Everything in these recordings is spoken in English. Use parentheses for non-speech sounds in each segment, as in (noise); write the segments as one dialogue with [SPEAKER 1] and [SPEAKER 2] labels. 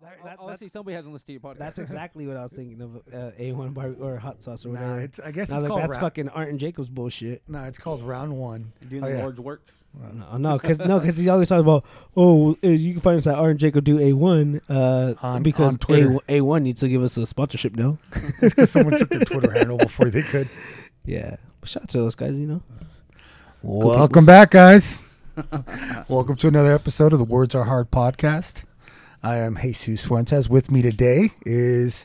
[SPEAKER 1] That,
[SPEAKER 2] I-
[SPEAKER 1] that-
[SPEAKER 2] I'll
[SPEAKER 1] that-
[SPEAKER 2] see somebody has on the Steve podcast.
[SPEAKER 1] that's exactly what I was thinking of uh, A1 bar or hot sauce or whatever.
[SPEAKER 3] Nah, it's, I guess it's
[SPEAKER 1] And I was like,
[SPEAKER 3] called
[SPEAKER 1] that's
[SPEAKER 3] ra-
[SPEAKER 1] fucking Art and Jacobs bullshit.
[SPEAKER 3] No, it's called round one.
[SPEAKER 2] doing
[SPEAKER 3] Oh,
[SPEAKER 2] the
[SPEAKER 3] yeah.
[SPEAKER 2] Lord's work.
[SPEAKER 1] No, no, because no,
[SPEAKER 3] (laughs)
[SPEAKER 1] because he always talks about oh, uh, you can find us at R and Jacob do a one uh,
[SPEAKER 3] On-
[SPEAKER 1] because
[SPEAKER 3] on Twitter. (laughs)
[SPEAKER 1] a one needs to give us a sponsorship now.
[SPEAKER 3] Because someone took their Twitter handle before they could.
[SPEAKER 1] (laughs) Yeah, shout out to those guys. You know,
[SPEAKER 3] Welcome back,
[SPEAKER 1] (laughs)
[SPEAKER 3] guys. Welcome to another episode of the Words Are Hard podcast. I am Jesus Fuentes. With me today is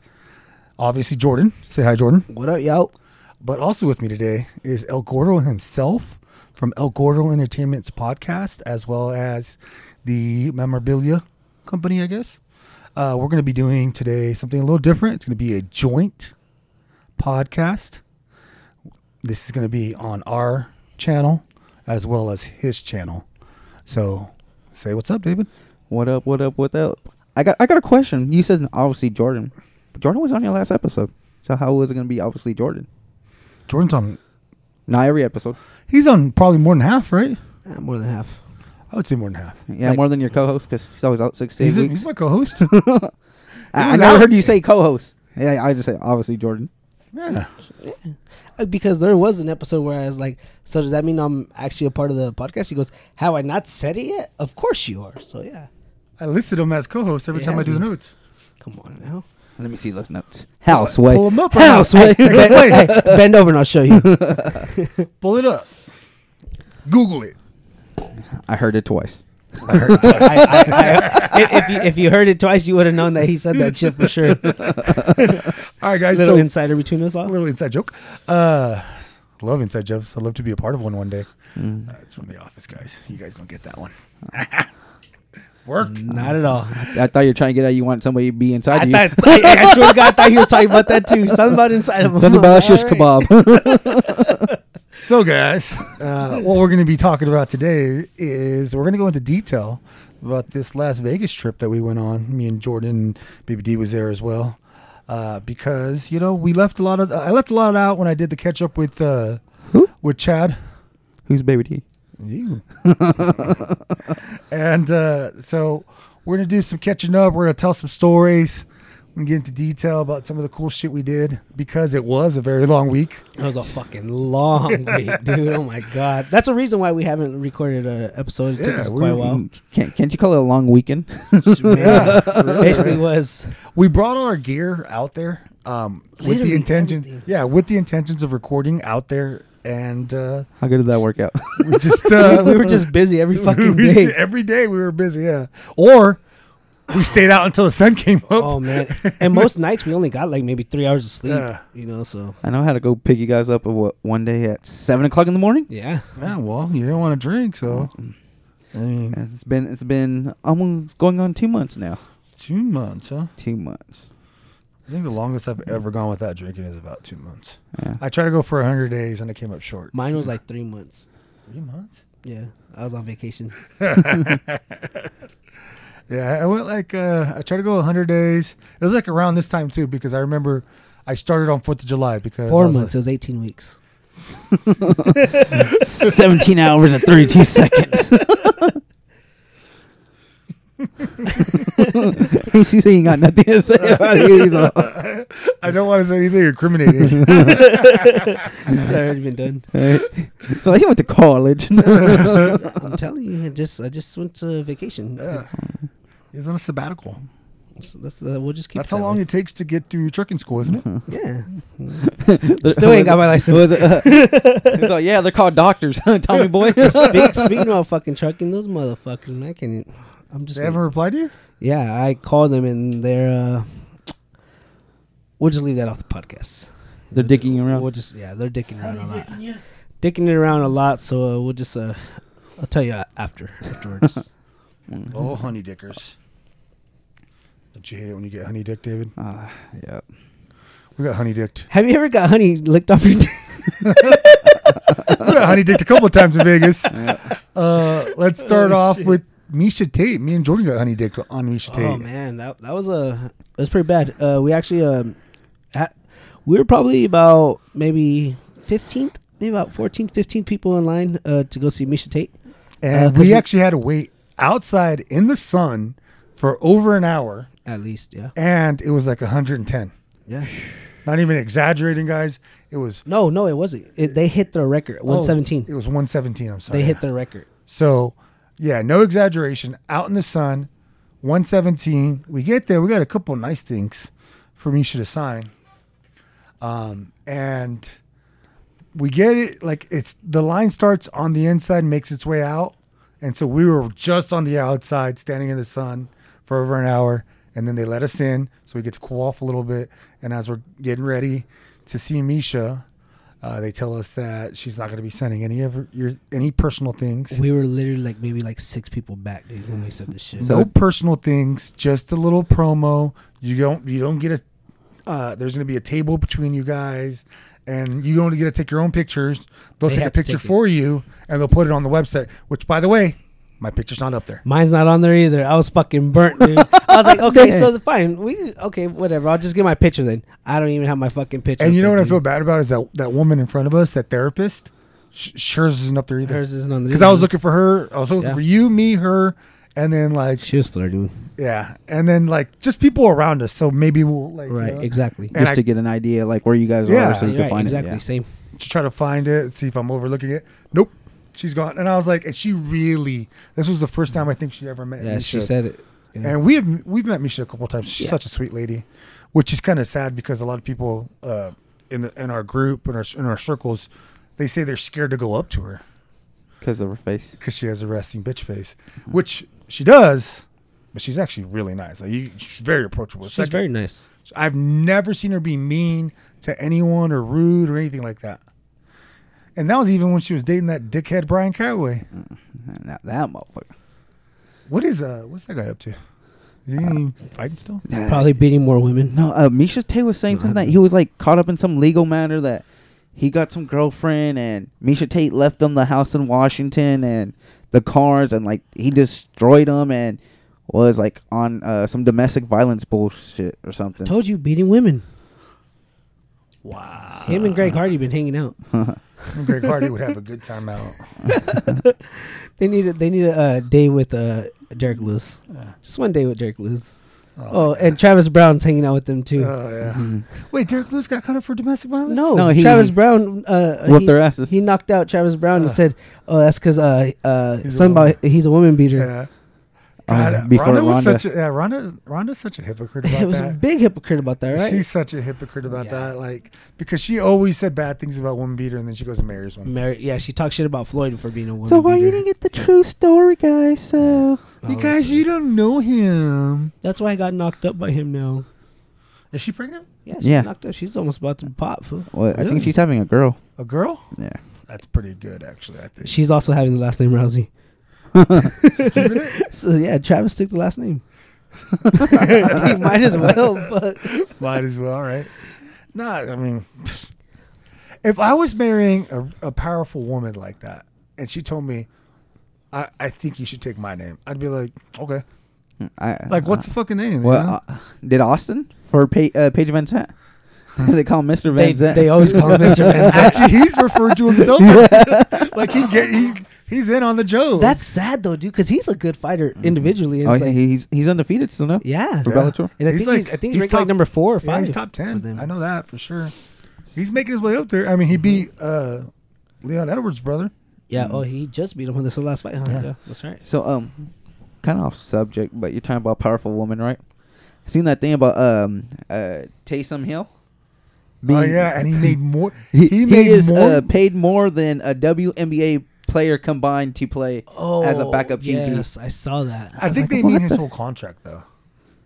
[SPEAKER 3] obviously Jordan. Say hi, Jordan.
[SPEAKER 1] what up, y'all?
[SPEAKER 3] But also with me today is El Gordo himself from El Gordo Entertainment's podcast, as well as the memorabilia company, I guess. Uh, we're going to be doing today something a little different. It's going to be a joint podcast. This is going to be on our channel as well as his channel. So say what's up, David.
[SPEAKER 2] What up? What up? What up? I got I got a question. You said obviously Jordan, but Jordan was on your last episode. So how was it going to be obviously Jordan?
[SPEAKER 3] Jordan's on,
[SPEAKER 2] Not every episode.
[SPEAKER 3] he's on probably more than half, right?
[SPEAKER 1] Ah, more than half.
[SPEAKER 3] I would say more than half.
[SPEAKER 2] Yeah,
[SPEAKER 1] Like-
[SPEAKER 2] more than your co-host because he's always out six to eight
[SPEAKER 3] He's, a-
[SPEAKER 2] weeks.
[SPEAKER 3] he's my co host. (laughs)
[SPEAKER 2] I, I
[SPEAKER 3] was
[SPEAKER 2] never
[SPEAKER 3] out-
[SPEAKER 2] heard you say co-host. Yeah, I just say obviously Jordan.
[SPEAKER 3] yeah.
[SPEAKER 1] Uh, Because there was an episode where I was like, so does that mean I'm actually a part of the podcast? He goes, have I not said it yet? Of course you are. So yeah,
[SPEAKER 3] I listed him as co host every
[SPEAKER 1] He
[SPEAKER 3] time I
[SPEAKER 1] has
[SPEAKER 3] do the
[SPEAKER 1] been.
[SPEAKER 3] notes.
[SPEAKER 1] come on (laughs) now.
[SPEAKER 2] Let me see those notes. Houseway.
[SPEAKER 3] Pull him up. or not?
[SPEAKER 1] Houseway, bend, hey, bend over and I'll show (laughs) you.
[SPEAKER 3] Pull it up. Google it.
[SPEAKER 2] I heard it twice.
[SPEAKER 1] I, I, I, if, if you, if you heard it twice, you would have known that he said that shit for (laughs) sure.
[SPEAKER 3] (laughs) All right, guys.
[SPEAKER 1] Little
[SPEAKER 3] so
[SPEAKER 1] insider between us
[SPEAKER 3] a
[SPEAKER 1] all.
[SPEAKER 3] little inside joke. Uh, love inside jokes. I'd love to be a part of one one day. Uh, it's from The Office, guys. You guys don't get that (laughs) one. Worked.
[SPEAKER 1] Not at all.
[SPEAKER 2] I thought you were trying to get out. You want somebody to be inside
[SPEAKER 1] I,
[SPEAKER 2] you.
[SPEAKER 1] thought, I, I swear to God, I thought he was talking about that too. Something about inside of
[SPEAKER 2] (laughs)
[SPEAKER 1] him.
[SPEAKER 2] Something about a shish
[SPEAKER 1] All right. (laughs)
[SPEAKER 2] kebab.
[SPEAKER 3] So, guys, uh, what we're going to be talking about today is we're going to go into detail about this Las Vegas trip that we went on. Me and Jordan, BBD was there as well, uh, because you know we left a lot of I left a lot out when I did the catch up with uh,
[SPEAKER 2] Who?
[SPEAKER 3] with Chad.
[SPEAKER 2] Who's baby T?
[SPEAKER 3] You. and uh, so we're gonna do some catching up. We're gonna tell some stories. We're gonna get into detail about some of the cool shit we did because it was a very long week.
[SPEAKER 1] That was a fucking long wait, dude. Oh my god, that's a reason why we haven't recorded an episode. It took
[SPEAKER 3] Yeah,
[SPEAKER 1] us
[SPEAKER 3] we-
[SPEAKER 1] quite a while.
[SPEAKER 2] Can't, can't you call it a long weekend?
[SPEAKER 3] (laughs) Yeah,
[SPEAKER 1] Basically, was
[SPEAKER 3] we brought all our gear out there um, with the
[SPEAKER 1] Literally
[SPEAKER 3] intention,
[SPEAKER 1] everything.
[SPEAKER 3] yeah, with the intentions of recording out there, and uh,
[SPEAKER 2] How good did that work out?
[SPEAKER 3] we just uh,
[SPEAKER 1] (laughs) we were just busy every fucking
[SPEAKER 3] (laughs) we-
[SPEAKER 1] day.
[SPEAKER 3] (laughs) every day we were busy. Yeah, or we stayed out until the sun came up.
[SPEAKER 1] Oh man, and most nights we only got like maybe three hours of sleep.
[SPEAKER 3] Yeah.
[SPEAKER 1] You know, so
[SPEAKER 2] (laughs) I know how to go pick you guys up at what one day at seven o'clock in the morning.
[SPEAKER 1] yeah,
[SPEAKER 3] Yeah, well, you didn't want to drink, so I mean,
[SPEAKER 2] And It's been it's been almost going on two months now.
[SPEAKER 3] two months, huh?
[SPEAKER 2] Two months.
[SPEAKER 3] I think the longest I've ever gone without drinking is about two months.
[SPEAKER 2] Yeah.
[SPEAKER 3] I tried to go for 100 days and I came up short.
[SPEAKER 1] mine was like three months.
[SPEAKER 3] Three months?
[SPEAKER 1] Yeah, I was on vacation.
[SPEAKER 3] Yeah, I went like, uh, I tried to go 100 days. It was like around this time too because I remember I started on 4th of July because. I
[SPEAKER 1] Four
[SPEAKER 3] was
[SPEAKER 1] months. It
[SPEAKER 3] like-
[SPEAKER 1] was eighteen weeks.
[SPEAKER 3] (laughs)
[SPEAKER 2] (laughs) Seventeen hours and thirty two seconds. He's saying (laughs) you got nothing to
[SPEAKER 1] (laughs)
[SPEAKER 2] say about it. He's (laughs) like,
[SPEAKER 3] (laughs) I don't want to say anything
[SPEAKER 1] (laughs)
[SPEAKER 3] incriminating. (laughs)
[SPEAKER 1] It's already been done.
[SPEAKER 2] "Hey." so he went to (laughs) college.
[SPEAKER 1] I'm telling you, I just I just went to vacation.
[SPEAKER 3] yeah. He was on a sabbatical.
[SPEAKER 1] So that's uh, we'll just keep. Mm-hmm.
[SPEAKER 3] That's
[SPEAKER 1] it
[SPEAKER 3] how
[SPEAKER 1] that
[SPEAKER 3] long
[SPEAKER 1] way.
[SPEAKER 3] it takes to get through trucking school, isn't it? (laughs)
[SPEAKER 2] (laughs)
[SPEAKER 1] Yeah. Still ain't got my license.
[SPEAKER 2] Was it, uh, he's like, yeah, they're called doctors, (laughs) huh, Tommy boy.
[SPEAKER 1] (laughs) Speak, speaking about fucking trucking, those motherfuckers, I can. I'm just.
[SPEAKER 3] They
[SPEAKER 1] gonna-
[SPEAKER 3] haven't replied to you?
[SPEAKER 1] yeah, I called them and they're. Uh, we'll just leave that off the podcast.
[SPEAKER 2] They're dicking around.
[SPEAKER 1] We'll just yeah, they're dicking around a lot. Dicking it around a lot, so uh, we'll just. Uh, I'll tell you
[SPEAKER 2] (laughs)
[SPEAKER 1] after afterwards. Uh,
[SPEAKER 3] Oh, honey dickers. Don't you hate it when you get honey dick, David?
[SPEAKER 2] Uh, yeah.
[SPEAKER 3] We got honey dicked.
[SPEAKER 1] Have you ever got honey licked off your? dick?
[SPEAKER 3] (laughs) We got honey dicked a couple of times in Vegas. Uh, let's start off with Misha Tate. Me and Jordan got honey dicked on Misha Tate.
[SPEAKER 1] Oh man, that that was a that was pretty bad. Uh, we actually um, ha we were probably about maybe fifteenth, maybe about 14, 15 people in line uh, to go see Misha Tate.
[SPEAKER 3] And
[SPEAKER 1] Uh, 'cause
[SPEAKER 3] we
[SPEAKER 1] we-
[SPEAKER 3] actually had to wait outside in the sun for over an hour
[SPEAKER 1] at least. Yeah,
[SPEAKER 3] and it was like 110.
[SPEAKER 1] yeah.
[SPEAKER 3] Not even exaggerating, guys. It was oh,
[SPEAKER 1] No, no, it wasn't. It, they hit their record.
[SPEAKER 2] Oh,
[SPEAKER 1] One seventeen.
[SPEAKER 3] It was 117. I'm sorry.
[SPEAKER 1] they hit their record.
[SPEAKER 3] So, yeah, no exaggeration. Out in the sun, 117. We get there. We got a couple nice things for Misha to sign. Um, and we get it. Like it's the line starts on the inside, makes its way out, and so we were just on the outside, standing in the sun for over an hour, and then they let us in, so we get to cool off a little bit. And as we're getting ready to see Misha. Uh, they tell us that she's not going to be sending any of her, your any personal things.
[SPEAKER 1] We were literally like maybe like six people back, dude, when we said this shit.
[SPEAKER 2] So-
[SPEAKER 3] no personal things, just a little promo. You don't you don't get a uh, there's gonna be a table between you guys and you don't get to take your own pictures. They'll
[SPEAKER 1] They
[SPEAKER 3] take a
[SPEAKER 1] have to
[SPEAKER 3] picture
[SPEAKER 1] take it.
[SPEAKER 3] for you and they'll put it on the website, which by the way, my picture's not up there.
[SPEAKER 1] Mine's not on there either. I was fucking burnt, dude. I was like, okay,
[SPEAKER 3] (laughs)
[SPEAKER 1] so the, fine, we okay, whatever. I'll just get my picture then. I don't even have my fucking picture.
[SPEAKER 3] And you know what I feel
[SPEAKER 1] about?
[SPEAKER 3] bad about is that that woman in front of us, that therapist, sh- hers isn't up there either.
[SPEAKER 1] Hers isn't on the
[SPEAKER 3] Because I was looking for her, I was looking
[SPEAKER 1] Yeah.
[SPEAKER 3] for you, me, her, and then like
[SPEAKER 1] She was flirting.
[SPEAKER 3] yeah, and then like just people around us. So maybe we'll like you
[SPEAKER 1] Right,
[SPEAKER 3] know, (laughs)
[SPEAKER 1] exactly.
[SPEAKER 3] And
[SPEAKER 2] just
[SPEAKER 3] I-
[SPEAKER 2] to get an idea like where you guys
[SPEAKER 3] Yeah,
[SPEAKER 2] are, so you
[SPEAKER 1] Right,
[SPEAKER 2] can find
[SPEAKER 1] exactly.
[SPEAKER 2] it. Yeah.
[SPEAKER 1] Same.
[SPEAKER 3] to try to find it, see if I'm overlooking it. Nope, she's gone. And I was like, and she really, this was the first time I think she ever met.
[SPEAKER 1] Yeah, she
[SPEAKER 3] Misha.
[SPEAKER 1] said it. Yeah.
[SPEAKER 3] And we have we've met Misha a couple times. She's
[SPEAKER 1] Yeah.
[SPEAKER 3] such a sweet lady, which is kind of sad because a lot of people uh, in the, in our group in our in our circles, they say they're scared to go up to her
[SPEAKER 2] Because of her face.
[SPEAKER 3] because she has a resting bitch face,
[SPEAKER 1] Mm-hmm.
[SPEAKER 3] which she does. But she's actually really nice. Like you, she's very approachable.
[SPEAKER 1] She's
[SPEAKER 3] Second-
[SPEAKER 1] very nice.
[SPEAKER 3] I've never seen her be mean to anyone or rude or anything like that. And that was even when she was dating that dickhead Brian Caraway.
[SPEAKER 2] Not that motherfucker.
[SPEAKER 3] What is uh what's that guy up to? Is he fighting still?
[SPEAKER 2] Nah.
[SPEAKER 1] Probably beating more women. (laughs)
[SPEAKER 2] No, uh, Misha Tay was saying something that he was like caught up in some legal matter that he got some girlfriend and Misha Tate left them the house in Washington and the cars and like he destroyed them and was like on uh, some domestic violence bullshit or something.
[SPEAKER 1] Told you, beating women.
[SPEAKER 3] Wow.
[SPEAKER 1] Him and Greg Hardy been hanging out.
[SPEAKER 3] Greg Hardy would have a
[SPEAKER 1] (laughs)
[SPEAKER 3] good time out.
[SPEAKER 1] They need a, they need a uh, day with uh, Derek Lewis. Just one day with Derek Lewis. Oh, and Travis Brown's hanging out with them too.
[SPEAKER 3] Oh, yeah. Wait, Derek Lewis got caught up for domestic violence?
[SPEAKER 1] Mm-hmm. no,
[SPEAKER 2] Uh, No, he-
[SPEAKER 1] Travis Brown. Uh,
[SPEAKER 2] Whooped
[SPEAKER 1] he,
[SPEAKER 2] their asses.
[SPEAKER 1] He knocked out Travis Brown and
[SPEAKER 3] Uh.
[SPEAKER 1] said, "Oh, that's because uh, uh,
[SPEAKER 3] He's a
[SPEAKER 1] something about he's a woman beater."
[SPEAKER 3] Yeah.
[SPEAKER 2] Uh,
[SPEAKER 3] God,
[SPEAKER 2] before
[SPEAKER 3] Rhonda was
[SPEAKER 2] Rhonda.
[SPEAKER 3] such a yeah, Rhonda Rhonda's such a hypocrite
[SPEAKER 1] (laughs) It
[SPEAKER 3] about
[SPEAKER 1] was a
[SPEAKER 3] that.
[SPEAKER 1] big hypocrite about that, right?
[SPEAKER 3] She's such a hypocrite about
[SPEAKER 1] Yeah.
[SPEAKER 3] that, like because she always said bad things about woman beater, and then she goes and marries one.
[SPEAKER 1] Mary, yeah, she talked shit about Floyd for being a woman.
[SPEAKER 2] so why
[SPEAKER 1] beater.
[SPEAKER 2] you didn't get the true story, guys? So
[SPEAKER 1] Oh,
[SPEAKER 3] Because
[SPEAKER 1] that's-
[SPEAKER 3] you don't know him.
[SPEAKER 1] That's why I got knocked up by him now.
[SPEAKER 3] Is she pregnant?
[SPEAKER 1] Yeah, she's
[SPEAKER 2] Yeah.
[SPEAKER 1] knocked up. She's almost about to pop. Fool.
[SPEAKER 2] well, I
[SPEAKER 3] Really?
[SPEAKER 2] think she's having a girl.
[SPEAKER 3] A girl?
[SPEAKER 2] Yeah,
[SPEAKER 3] That's pretty good, actually. I think.
[SPEAKER 1] She's also having the last
[SPEAKER 2] (laughs)
[SPEAKER 1] name Rousey.
[SPEAKER 3] Keeping it?
[SPEAKER 1] So yeah, Travis took the last name.
[SPEAKER 2] (laughs)
[SPEAKER 1] he might as well. But
[SPEAKER 3] Might as well, right? Nah, I mean, (laughs) if I was marrying a, a powerful woman like that, and she told me, I, I think you should take my name, I'd be like, okay.
[SPEAKER 2] I
[SPEAKER 3] Like,
[SPEAKER 2] I-
[SPEAKER 3] what's the fucking name? you know?
[SPEAKER 2] Uh, well, uh, did Austin for pa- uh, Paige Van Zandt? (laughs) they call him Mister Van
[SPEAKER 1] they,
[SPEAKER 2] Oh, Zandt.
[SPEAKER 1] they always call
[SPEAKER 2] (laughs)
[SPEAKER 1] him Mr. Van Zandt.
[SPEAKER 3] Actually, he's referred to himself. as- (laughs) like he get he, he's in on the joke.
[SPEAKER 1] That's sad though, dude, because he's a good fighter individually. and
[SPEAKER 2] oh,
[SPEAKER 1] it's
[SPEAKER 2] yeah,
[SPEAKER 1] like-
[SPEAKER 2] he's he's undefeated still now.
[SPEAKER 1] yeah.
[SPEAKER 2] For
[SPEAKER 3] Yeah.
[SPEAKER 2] Bellator.
[SPEAKER 1] And I
[SPEAKER 3] He's
[SPEAKER 1] think
[SPEAKER 3] like-
[SPEAKER 1] he's, I think he's,
[SPEAKER 3] he's
[SPEAKER 1] ranked
[SPEAKER 3] top-
[SPEAKER 1] like number four or
[SPEAKER 3] yeah,
[SPEAKER 1] five.
[SPEAKER 3] he's top ten.
[SPEAKER 1] them.
[SPEAKER 3] I know that for sure. He's making his way up there. I mean, he beat uh, Leon Edwards' brother.
[SPEAKER 1] Yeah.
[SPEAKER 2] Mm-hmm.
[SPEAKER 1] Oh, he just beat him when this was the last fight. Huh?
[SPEAKER 3] Yeah.
[SPEAKER 1] Yeah. that's right.
[SPEAKER 2] So um, kind of off subject, but you're talking about powerful women, right? Seen that thing about um uh Taysom Hill?
[SPEAKER 3] oh
[SPEAKER 2] Being-
[SPEAKER 3] yeah, and he made more. He,
[SPEAKER 2] he, he
[SPEAKER 3] made
[SPEAKER 2] is
[SPEAKER 3] more.
[SPEAKER 2] uh, paid more than a WNBA player combined to play
[SPEAKER 1] Oh,
[SPEAKER 2] as a backup
[SPEAKER 1] Yes, I saw that.
[SPEAKER 3] I think they
[SPEAKER 2] like,
[SPEAKER 3] mean
[SPEAKER 2] what
[SPEAKER 3] his
[SPEAKER 2] the-
[SPEAKER 3] whole contract though.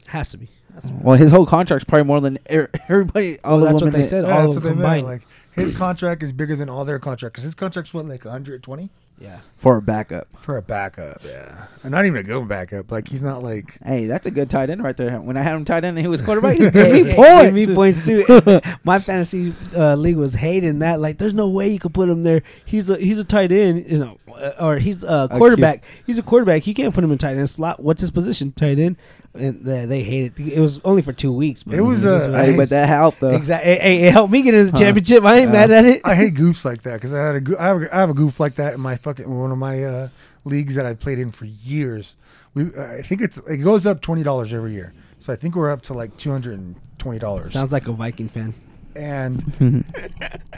[SPEAKER 1] Has to be. Has to be.
[SPEAKER 2] QB. Well, his whole contract's probably more than er- everybody. All
[SPEAKER 1] Well,
[SPEAKER 2] the
[SPEAKER 1] Oh, that's
[SPEAKER 2] women
[SPEAKER 1] what they
[SPEAKER 2] that-
[SPEAKER 1] said.
[SPEAKER 3] Yeah,
[SPEAKER 1] all
[SPEAKER 3] that's
[SPEAKER 1] of
[SPEAKER 3] what
[SPEAKER 1] them
[SPEAKER 3] they meant.
[SPEAKER 1] combined.
[SPEAKER 3] Like his contract is bigger than all their contracts because his contract's what like 120
[SPEAKER 2] Mm-hmm.
[SPEAKER 1] yeah.
[SPEAKER 2] for a backup.
[SPEAKER 3] for a backup. Yeah, and not even a good backup. Like he's not like
[SPEAKER 2] Hey, that's a good tight end right there. When I had him tight end and he was quarterback,
[SPEAKER 1] (laughs)
[SPEAKER 2] he gave
[SPEAKER 1] Hey,
[SPEAKER 2] me
[SPEAKER 1] hey,
[SPEAKER 2] points.
[SPEAKER 1] give me points too. (laughs) My fantasy uh, league was hating that. Like, there's no way you could put him there. He's a he's a tight end, you know, uh, or he's a
[SPEAKER 2] cute.
[SPEAKER 1] quarterback. He's a quarterback. You can't put him in tight end slot. What's his position? Tight end. And they, they hated. It was only for two weeks. But
[SPEAKER 3] It was, uh,
[SPEAKER 2] Hey, but that helped though.
[SPEAKER 1] exactly. Hey, it helped me get in the
[SPEAKER 2] Huh.
[SPEAKER 1] championship. I ain't
[SPEAKER 2] Yeah.
[SPEAKER 1] mad at it.
[SPEAKER 3] I
[SPEAKER 1] (laughs)
[SPEAKER 3] hate goofs like that because I had a goo- I have a, I have a goof like that in my fucking one of my uh, leagues that I played in for years. We I think it's it goes up twenty dollars every year. So I think we're up to like two hundred and twenty dollars.
[SPEAKER 1] Sounds like a Viking fan.
[SPEAKER 3] and
[SPEAKER 2] Mm-hmm.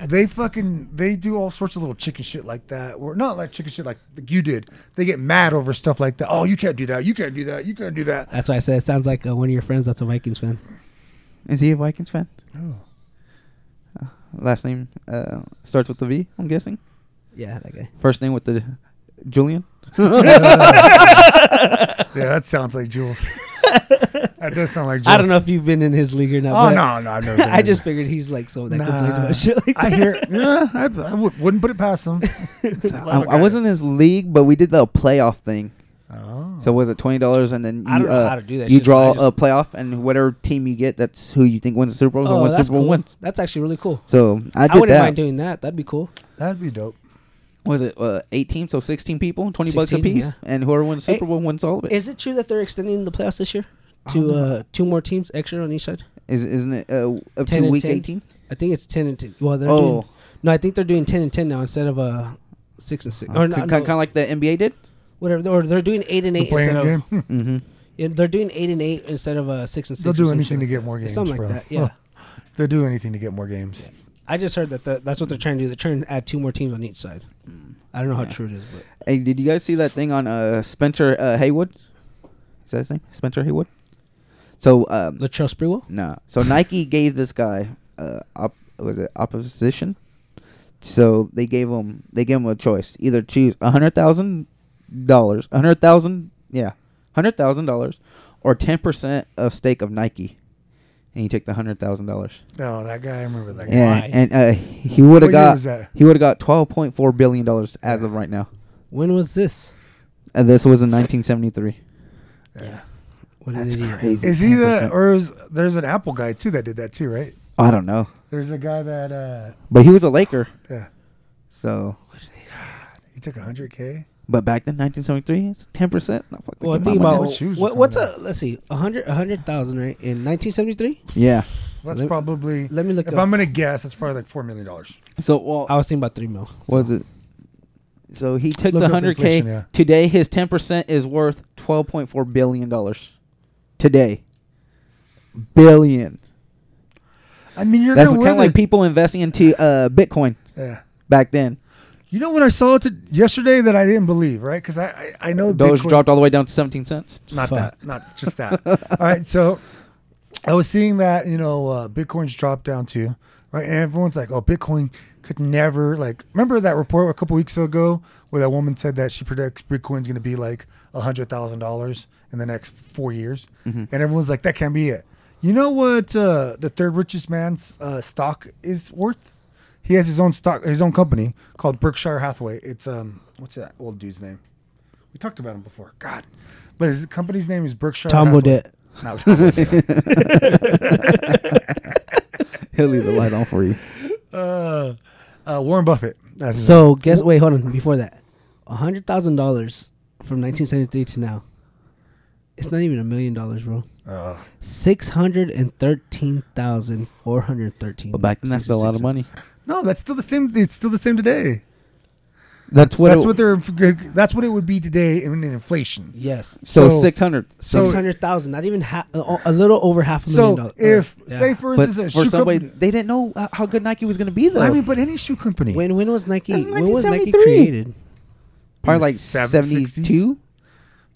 [SPEAKER 3] they fucking they do all sorts of little chicken shit like that or not like chicken shit like you did they get mad over stuff like that oh you can't do that you can't do that you can't do that
[SPEAKER 1] That's why I said it sounds like uh, one of your friends that's a Vikings fan.
[SPEAKER 2] Is he a Vikings fan?
[SPEAKER 3] (laughs) oh.
[SPEAKER 2] Last name uh, starts with the V. I'm guessing.
[SPEAKER 1] Yeah, that guy.
[SPEAKER 2] First name with the Julian.
[SPEAKER 3] yeah that sounds like
[SPEAKER 1] (laughs)
[SPEAKER 3] jules that does sound like jules
[SPEAKER 1] I don't know if you've been in his league or not.
[SPEAKER 3] oh
[SPEAKER 1] but
[SPEAKER 3] no no I've never been
[SPEAKER 1] (laughs) I
[SPEAKER 3] in
[SPEAKER 1] just
[SPEAKER 3] there.
[SPEAKER 1] figured he's like someone that complains
[SPEAKER 3] Nah,
[SPEAKER 1] about shit (laughs)
[SPEAKER 3] (laughs)
[SPEAKER 1] like that.
[SPEAKER 3] I hear. Yeah, I, I w- wouldn't put it past them.
[SPEAKER 2] I, I was in his league, but we did the playoff thing.
[SPEAKER 3] Oh,
[SPEAKER 2] So was it twenty dollars, and then you,
[SPEAKER 1] I don't know
[SPEAKER 2] uh,
[SPEAKER 1] how to do that
[SPEAKER 2] you
[SPEAKER 1] shit, so
[SPEAKER 2] draw
[SPEAKER 1] I just-
[SPEAKER 2] a playoff, and whatever team you get, that's who you think wins the Super Bowl. who
[SPEAKER 1] Oh,
[SPEAKER 2] wins the
[SPEAKER 1] that's
[SPEAKER 2] Super Bowl
[SPEAKER 1] cool.
[SPEAKER 2] wins.
[SPEAKER 1] That's actually really cool.
[SPEAKER 2] So I
[SPEAKER 1] I,
[SPEAKER 2] did
[SPEAKER 1] wouldn't
[SPEAKER 2] that.
[SPEAKER 1] mind doing that. That'd be cool.
[SPEAKER 3] that'd be dope.
[SPEAKER 2] was it uh, eighteen? So sixteen people, twenty bucks a
[SPEAKER 1] 16,
[SPEAKER 2] piece,
[SPEAKER 1] yeah.
[SPEAKER 2] and whoever wins the
[SPEAKER 1] Hey,
[SPEAKER 2] Super Bowl wins all of it.
[SPEAKER 1] Is it true that they're extending the playoffs this year to uh, two more teams extra on each side?
[SPEAKER 2] Is isn't it uh, up
[SPEAKER 1] 10
[SPEAKER 2] to
[SPEAKER 1] and
[SPEAKER 2] week
[SPEAKER 1] 10?
[SPEAKER 2] eighteen?
[SPEAKER 1] I think it's ten and ten. Well, they're
[SPEAKER 2] Oh,
[SPEAKER 1] doing, no, I think they're doing ten and ten now instead of uh, six and six or not,
[SPEAKER 2] kind of
[SPEAKER 1] no,
[SPEAKER 2] like the NBA did.
[SPEAKER 1] whatever. Or they're doing eight and
[SPEAKER 3] The
[SPEAKER 1] eight instead
[SPEAKER 3] playing
[SPEAKER 1] of
[SPEAKER 3] game.
[SPEAKER 2] Mm-hmm.
[SPEAKER 1] yeah, they're doing eight and eight instead of uh, six and six.
[SPEAKER 3] (laughs) They'll
[SPEAKER 1] or
[SPEAKER 3] do
[SPEAKER 1] some
[SPEAKER 3] anything
[SPEAKER 1] shit
[SPEAKER 3] to
[SPEAKER 1] like
[SPEAKER 3] get more games,
[SPEAKER 1] Something like
[SPEAKER 3] bro.
[SPEAKER 1] that, yeah.
[SPEAKER 3] (laughs) They'll do anything to get more games.
[SPEAKER 1] that. I just heard that the, that's what they're trying to do. They're trying to add two more teams on each side. I don't know
[SPEAKER 2] Mm. Yeah.
[SPEAKER 1] how true it is, but
[SPEAKER 2] Hey, did you guys see that thing on uh, Spencer uh, Haywood? Is that his name? Spencer Haywood. So um,
[SPEAKER 1] Latrell Sprewell.
[SPEAKER 2] No. So Nike gave this guy uh op- was it opposition? So they gave him they gave him a choice. Either choose a hundred thousand dollars, a hundred thousand yeah, hundred thousand dollars, or ten percent of stake of Nike. And you take the hundred thousand dollars.
[SPEAKER 3] No, Oh, that guy. I remember that guy.
[SPEAKER 1] Yeah.
[SPEAKER 2] And
[SPEAKER 1] Why?
[SPEAKER 2] and uh, he
[SPEAKER 3] What
[SPEAKER 2] would have
[SPEAKER 3] year
[SPEAKER 2] got
[SPEAKER 3] was that?
[SPEAKER 2] he would have got twelve point four billion dollars as of right now.
[SPEAKER 1] When was this?
[SPEAKER 2] And this was in nineteen seventy three.
[SPEAKER 3] Yeah.
[SPEAKER 1] What
[SPEAKER 2] That's
[SPEAKER 1] an idiot.
[SPEAKER 2] crazy.
[SPEAKER 3] Is he the
[SPEAKER 2] 10%.
[SPEAKER 3] or is there's an Apple guy too that did that too, right?
[SPEAKER 2] I don't know.
[SPEAKER 3] There's a guy that uh
[SPEAKER 2] But he was a Laker,
[SPEAKER 3] yeah,
[SPEAKER 2] so
[SPEAKER 3] he took 100k.
[SPEAKER 2] but back then nineteen seventy three, ten percent. Not fuck the
[SPEAKER 1] Well,
[SPEAKER 2] kid,
[SPEAKER 1] think
[SPEAKER 2] my money.
[SPEAKER 1] about
[SPEAKER 3] what shoes
[SPEAKER 1] what,
[SPEAKER 3] were
[SPEAKER 1] what's
[SPEAKER 3] coming
[SPEAKER 1] a let's see, a hundred, a hundred thousand, right? In nineteen seventy three.
[SPEAKER 2] Yeah.
[SPEAKER 3] That's
[SPEAKER 1] Let-
[SPEAKER 3] probably
[SPEAKER 1] Let me look.
[SPEAKER 3] if
[SPEAKER 1] up.
[SPEAKER 3] I'm gonna guess, that's probably like four million dollars.
[SPEAKER 2] So well,
[SPEAKER 1] I was thinking about three mil.
[SPEAKER 2] was it? So he took
[SPEAKER 3] Look
[SPEAKER 2] the
[SPEAKER 3] up
[SPEAKER 2] hundred k.
[SPEAKER 3] inflation, yeah.
[SPEAKER 2] Today, his ten percent is worth twelve point four billion dollars. Today, billion.
[SPEAKER 3] I mean, you're
[SPEAKER 2] That's
[SPEAKER 3] gonna
[SPEAKER 2] kind
[SPEAKER 3] win
[SPEAKER 2] of like
[SPEAKER 3] it.
[SPEAKER 2] people investing into uh, Bitcoin
[SPEAKER 3] Yeah.
[SPEAKER 2] back then.
[SPEAKER 3] You know what I saw to, yesterday that I didn't believe, right? Because I, I I know
[SPEAKER 2] Doge
[SPEAKER 3] Oh, Bitcoin-
[SPEAKER 2] dropped all the way down to seventeen cents.
[SPEAKER 3] not
[SPEAKER 1] Fuck.
[SPEAKER 3] that, not just that. all right, so I was seeing that you know uh, Bitcoin's dropped down too, right? And everyone's like, "Oh, Bitcoin could never like." Remember that report a couple weeks ago where that woman said that she predicts Bitcoin's going to be like a hundred thousand dollars in the next four years, and everyone's like, "That can't be it." You know what uh, the third richest man's uh, stock is worth? He has his own stock, his own company called Berkshire Hathaway. It's um, what's that old dude's name? We talked about him before. God, but his company's name is Berkshire.
[SPEAKER 1] Tom
[SPEAKER 3] Hathaway.
[SPEAKER 1] Baudet.
[SPEAKER 3] No, Tom Baudet.
[SPEAKER 2] (laughs) He'll leave the light on for you.
[SPEAKER 3] uh, uh, Warren Buffett. That's his name.
[SPEAKER 1] So guess. Wait, hold on. Before that, a hundred thousand dollars from nineteen seventy three to now. It's not even a million dollars, bro.
[SPEAKER 3] Uh,
[SPEAKER 1] Six hundred and thirteen thousand four hundred thirteen.
[SPEAKER 2] But back then, that's a lot of money.
[SPEAKER 3] no, that's still the same. It's still the same today.
[SPEAKER 2] That's what.
[SPEAKER 3] that's
[SPEAKER 2] it-
[SPEAKER 3] what they're. That's what it would be today in, in inflation.
[SPEAKER 1] Yes,
[SPEAKER 2] so
[SPEAKER 3] so-
[SPEAKER 2] six hundred.
[SPEAKER 3] so-
[SPEAKER 1] six hundred thousand. Not even ha- a a little over half a million
[SPEAKER 3] So
[SPEAKER 1] dollars.
[SPEAKER 3] if
[SPEAKER 1] Yeah.
[SPEAKER 3] say for
[SPEAKER 2] uh, But
[SPEAKER 3] instance a
[SPEAKER 2] for
[SPEAKER 3] shoe
[SPEAKER 2] somebody,
[SPEAKER 3] company,
[SPEAKER 2] they didn't know h- how good Nike was going to be though.
[SPEAKER 3] I mean, but any shoe company.
[SPEAKER 1] when when was Nike?
[SPEAKER 2] That's
[SPEAKER 1] When was Nike
[SPEAKER 2] 1973.
[SPEAKER 1] created?
[SPEAKER 2] probably like
[SPEAKER 3] Seven- 60s?
[SPEAKER 2] seventy-two.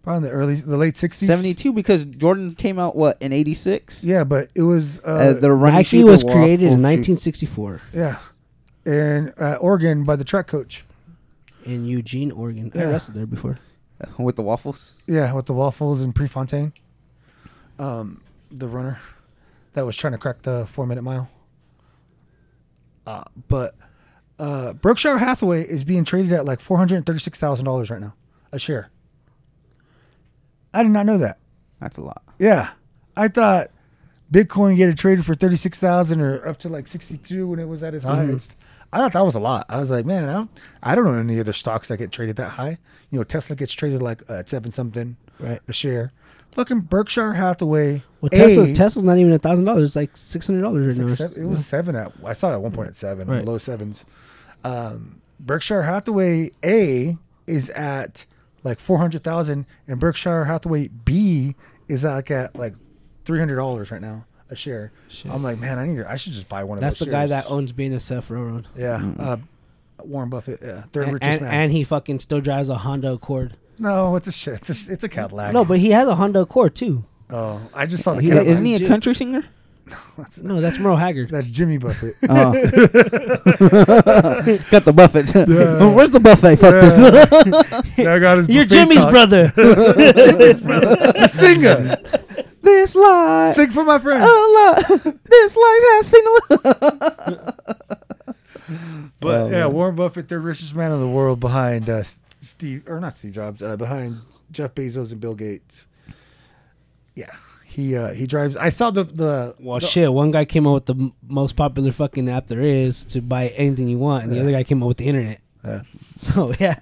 [SPEAKER 3] Probably in the early, the late '60s.
[SPEAKER 2] 72 because Jordan came out what in 86
[SPEAKER 3] Yeah, but it was. Uh,
[SPEAKER 2] uh, the running
[SPEAKER 1] Nike
[SPEAKER 2] shoe,
[SPEAKER 1] was
[SPEAKER 2] the waffle
[SPEAKER 1] created in
[SPEAKER 2] shoe.
[SPEAKER 1] 1964
[SPEAKER 3] yeah, in uh, Oregon by the track coach.
[SPEAKER 1] in Eugene, Oregon. I
[SPEAKER 3] Yeah.
[SPEAKER 1] wrestled there before.
[SPEAKER 2] (laughs) with the waffles
[SPEAKER 3] Yeah, with the waffles in Prefontaine. Um, the runner that was trying to crack the four minute mile. Uh, but uh, Berkshire Hathaway is being traded at like four hundred and thirty six thousand dollars right now a share. I did not know that.
[SPEAKER 2] that's a lot
[SPEAKER 3] Yeah, I thought Bitcoin get it traded for thirty six thousand or up to like sixty two when it was at its
[SPEAKER 1] Mm-hmm.
[SPEAKER 3] highest. I thought that was a lot. I was like, man, I don't, I don't know any other stocks that get traded that high. You know, Tesla gets traded like uh, seven something
[SPEAKER 1] Right.
[SPEAKER 3] a share. Fucking Berkshire Hathaway.
[SPEAKER 1] Well,
[SPEAKER 3] A,
[SPEAKER 1] Tesla, Tesla's not even a thousand dollars. It's like six hundred dollars right
[SPEAKER 3] it's like
[SPEAKER 1] now. or
[SPEAKER 3] seven-
[SPEAKER 1] s-
[SPEAKER 3] it was seven at. I saw it at one point at seven,
[SPEAKER 1] Right.
[SPEAKER 3] low sevens. Um, Berkshire Hathaway A is at like four hundred thousand, and Berkshire Hathaway B is like at like three hundred dollars right now a share.
[SPEAKER 1] Shit.
[SPEAKER 3] I'm like, man, I need. To, I should just buy one of
[SPEAKER 1] That's the
[SPEAKER 3] those.
[SPEAKER 1] guy
[SPEAKER 3] shares."
[SPEAKER 1] that owns BNSF Railroad.
[SPEAKER 3] Yeah, uh, Warren Buffett, yeah, third
[SPEAKER 1] And,
[SPEAKER 3] richest
[SPEAKER 1] and,
[SPEAKER 3] man.
[SPEAKER 1] and he fucking still drives a Honda Accord.
[SPEAKER 3] no, it's a shit. It's a, it's a Cadillac.
[SPEAKER 1] No, but he has a Honda Accord too.
[SPEAKER 3] oh, I just saw the
[SPEAKER 1] He-
[SPEAKER 3] Cadillac.
[SPEAKER 2] Isn't he a
[SPEAKER 1] Jim.
[SPEAKER 2] country singer?
[SPEAKER 3] That's,
[SPEAKER 1] No, that's Merle Haggard.
[SPEAKER 3] that's Jimmy Buffett. (laughs)
[SPEAKER 1] (laughs)
[SPEAKER 2] Oh. (laughs) Got the buffet.
[SPEAKER 3] Yeah.
[SPEAKER 2] (laughs) Where's the buffet? Fuck this. (laughs)
[SPEAKER 3] I got his
[SPEAKER 1] You're
[SPEAKER 3] buffet
[SPEAKER 1] Jimmy's
[SPEAKER 3] talk.
[SPEAKER 1] brother.
[SPEAKER 3] Jimmy's brother. (laughs) The
[SPEAKER 1] (laughs)
[SPEAKER 3] singer.
[SPEAKER 2] this lie.
[SPEAKER 3] Sing for my friend.
[SPEAKER 2] Uh, Oh, lie. (laughs) This lie has seen a lot.
[SPEAKER 3] But
[SPEAKER 2] Oh,
[SPEAKER 3] yeah,
[SPEAKER 2] man.
[SPEAKER 3] Warren Buffett, third richest man in the world, behind uh, S- Steve or not Steve Jobs, uh, behind Jeff Bezos and Bill Gates. Yeah, he uh, he drives. I saw the the
[SPEAKER 1] Well,
[SPEAKER 3] the-
[SPEAKER 1] shit. One guy came up with the m- most popular fucking app there is to buy anything you want, and the
[SPEAKER 3] Yeah.
[SPEAKER 1] other guy came up with the internet. (laughs)
[SPEAKER 3] Yeah.
[SPEAKER 1] So yeah,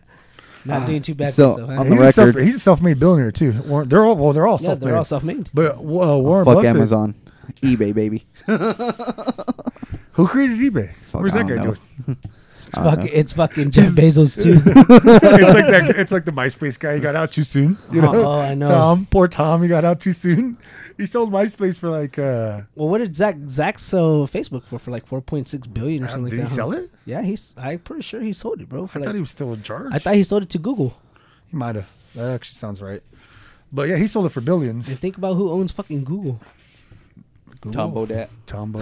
[SPEAKER 1] not doing too bad.
[SPEAKER 2] so,
[SPEAKER 1] for
[SPEAKER 2] on
[SPEAKER 1] himself,
[SPEAKER 2] the
[SPEAKER 1] huh?
[SPEAKER 3] he's, a self,
[SPEAKER 2] record.
[SPEAKER 3] he's a self-made billionaire too. Warren, they're all well, they're all
[SPEAKER 1] yeah,
[SPEAKER 3] self-made.
[SPEAKER 1] they're all self-made.
[SPEAKER 3] but uh, Warren
[SPEAKER 2] Fuck
[SPEAKER 3] Buffett,
[SPEAKER 2] Amazon, eBay, baby.
[SPEAKER 3] who created eBay?
[SPEAKER 2] Fuck,
[SPEAKER 3] Where's
[SPEAKER 2] I
[SPEAKER 3] that guy
[SPEAKER 2] don't know.
[SPEAKER 3] doing? (laughs)
[SPEAKER 1] It's
[SPEAKER 2] I don't
[SPEAKER 1] fucking, it's fucking Jeff Bezos too.
[SPEAKER 3] it's like
[SPEAKER 2] (laughs)
[SPEAKER 3] that. It's like the MySpace guy. He got out too soon. (laughs) You know,
[SPEAKER 1] Oh, I know.
[SPEAKER 3] Tom, poor Tom. He got out too soon. He sold MySpace for like. uh
[SPEAKER 1] well, what did Zach Zach sell Facebook for? For like four point six billion or something.
[SPEAKER 3] Uh, Did he
[SPEAKER 1] like that, huh?
[SPEAKER 3] sell it?
[SPEAKER 1] Yeah, he's. I'm pretty sure he sold it, bro. For
[SPEAKER 3] I
[SPEAKER 1] like,
[SPEAKER 3] thought he was still in charge.
[SPEAKER 1] I thought he sold it to Google.
[SPEAKER 3] He might have. That actually sounds right. But yeah, he sold it for billions.
[SPEAKER 1] And think about who owns fucking Google.
[SPEAKER 2] Tom Bodat. (laughs)
[SPEAKER 3] Tom Bo-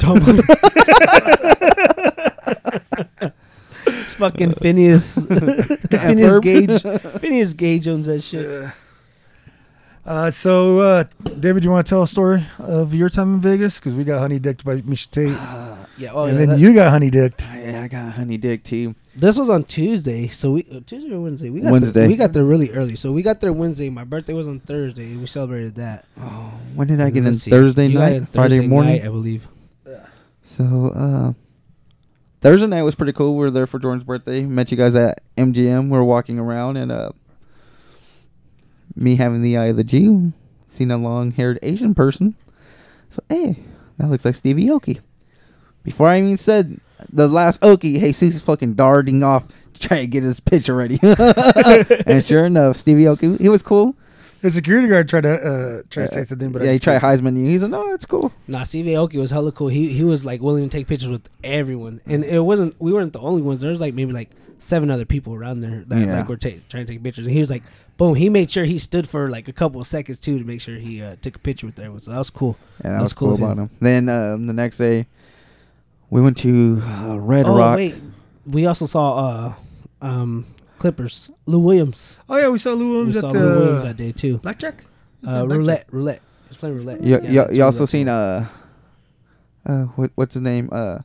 [SPEAKER 1] It's fucking Phineas. (laughs) Phineas Gage. Phineas Gage owns that shit.
[SPEAKER 3] Uh, so, uh, David, you want to tell a story of your time in Vegas? Because we got honey dicked by Misha Tate,
[SPEAKER 1] Yeah. Oh,
[SPEAKER 3] and
[SPEAKER 1] yeah,
[SPEAKER 3] then
[SPEAKER 1] that-
[SPEAKER 3] you got honey dicked.
[SPEAKER 2] Yeah, I got honey dick too.
[SPEAKER 1] This was on Tuesday, so we uh, Tuesday or Wednesday. We got
[SPEAKER 2] Wednesday.
[SPEAKER 1] There, we got there really early, so we got there Wednesday. My birthday was on Thursday. We celebrated that.
[SPEAKER 2] Oh, when did I get in?
[SPEAKER 1] Let's see.
[SPEAKER 2] Thursday
[SPEAKER 1] You got
[SPEAKER 2] night,
[SPEAKER 1] in
[SPEAKER 2] Friday
[SPEAKER 1] Thursday
[SPEAKER 2] morning.
[SPEAKER 1] night, I believe.
[SPEAKER 2] So uh Thursday night was pretty cool. We were there for Jordan's birthday. Met you guys at MGM. We were walking around and uh me having the eye of the Jew, seen a long haired Asian person. So hey, that looks like Stevie Oki. Before I even said the last Oki, Jesus is fucking darting off to try and get his picture ready. (laughs) and sure enough, Stevie Oki he was cool.
[SPEAKER 3] The security guard tried to uh, try to
[SPEAKER 2] Uh,
[SPEAKER 3] say something, but I
[SPEAKER 2] yeah, he
[SPEAKER 3] just
[SPEAKER 2] tried
[SPEAKER 3] couldn't.
[SPEAKER 2] Heisman you. He's like, No, that's cool.
[SPEAKER 1] Nah, Steve Aoki was hella cool. He he was like willing to take pictures with everyone, and it wasn't we weren't the only ones. There was like maybe like seven other people around there that
[SPEAKER 2] Yeah.
[SPEAKER 1] like were ta- trying to take pictures, and he was like, boom. He made sure he stood for like a couple of seconds too to make sure he uh, took a picture with everyone. So that was cool.
[SPEAKER 2] Yeah, that
[SPEAKER 1] That's
[SPEAKER 2] was cool
[SPEAKER 1] cool of
[SPEAKER 2] about him. Then um, the next day, we went to uh, Red
[SPEAKER 1] oh
[SPEAKER 2] Rock.
[SPEAKER 1] wait, we also saw uh um Clippers Lou Williams.
[SPEAKER 3] Oh yeah, we saw Lou
[SPEAKER 1] We
[SPEAKER 3] Williams
[SPEAKER 1] saw
[SPEAKER 3] at
[SPEAKER 1] Lou Williams
[SPEAKER 3] the
[SPEAKER 1] that day too.
[SPEAKER 3] blackjack.
[SPEAKER 1] Uh,
[SPEAKER 3] Blackjack.
[SPEAKER 1] roulette, roulette. He's playing roulette.
[SPEAKER 2] You,
[SPEAKER 1] Yeah,
[SPEAKER 2] you,
[SPEAKER 1] that's
[SPEAKER 2] you
[SPEAKER 1] what
[SPEAKER 2] also
[SPEAKER 1] was up
[SPEAKER 2] seen
[SPEAKER 1] to.
[SPEAKER 2] uh, uh, what, what's his name? Uh,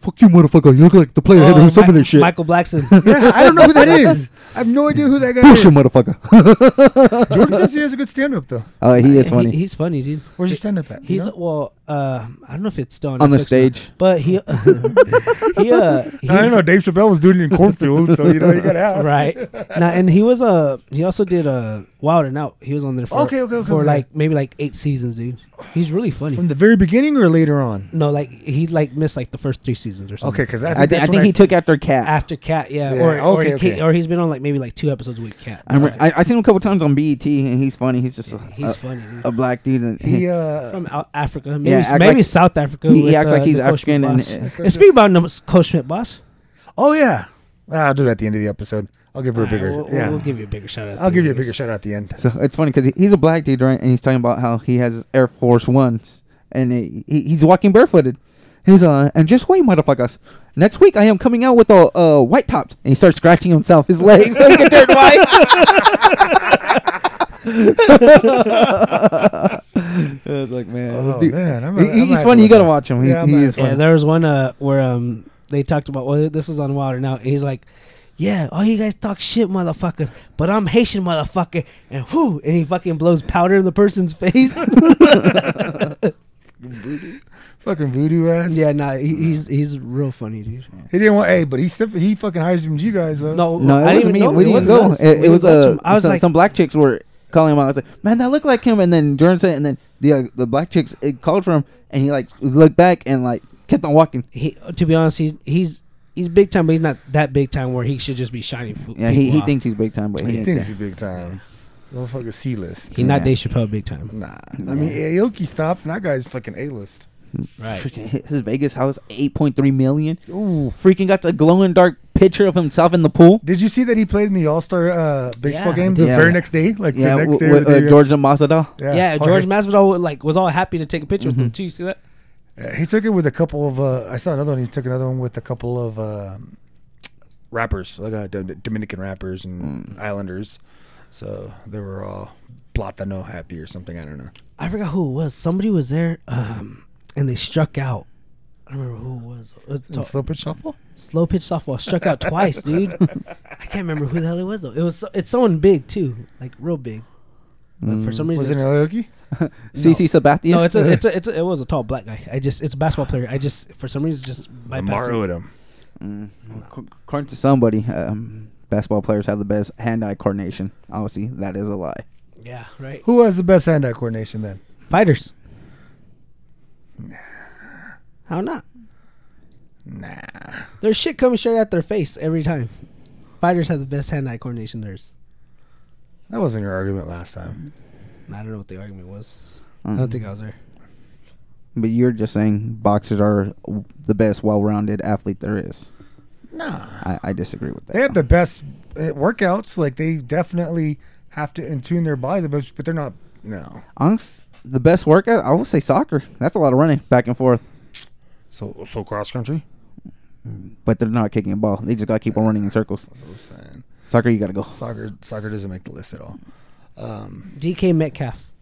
[SPEAKER 2] fuck you, motherfucker! You look like (laughs) the player
[SPEAKER 1] Oh,
[SPEAKER 2] head of some
[SPEAKER 1] Mi-
[SPEAKER 2] of this shit.
[SPEAKER 1] Michael Blackson.
[SPEAKER 3] (laughs) Yeah, I don't know who that is. I have no idea who that guy
[SPEAKER 2] Bullshit,
[SPEAKER 3] is.
[SPEAKER 2] motherfucker! (laughs)
[SPEAKER 3] Jordan says he has a good stand-up though.
[SPEAKER 2] Uh, (laughs) he is funny.
[SPEAKER 1] he's funny, dude.
[SPEAKER 3] Where's his stand-up at?
[SPEAKER 1] He's
[SPEAKER 3] you know?
[SPEAKER 1] well. Uh, I don't know if it's still
[SPEAKER 2] On the
[SPEAKER 1] Netflix or
[SPEAKER 2] stage.
[SPEAKER 1] not,
[SPEAKER 2] (laughs)
[SPEAKER 1] but he he uh he,
[SPEAKER 3] I don't know. Dave Chappelle was doing it in cornfield, so you know you got to ask.
[SPEAKER 1] (laughs) right now, and he was uh he also did uh Wild and Out. He was on there for
[SPEAKER 3] Okay, okay, okay,
[SPEAKER 1] for
[SPEAKER 3] okay.
[SPEAKER 1] like maybe like eight seasons, dude. He's really
[SPEAKER 3] From
[SPEAKER 1] funny.
[SPEAKER 3] the very beginning or later on?
[SPEAKER 1] No, like he like missed like the first three seasons or something.
[SPEAKER 3] Okay, because I
[SPEAKER 2] I,
[SPEAKER 3] think,
[SPEAKER 2] thi- I
[SPEAKER 3] that's
[SPEAKER 2] think
[SPEAKER 3] when
[SPEAKER 2] he took after Cat.
[SPEAKER 1] After Cat, yeah,
[SPEAKER 3] Yeah,
[SPEAKER 1] or or,
[SPEAKER 3] okay,
[SPEAKER 1] he ca-
[SPEAKER 3] okay.
[SPEAKER 1] or he's been on like maybe like two episodes a week. Cat,
[SPEAKER 2] I, remember, I I seen him a couple times on BET, and he's funny. He's just a,
[SPEAKER 1] he's
[SPEAKER 2] a-
[SPEAKER 1] funny. Dude.
[SPEAKER 2] a black dude, and
[SPEAKER 3] he
[SPEAKER 1] (laughs)
[SPEAKER 2] he,
[SPEAKER 3] uh,
[SPEAKER 1] from Al- Africa, maybe,
[SPEAKER 2] Yeah,
[SPEAKER 1] s-
[SPEAKER 2] act
[SPEAKER 1] maybe
[SPEAKER 2] like-
[SPEAKER 1] South Africa.
[SPEAKER 2] he,
[SPEAKER 1] with,
[SPEAKER 2] acts
[SPEAKER 1] uh,
[SPEAKER 2] like he's
[SPEAKER 1] Nicole
[SPEAKER 2] African.
[SPEAKER 1] Schmidt-Bosch.
[SPEAKER 2] And, uh,
[SPEAKER 1] And speak about Nicole Schmidt Bosch.
[SPEAKER 3] Oh yeah, I'll do it at the end of the episode. I'll give her a bigger.
[SPEAKER 1] Alright, we'll,
[SPEAKER 3] yeah,
[SPEAKER 1] we'll give you a bigger shout out.
[SPEAKER 3] I'll give you a bigger shout out at the end.
[SPEAKER 2] So it's funny because he's a black dude, right? And he's talking about how he has Air Force Ones, and he, he- he's walking barefooted. He's uh, and just wait, motherfuckers. Next week I am coming out with a uh, white top, and he starts scratching himself his legs so he can turn white. (laughs) I was like, man, this
[SPEAKER 3] Oh,
[SPEAKER 2] dude-
[SPEAKER 3] man, I'm-
[SPEAKER 2] he-
[SPEAKER 3] I'm
[SPEAKER 2] he's
[SPEAKER 3] happy
[SPEAKER 2] funny. You
[SPEAKER 3] with
[SPEAKER 2] gotta
[SPEAKER 3] that.
[SPEAKER 2] watch him. He,
[SPEAKER 3] Yeah, I'm
[SPEAKER 2] he
[SPEAKER 3] happy
[SPEAKER 2] is
[SPEAKER 3] with
[SPEAKER 1] Yeah,
[SPEAKER 2] funny.
[SPEAKER 1] there was one uh, where um they talked about well this was on water now and he's like, yeah, all you guys talk shit, motherfuckers, but I'm Haitian, motherfucker, and whoo, and he fucking blows powder in the person's (laughs) face.
[SPEAKER 3] Fucking voodoo ass.
[SPEAKER 1] yeah, nah, he, he's he's real funny, dude.
[SPEAKER 3] He didn't want. Hey, but he still, he fucking hires him. You guys. Though.
[SPEAKER 1] No,
[SPEAKER 2] No, it
[SPEAKER 1] I
[SPEAKER 2] wasn't
[SPEAKER 1] didn't
[SPEAKER 2] me.
[SPEAKER 1] even know
[SPEAKER 2] we
[SPEAKER 1] it
[SPEAKER 2] didn't
[SPEAKER 1] wasn't
[SPEAKER 2] go.
[SPEAKER 1] us.
[SPEAKER 2] It, it
[SPEAKER 1] We
[SPEAKER 2] was
[SPEAKER 1] watched
[SPEAKER 2] uh,
[SPEAKER 1] him. I was
[SPEAKER 2] some,
[SPEAKER 1] like,
[SPEAKER 2] some black chicks were calling him out. I was like, man, that looked like him. And then Jordan said, and then the uh, the black chicks it called for him, and he like looked back and like kept on walking.
[SPEAKER 1] he, to be honest, he's he's he's big time, but he's not that big time where he should just be shining. fo-
[SPEAKER 2] Yeah, he,
[SPEAKER 1] people
[SPEAKER 2] he
[SPEAKER 1] out.
[SPEAKER 2] thinks he's big time, but he,
[SPEAKER 3] he
[SPEAKER 2] ain't
[SPEAKER 3] thinks
[SPEAKER 2] there.
[SPEAKER 3] he's big time. Motherfucker C list.
[SPEAKER 1] He not
[SPEAKER 2] Yeah.
[SPEAKER 1] Dave Chappelle big time.
[SPEAKER 3] Nah. I mean, Aoki stopped, and that guy's fucking A list.
[SPEAKER 1] Right.
[SPEAKER 2] Freaking his Vegas house, eight point three million.
[SPEAKER 3] Ooh.
[SPEAKER 2] Freaking got a glow in dark picture of himself in the pool.
[SPEAKER 3] Did you see that he played in the All Star uh, baseball
[SPEAKER 1] Yeah,
[SPEAKER 3] game
[SPEAKER 1] I
[SPEAKER 3] the
[SPEAKER 2] did.
[SPEAKER 3] very
[SPEAKER 2] Yeah.
[SPEAKER 3] next day? Like
[SPEAKER 2] Yeah,
[SPEAKER 3] the next
[SPEAKER 2] w-
[SPEAKER 3] day? or
[SPEAKER 2] with
[SPEAKER 3] the day
[SPEAKER 2] uh,
[SPEAKER 3] after?
[SPEAKER 2] George Masada.
[SPEAKER 1] Yeah,
[SPEAKER 3] Jorge-
[SPEAKER 1] George Masvidal like was all happy to take a picture
[SPEAKER 2] Mm-hmm.
[SPEAKER 1] with him too. You see that?
[SPEAKER 3] Uh, He took it with a couple of. Uh, I saw another one. He took another one with a couple of um rappers, like uh, D- Dominican rappers and Islanders. So they were all platano happy or something. I don't know.
[SPEAKER 1] I forgot who it was. Somebody was there, um, and they struck out. I don't remember who it was. It was
[SPEAKER 3] And
[SPEAKER 1] to-
[SPEAKER 3] Slow pitch softball.
[SPEAKER 1] slow pitch softball struck out
[SPEAKER 3] (laughs)
[SPEAKER 1] twice, dude. I can't remember who the hell it was though. It was so- it's someone big too, like real big. But for some reason,
[SPEAKER 3] Mm, Was it
[SPEAKER 1] it's-
[SPEAKER 3] an Aoki?
[SPEAKER 2] CC Sabathia.
[SPEAKER 1] (laughs)
[SPEAKER 3] (laughs)
[SPEAKER 1] no, it's a, it's a, it's a, it was a tall black guy. I just, it's a basketball player. I just, for some reason, just bypassed him.
[SPEAKER 3] him.
[SPEAKER 2] Mm. Ac- According to somebody, um, basketball players have the best hand-eye coordination. Obviously, that is a lie.
[SPEAKER 1] Yeah, right.
[SPEAKER 3] Who has the best hand-eye coordination then?
[SPEAKER 1] Fighters. How not?
[SPEAKER 3] Nah.
[SPEAKER 1] Their shit comes straight at their face every time. Fighters have the best hand-eye coordination. There's,
[SPEAKER 3] That wasn't your argument last time.
[SPEAKER 1] I don't know what the argument was.
[SPEAKER 2] Mm.
[SPEAKER 1] I don't think I was there.
[SPEAKER 2] But you're just saying boxers are w- the best well-rounded athlete there is.
[SPEAKER 3] Nah.
[SPEAKER 2] I, I disagree with that.
[SPEAKER 3] They have the best uh, workouts. Like they definitely have to tune their body the most, but they're not. No.
[SPEAKER 2] Honest, the best workout, I would say soccer. That's a lot of running back and forth.
[SPEAKER 3] So so cross country.
[SPEAKER 2] But they're not kicking a ball. They just got to keep on running in circles.
[SPEAKER 3] That's what I'm saying.
[SPEAKER 2] Soccer, you got to go.
[SPEAKER 3] Soccer soccer doesn't make the list at all. Um,
[SPEAKER 1] DK Metcalf.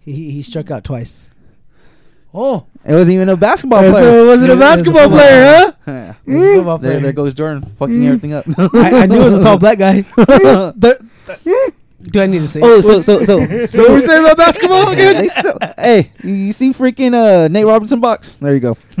[SPEAKER 1] He he- he struck out twice.
[SPEAKER 3] oh,
[SPEAKER 2] It wasn't even a basketball
[SPEAKER 3] so it
[SPEAKER 2] Oh, player.
[SPEAKER 3] wasn't a
[SPEAKER 1] It was a
[SPEAKER 3] basketball
[SPEAKER 1] football
[SPEAKER 3] player, huh?
[SPEAKER 2] (laughs) Huh.
[SPEAKER 3] Hmm.
[SPEAKER 1] He was a football
[SPEAKER 2] there,
[SPEAKER 1] player. Mm.
[SPEAKER 2] there goes Jordan fucking everything up.
[SPEAKER 1] (laughs) I, I knew it was a tall black guy. (laughs) The- the- do I need to say?
[SPEAKER 2] (laughs) oh,
[SPEAKER 1] it? (laughs)
[SPEAKER 2] so so so
[SPEAKER 3] So what
[SPEAKER 2] (laughs)
[SPEAKER 3] we saying about basketball
[SPEAKER 2] They
[SPEAKER 3] again?
[SPEAKER 2] still- hey, you, you see freaking uh, Nate Robinson box? There you go. By a
[SPEAKER 1] (laughs)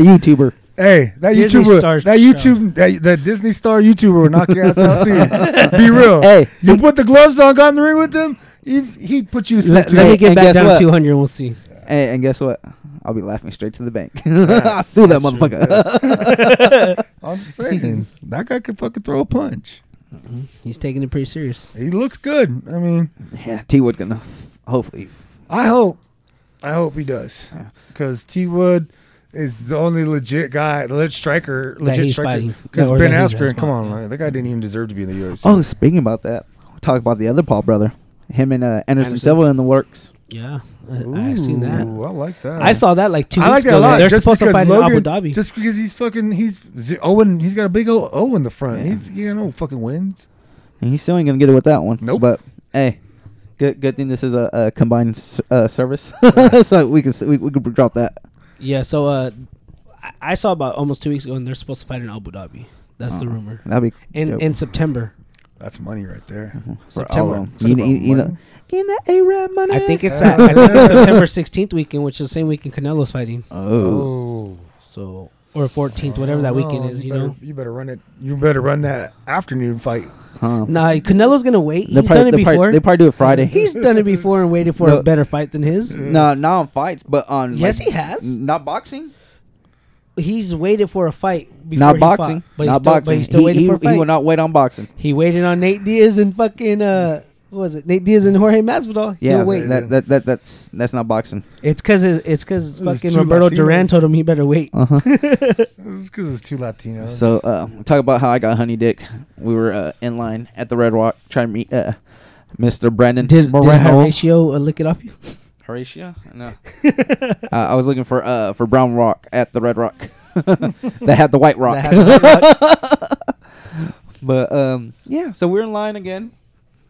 [SPEAKER 2] YouTuber.
[SPEAKER 3] Hey, that
[SPEAKER 1] Disney
[SPEAKER 3] YouTuber,
[SPEAKER 1] stars
[SPEAKER 3] that
[SPEAKER 1] show.
[SPEAKER 3] YouTube, that, that Disney star YouTuber will knock your ass out too. Be real.
[SPEAKER 2] Hey,
[SPEAKER 3] you put the gloves on, got in the ring with him. He he put you.
[SPEAKER 1] let,
[SPEAKER 2] Hey,
[SPEAKER 1] let me get
[SPEAKER 2] and
[SPEAKER 1] back
[SPEAKER 2] guess
[SPEAKER 1] down
[SPEAKER 2] what?
[SPEAKER 1] to 200 and we'll see.
[SPEAKER 2] And, and guess what? I'll be laughing straight to the bank. (laughs) I'll sue that
[SPEAKER 1] (laughs)
[SPEAKER 2] motherfucker.
[SPEAKER 3] I'm just saying that guy could fucking throw a punch.
[SPEAKER 1] He's taking it pretty serious.
[SPEAKER 3] He looks good. I mean,
[SPEAKER 2] yeah, T Wood's gonna f- hopefully. f-
[SPEAKER 3] I hope, I hope he does,
[SPEAKER 2] Yeah.
[SPEAKER 3] because T Wood is the only legit guy, legit striker, legit
[SPEAKER 1] he's
[SPEAKER 3] striker.
[SPEAKER 1] fighting.
[SPEAKER 3] Because
[SPEAKER 1] That- or
[SPEAKER 3] Ben
[SPEAKER 1] that he's
[SPEAKER 3] Askren,
[SPEAKER 1] fighting.
[SPEAKER 3] come on, man, that guy didn't even deserve to be in the UFC.
[SPEAKER 2] Oh, speaking about that, we'll talk about the other Paul brother. Him and uh, Anderson,
[SPEAKER 1] Anderson.
[SPEAKER 2] Silva in the works.
[SPEAKER 1] Yeah, I, I seen
[SPEAKER 3] Ooh,
[SPEAKER 1] that.
[SPEAKER 3] I like that.
[SPEAKER 1] I saw that like two
[SPEAKER 3] I
[SPEAKER 1] weeks
[SPEAKER 3] like that a
[SPEAKER 1] ago.
[SPEAKER 3] lot.
[SPEAKER 1] They're
[SPEAKER 3] just
[SPEAKER 1] supposed to
[SPEAKER 3] because
[SPEAKER 1] fight
[SPEAKER 3] Logan,
[SPEAKER 1] in Abu Dhabi.
[SPEAKER 3] Just because he's fucking, he's z- Owen. He's got a big O, o in the front.
[SPEAKER 2] Yeah.
[SPEAKER 3] He's you know fucking wins.
[SPEAKER 2] And he still ain't gonna get it with that one.
[SPEAKER 3] Nope.
[SPEAKER 2] But hey, good good thing this is a, a combined s- uh, service, (laughs) so we can s- we, we can drop that.
[SPEAKER 1] yeah, so uh, I, I saw about almost two weeks ago, and they're supposed to fight in Abu Dhabi. That's the
[SPEAKER 2] Oh,
[SPEAKER 1] rumor.
[SPEAKER 2] That'd be
[SPEAKER 1] In
[SPEAKER 2] dope.
[SPEAKER 1] in September.
[SPEAKER 3] That's money right there.
[SPEAKER 1] Mm-hmm.
[SPEAKER 2] for all
[SPEAKER 1] September.
[SPEAKER 2] of 'em.
[SPEAKER 3] That's
[SPEAKER 2] You, kn- you,
[SPEAKER 3] about
[SPEAKER 2] you know,
[SPEAKER 3] money.
[SPEAKER 2] in that Arab money.
[SPEAKER 1] I think it's
[SPEAKER 3] Yeah.
[SPEAKER 1] I think (laughs) it's September 16th weekend, which is the same weekend Canelo's fighting.
[SPEAKER 2] Oh,
[SPEAKER 3] Oh,
[SPEAKER 1] So or 14th, whatever that
[SPEAKER 3] Oh,
[SPEAKER 1] weekend is,
[SPEAKER 3] You,
[SPEAKER 1] you
[SPEAKER 3] better,
[SPEAKER 1] know.
[SPEAKER 3] you better run it. You better run that afternoon fight.
[SPEAKER 2] huh.
[SPEAKER 1] Nah, Canelo's gonna wait.
[SPEAKER 2] They
[SPEAKER 1] He's done
[SPEAKER 2] probably,
[SPEAKER 1] it
[SPEAKER 2] they,
[SPEAKER 1] before.
[SPEAKER 2] probably, they probably do it Friday.
[SPEAKER 1] He's done it before and waited for
[SPEAKER 2] No. Mm.
[SPEAKER 1] a better fight than his.
[SPEAKER 2] no, not on fights, but on like,
[SPEAKER 1] Yes, he has.
[SPEAKER 2] Not boxing.
[SPEAKER 1] He's waited for a fight. Before
[SPEAKER 2] not
[SPEAKER 1] he fought,
[SPEAKER 2] boxing.
[SPEAKER 1] but
[SPEAKER 2] not
[SPEAKER 1] he's still,
[SPEAKER 2] boxing.
[SPEAKER 1] But he's still
[SPEAKER 2] he,
[SPEAKER 1] waiting
[SPEAKER 2] he-
[SPEAKER 1] for a fight.
[SPEAKER 2] he will not wait on boxing.
[SPEAKER 1] He waited on Nate Diaz and fucking uh, what was it? Nate Diaz and Jorge Masvidal.
[SPEAKER 2] Yeah,
[SPEAKER 1] He'll wait.
[SPEAKER 2] That, that, that that's that's not boxing.
[SPEAKER 1] It's because it's because
[SPEAKER 3] It was
[SPEAKER 1] fucking
[SPEAKER 3] two
[SPEAKER 1] Roberto
[SPEAKER 3] Latinos.
[SPEAKER 1] Duran told him he better wait.
[SPEAKER 2] Uh huh.
[SPEAKER 3] It's because it's two Latinos.
[SPEAKER 2] So uh, talk about how I got honey dick. We were uh, in line at the Red Rock trying to meet uh, Mr. Brandon
[SPEAKER 1] Did, did
[SPEAKER 2] Moreno.
[SPEAKER 1] Horatio uh, lick it off you?
[SPEAKER 2] Horatio? No. (laughs) uh, I was looking for uh, for Brown Rock at the Red Rock. (laughs) that had the White Rock.
[SPEAKER 1] That had the Red
[SPEAKER 2] (laughs) but um, yeah, so we're in line again.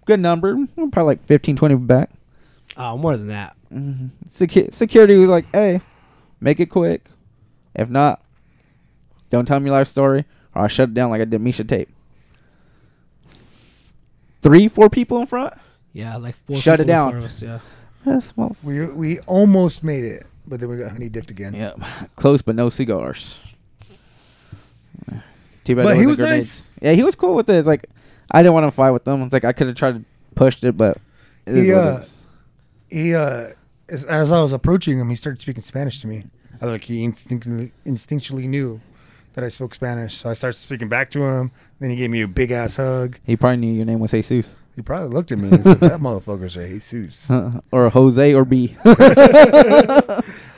[SPEAKER 2] Good number. We're probably like 15, 20 back.
[SPEAKER 1] oh, more than that.
[SPEAKER 2] Mhm. Secu- security was like, "Hey, make it quick. If not, don't tell me your life story, or I'll shut it down like I did Misha Tape." Three, four people in front.
[SPEAKER 1] Yeah, like four.
[SPEAKER 2] Shut it
[SPEAKER 1] people
[SPEAKER 2] down.
[SPEAKER 1] before us, yeah.
[SPEAKER 2] That's well,
[SPEAKER 3] we we almost made it, but then we got honey dipped again.
[SPEAKER 2] yeah, close but no cigars. Too bad.
[SPEAKER 3] But
[SPEAKER 2] it
[SPEAKER 3] he
[SPEAKER 2] wasn't
[SPEAKER 3] was
[SPEAKER 2] grenades. Yeah, he was cool with it. It's like I didn't want to fight with them. It's like I could have tried to push it, but it is
[SPEAKER 3] He,
[SPEAKER 2] what it
[SPEAKER 3] uh,
[SPEAKER 2] is.
[SPEAKER 3] He uh, as, as I was approaching him, he started speaking Spanish to me. I was like he instinctively instinctually knew that I spoke Spanish, so I started speaking back to him. Then he gave me a big ass hug.
[SPEAKER 2] he probably knew your name was Jesus. (laughs)
[SPEAKER 3] He probably looked at me and said, "That motherfucker's a Jesus."
[SPEAKER 2] Uh, or Jose or B. (laughs)
[SPEAKER 1] (laughs)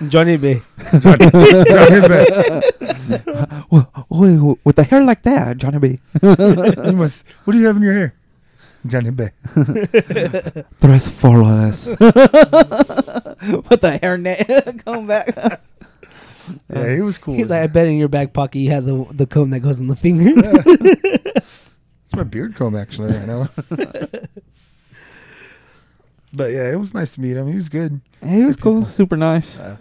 [SPEAKER 1] Johnny B.
[SPEAKER 3] Johnny, Johnny Bad.
[SPEAKER 2] Ooh, with a hair like that, Johnny B.
[SPEAKER 3] You must. What do you have in your hair? Johnny Bad.
[SPEAKER 2] Tres (laughs) followers. with the hairnet (laughs) coming back.
[SPEAKER 3] Yeah, he was cool.
[SPEAKER 1] He's like, I bet in your back pocket you had the the comb that goes on the finger.
[SPEAKER 2] (laughs)
[SPEAKER 3] Yeah. it's my beard comb actually right now. but yeah, it was nice to meet him. He was good.
[SPEAKER 2] He was cool, super nice.
[SPEAKER 3] Uh,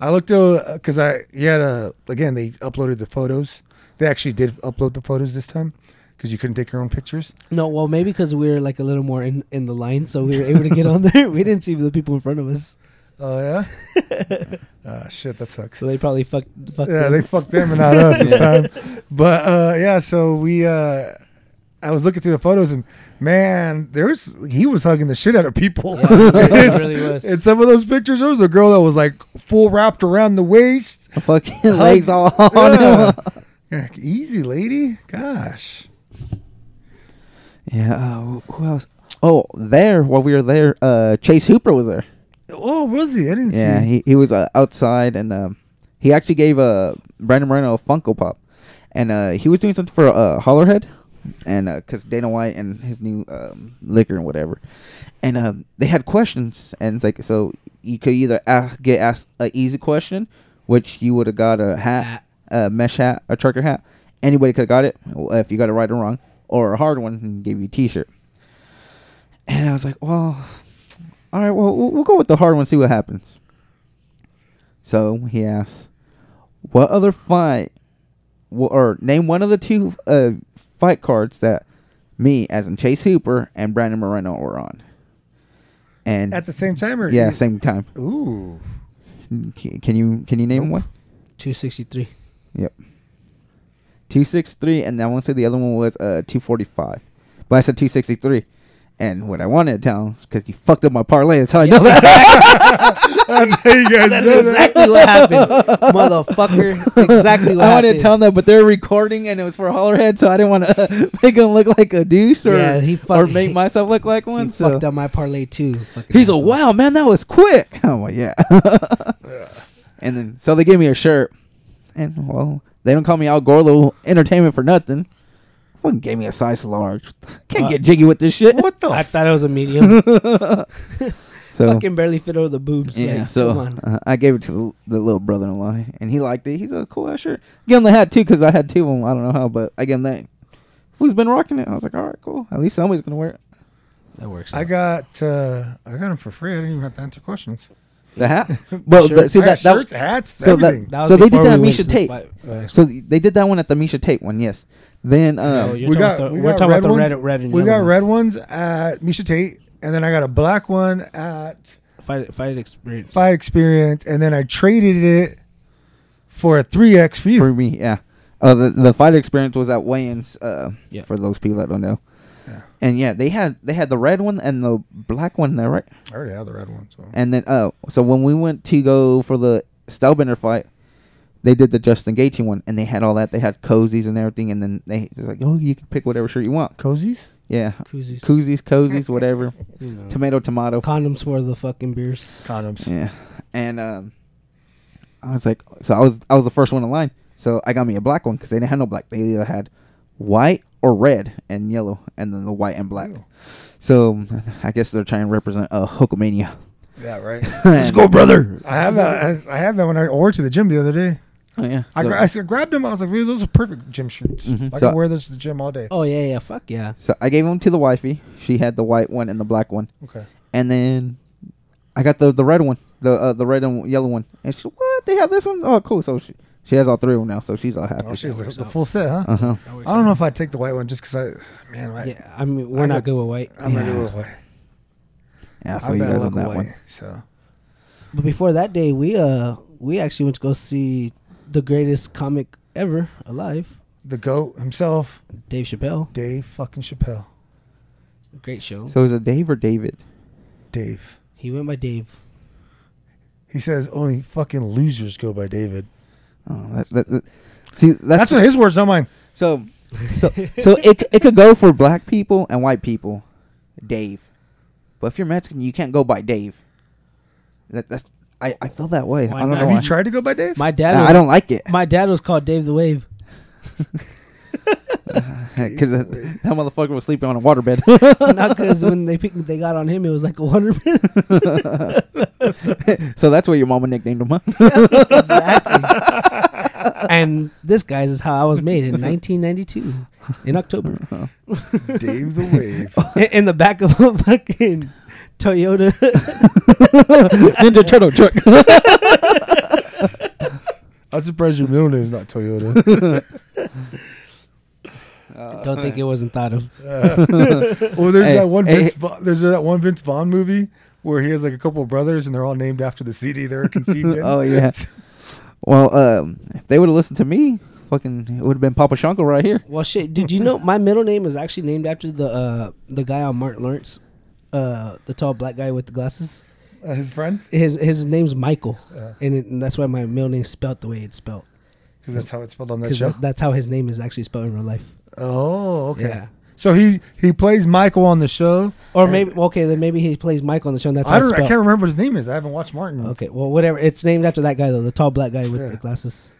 [SPEAKER 3] I looked uh 'cause I you had a again they uploaded the photos. They actually did upload the photos this time because you couldn't take your own pictures.
[SPEAKER 1] No, well, maybe because we were like a little more in, in the line, so we were able to get on there. (laughs) We didn't see the people in front of us,
[SPEAKER 3] Oh yeah. (laughs) Ah shit, that sucks.
[SPEAKER 1] so they probably fucked. fucked
[SPEAKER 3] yeah,
[SPEAKER 1] them.
[SPEAKER 3] they fucked them and not us
[SPEAKER 1] (laughs)
[SPEAKER 3] this time. But uh, yeah, so we. Uh, I was looking through the photos and man, there's he was hugging the shit out of people.
[SPEAKER 1] Yeah,
[SPEAKER 3] (laughs)
[SPEAKER 1] it really was.
[SPEAKER 3] In some of those pictures, there was a girl that was like full wrapped around the waist.
[SPEAKER 2] The (laughs) (laughs) fucking legs all
[SPEAKER 1] Oh,
[SPEAKER 2] on
[SPEAKER 3] Yeah.
[SPEAKER 2] (laughs) him.
[SPEAKER 3] Yeah, easy, lady. Gosh.
[SPEAKER 2] Yeah, uh, wh- who else? Oh, there, while we were there, uh, Chase Hooper was there.
[SPEAKER 3] Oh, was he? I didn't
[SPEAKER 2] Yeah,
[SPEAKER 3] see.
[SPEAKER 2] he, he was uh, outside and um, he actually gave uh, Brandon Moreno a Funko Pop. And uh, he was doing something for uh, Hollerhead. And because Dana White and his new um, liquor and whatever. And um, they had questions. And it's like, so you could either ask, get asked an easy question, which you would have got a hat, a mesh hat, a trucker hat. Anybody could have got it if you got it right or wrong. Or a hard one and gave you a t shirt. And I was like, well, all right, well, we'll we'll go with the hard one, see what happens. So he asks, what other fight, wha- or name one of the two uh, fight cards that me, as in Chase Hooper and Brandon Moreno, were on. And
[SPEAKER 3] At the same time, or
[SPEAKER 2] yeah, same time.
[SPEAKER 1] (laughs)
[SPEAKER 3] Ooh, (laughs)
[SPEAKER 2] C- Can you can you name
[SPEAKER 3] Nope.
[SPEAKER 2] one?
[SPEAKER 1] (laughs) two sixty three.
[SPEAKER 2] Yep. Two six three, and I want to say the other one was uh two forty five, but I said two sixty three, and what I wanted to tell because you fucked up my parlay. That's how I
[SPEAKER 1] (laughs)
[SPEAKER 2] know that.
[SPEAKER 3] that's how you guys
[SPEAKER 1] That's
[SPEAKER 3] did it.
[SPEAKER 1] exactly what happened, motherfucker. Exactly
[SPEAKER 2] (laughs)
[SPEAKER 1] what
[SPEAKER 2] I wanted
[SPEAKER 1] happened.
[SPEAKER 2] to tell them, but they're recording and it was for Hollerhead, so I didn't want to (laughs) make him look like a douche or,
[SPEAKER 1] Yeah, he fuck-
[SPEAKER 2] or make
[SPEAKER 1] he-
[SPEAKER 2] myself look like
[SPEAKER 1] you
[SPEAKER 2] one. So.
[SPEAKER 1] fucked up my parlay too. fucking
[SPEAKER 2] He's a
[SPEAKER 1] asshole.
[SPEAKER 2] wow, man, that was quick. (laughs) I'm like, yeah. and then so they gave me a shirt, and well, they don't call me Al Gorlo Entertainment for nothing. Fucking gave me a size large. (laughs) Can't
[SPEAKER 1] Uh,
[SPEAKER 2] get jiggy with this shit.
[SPEAKER 3] What the?
[SPEAKER 1] I
[SPEAKER 3] F-
[SPEAKER 1] thought it was
[SPEAKER 2] (laughs)
[SPEAKER 1] a medium.
[SPEAKER 2] So
[SPEAKER 1] Fucking barely fit over the boobs.
[SPEAKER 2] yeah,
[SPEAKER 1] like,
[SPEAKER 2] so
[SPEAKER 1] come on.
[SPEAKER 2] uh, I gave it to the, the little brother-in-law, and he liked it. He's a cool ass shirt. Give him the hat too, because I had two of them. I don't know how, but I gave him that. Who's been rocking it? I was like, all right, cool. At least somebody's gonna wear it.
[SPEAKER 1] That works.
[SPEAKER 3] I got uh, I got him for free. I didn't even have to answer questions.
[SPEAKER 2] The
[SPEAKER 1] (laughs)
[SPEAKER 2] hat. Well, the,
[SPEAKER 1] Shirts.
[SPEAKER 2] see that, that
[SPEAKER 3] shirts, hats,
[SPEAKER 2] so that-
[SPEAKER 3] everything.
[SPEAKER 2] So they did
[SPEAKER 1] before
[SPEAKER 2] that
[SPEAKER 1] we
[SPEAKER 2] we
[SPEAKER 1] went
[SPEAKER 2] should
[SPEAKER 1] to the
[SPEAKER 2] take.
[SPEAKER 1] fight.
[SPEAKER 3] Uh,
[SPEAKER 2] So they did that one at the Misha Tate one, yes. Then um,
[SPEAKER 1] No, you're
[SPEAKER 3] we
[SPEAKER 1] talking
[SPEAKER 3] got,
[SPEAKER 1] about the,
[SPEAKER 3] we
[SPEAKER 1] we are
[SPEAKER 3] got
[SPEAKER 1] talking
[SPEAKER 3] red
[SPEAKER 1] about the
[SPEAKER 3] ones.
[SPEAKER 1] red, red and
[SPEAKER 3] we
[SPEAKER 1] yellow
[SPEAKER 3] got red
[SPEAKER 1] ones.
[SPEAKER 3] ones at Misha Tate, and then I got a black one at
[SPEAKER 1] Fight, fight experience.
[SPEAKER 3] Fight Experience, and then I traded it for a three X for you.
[SPEAKER 2] for me, yeah. Uh, the the fight experience was at Wayans. Uh,
[SPEAKER 1] Yeah.
[SPEAKER 2] for those people that don't know.
[SPEAKER 3] Yeah.
[SPEAKER 2] And yeah, they had they had the red one and the black one there, right?
[SPEAKER 3] I already have the red one, so
[SPEAKER 2] And then oh, so when we went to go for the Stelbender fight, they did the Justin Gaethje one, and they had all that. They had cozies and everything, and then they just like, oh, you can pick whatever shirt you want.
[SPEAKER 3] cozies.
[SPEAKER 2] Yeah,
[SPEAKER 1] Koozies.
[SPEAKER 2] koozies, cozies, whatever.
[SPEAKER 1] You know.
[SPEAKER 2] tomato, tomato.
[SPEAKER 1] Condoms for the fucking beers.
[SPEAKER 3] Condoms.
[SPEAKER 2] Yeah, and um, I was like, so I was I was the first one in line, so I got me a black one because they didn't have no black. They either had white or red and yellow, and then the white and black.
[SPEAKER 3] Ew.
[SPEAKER 2] So (laughs) I guess they're trying to represent a uh, Hulkamania.
[SPEAKER 3] Yeah, right. (laughs)
[SPEAKER 2] Let's go, brother.
[SPEAKER 3] I have that. I have that when I ordered to the gym the other day.
[SPEAKER 2] (laughs) yeah,
[SPEAKER 3] I,
[SPEAKER 2] so,
[SPEAKER 3] gra- I s- grabbed them. I was like, "Really, those are perfect gym shirts.
[SPEAKER 2] Mhm.
[SPEAKER 3] I
[SPEAKER 2] So-
[SPEAKER 3] can wear this to the gym all day."
[SPEAKER 1] Oh yeah, yeah. Fuck yeah.
[SPEAKER 2] so I gave them to the wifey. She had the white one and the black one,
[SPEAKER 3] Okay.
[SPEAKER 2] and then I got the the red one, the uh, the red and yellow one. And she, what? They have this one? Oh, cool. So she she has all three of them now, so she's all happy.
[SPEAKER 3] Oh, she's the,
[SPEAKER 1] works
[SPEAKER 3] the
[SPEAKER 1] out.
[SPEAKER 3] full set, huh?
[SPEAKER 2] uh huh.
[SPEAKER 3] I don't know if I'd take the white one just because I, man, I,
[SPEAKER 1] Yeah, I mean we're
[SPEAKER 3] I
[SPEAKER 1] not
[SPEAKER 3] got-
[SPEAKER 1] good with white.
[SPEAKER 3] I'm not
[SPEAKER 2] Yeah.
[SPEAKER 3] gonna go white.
[SPEAKER 2] Yeah, I feel
[SPEAKER 3] I'm
[SPEAKER 2] you
[SPEAKER 3] bad
[SPEAKER 2] guys
[SPEAKER 3] luck
[SPEAKER 2] on that
[SPEAKER 3] white.
[SPEAKER 2] one.
[SPEAKER 3] So
[SPEAKER 1] But before that day, we uh we actually went to go see the greatest comic ever alive,
[SPEAKER 3] the goat himself,
[SPEAKER 1] Dave Chappelle.
[SPEAKER 3] Dave fucking Chappelle.
[SPEAKER 1] Great show.
[SPEAKER 2] So is it Dave or David?
[SPEAKER 3] Dave.
[SPEAKER 1] He went by Dave.
[SPEAKER 3] He says only fucking losers go by David.
[SPEAKER 2] Oh, that, that, that- see, that's,
[SPEAKER 3] That's, what his words, not mine.
[SPEAKER 1] (laughs)
[SPEAKER 2] so so so it c- it could go for black people and white people. Dave. But if you're Mexican, you can't go by Dave. That, that's I, I feel that way.
[SPEAKER 1] Why
[SPEAKER 2] I don't
[SPEAKER 1] not?
[SPEAKER 2] know.
[SPEAKER 3] Have
[SPEAKER 2] why.
[SPEAKER 3] you tried to go by Dave?
[SPEAKER 1] My dad.
[SPEAKER 2] I,
[SPEAKER 1] Was,
[SPEAKER 2] I don't like it
[SPEAKER 1] My dad was called Dave the Wave.
[SPEAKER 2] because that, that motherfucker was sleeping on a waterbed. (laughs)
[SPEAKER 1] Not because when they picked, they got on him. It was like a wonder.
[SPEAKER 2] so that's what your mama nicknamed (laughs) him. Huh?
[SPEAKER 1] exactly. and this guys is how I was made in 1992 in
[SPEAKER 3] (laughs)
[SPEAKER 1] October
[SPEAKER 3] Dave the
[SPEAKER 2] (laughs)
[SPEAKER 3] Wave.
[SPEAKER 1] in, in the back of a fucking
[SPEAKER 3] (laughs)
[SPEAKER 1] Toyota.
[SPEAKER 2] Ninja Turtle (laughs) truck.
[SPEAKER 3] I'm surprised your middle name is not Toyota.
[SPEAKER 2] Uh,
[SPEAKER 1] Don't think it wasn't thought of.
[SPEAKER 3] (laughs) well, there's
[SPEAKER 2] Hey,
[SPEAKER 3] that one
[SPEAKER 2] hey,
[SPEAKER 3] Vince. Vaughn, there's that one Vince Vaughn movie where he has like a couple of brothers and they're all named after the city
[SPEAKER 1] (laughs)
[SPEAKER 3] they're conceived in.
[SPEAKER 2] oh yeah. Well, um, if they would have listened to me, fucking, it would have been Papa Shanko right here.
[SPEAKER 1] Well, shit, dude. You know my middle name is actually named after the uh, the guy on Martin Lawrence, uh, the tall black guy with the glasses.
[SPEAKER 3] (laughs) Uh, his friend, Uh,
[SPEAKER 1] His his name's Michael,
[SPEAKER 3] because
[SPEAKER 1] and, it, and that's why my middle name's spelled the way it's spelled.
[SPEAKER 3] that's how it's spelled on that
[SPEAKER 1] Because
[SPEAKER 3] show.
[SPEAKER 1] that, that's how his name is actually spelled in real life.
[SPEAKER 3] oh, okay.
[SPEAKER 1] Yeah.
[SPEAKER 3] So he he plays Michael on the show.
[SPEAKER 1] Or
[SPEAKER 3] And-
[SPEAKER 1] maybe okay, then maybe he plays Michael on the show. And that's
[SPEAKER 3] I
[SPEAKER 1] how it's
[SPEAKER 3] don't. I
[SPEAKER 1] spelled.
[SPEAKER 3] can't remember what his name is. I haven't watched Martin.
[SPEAKER 1] Okay, well, whatever. It's named after that guy though, the tall black guy with
[SPEAKER 3] Yeah.
[SPEAKER 1] the glasses.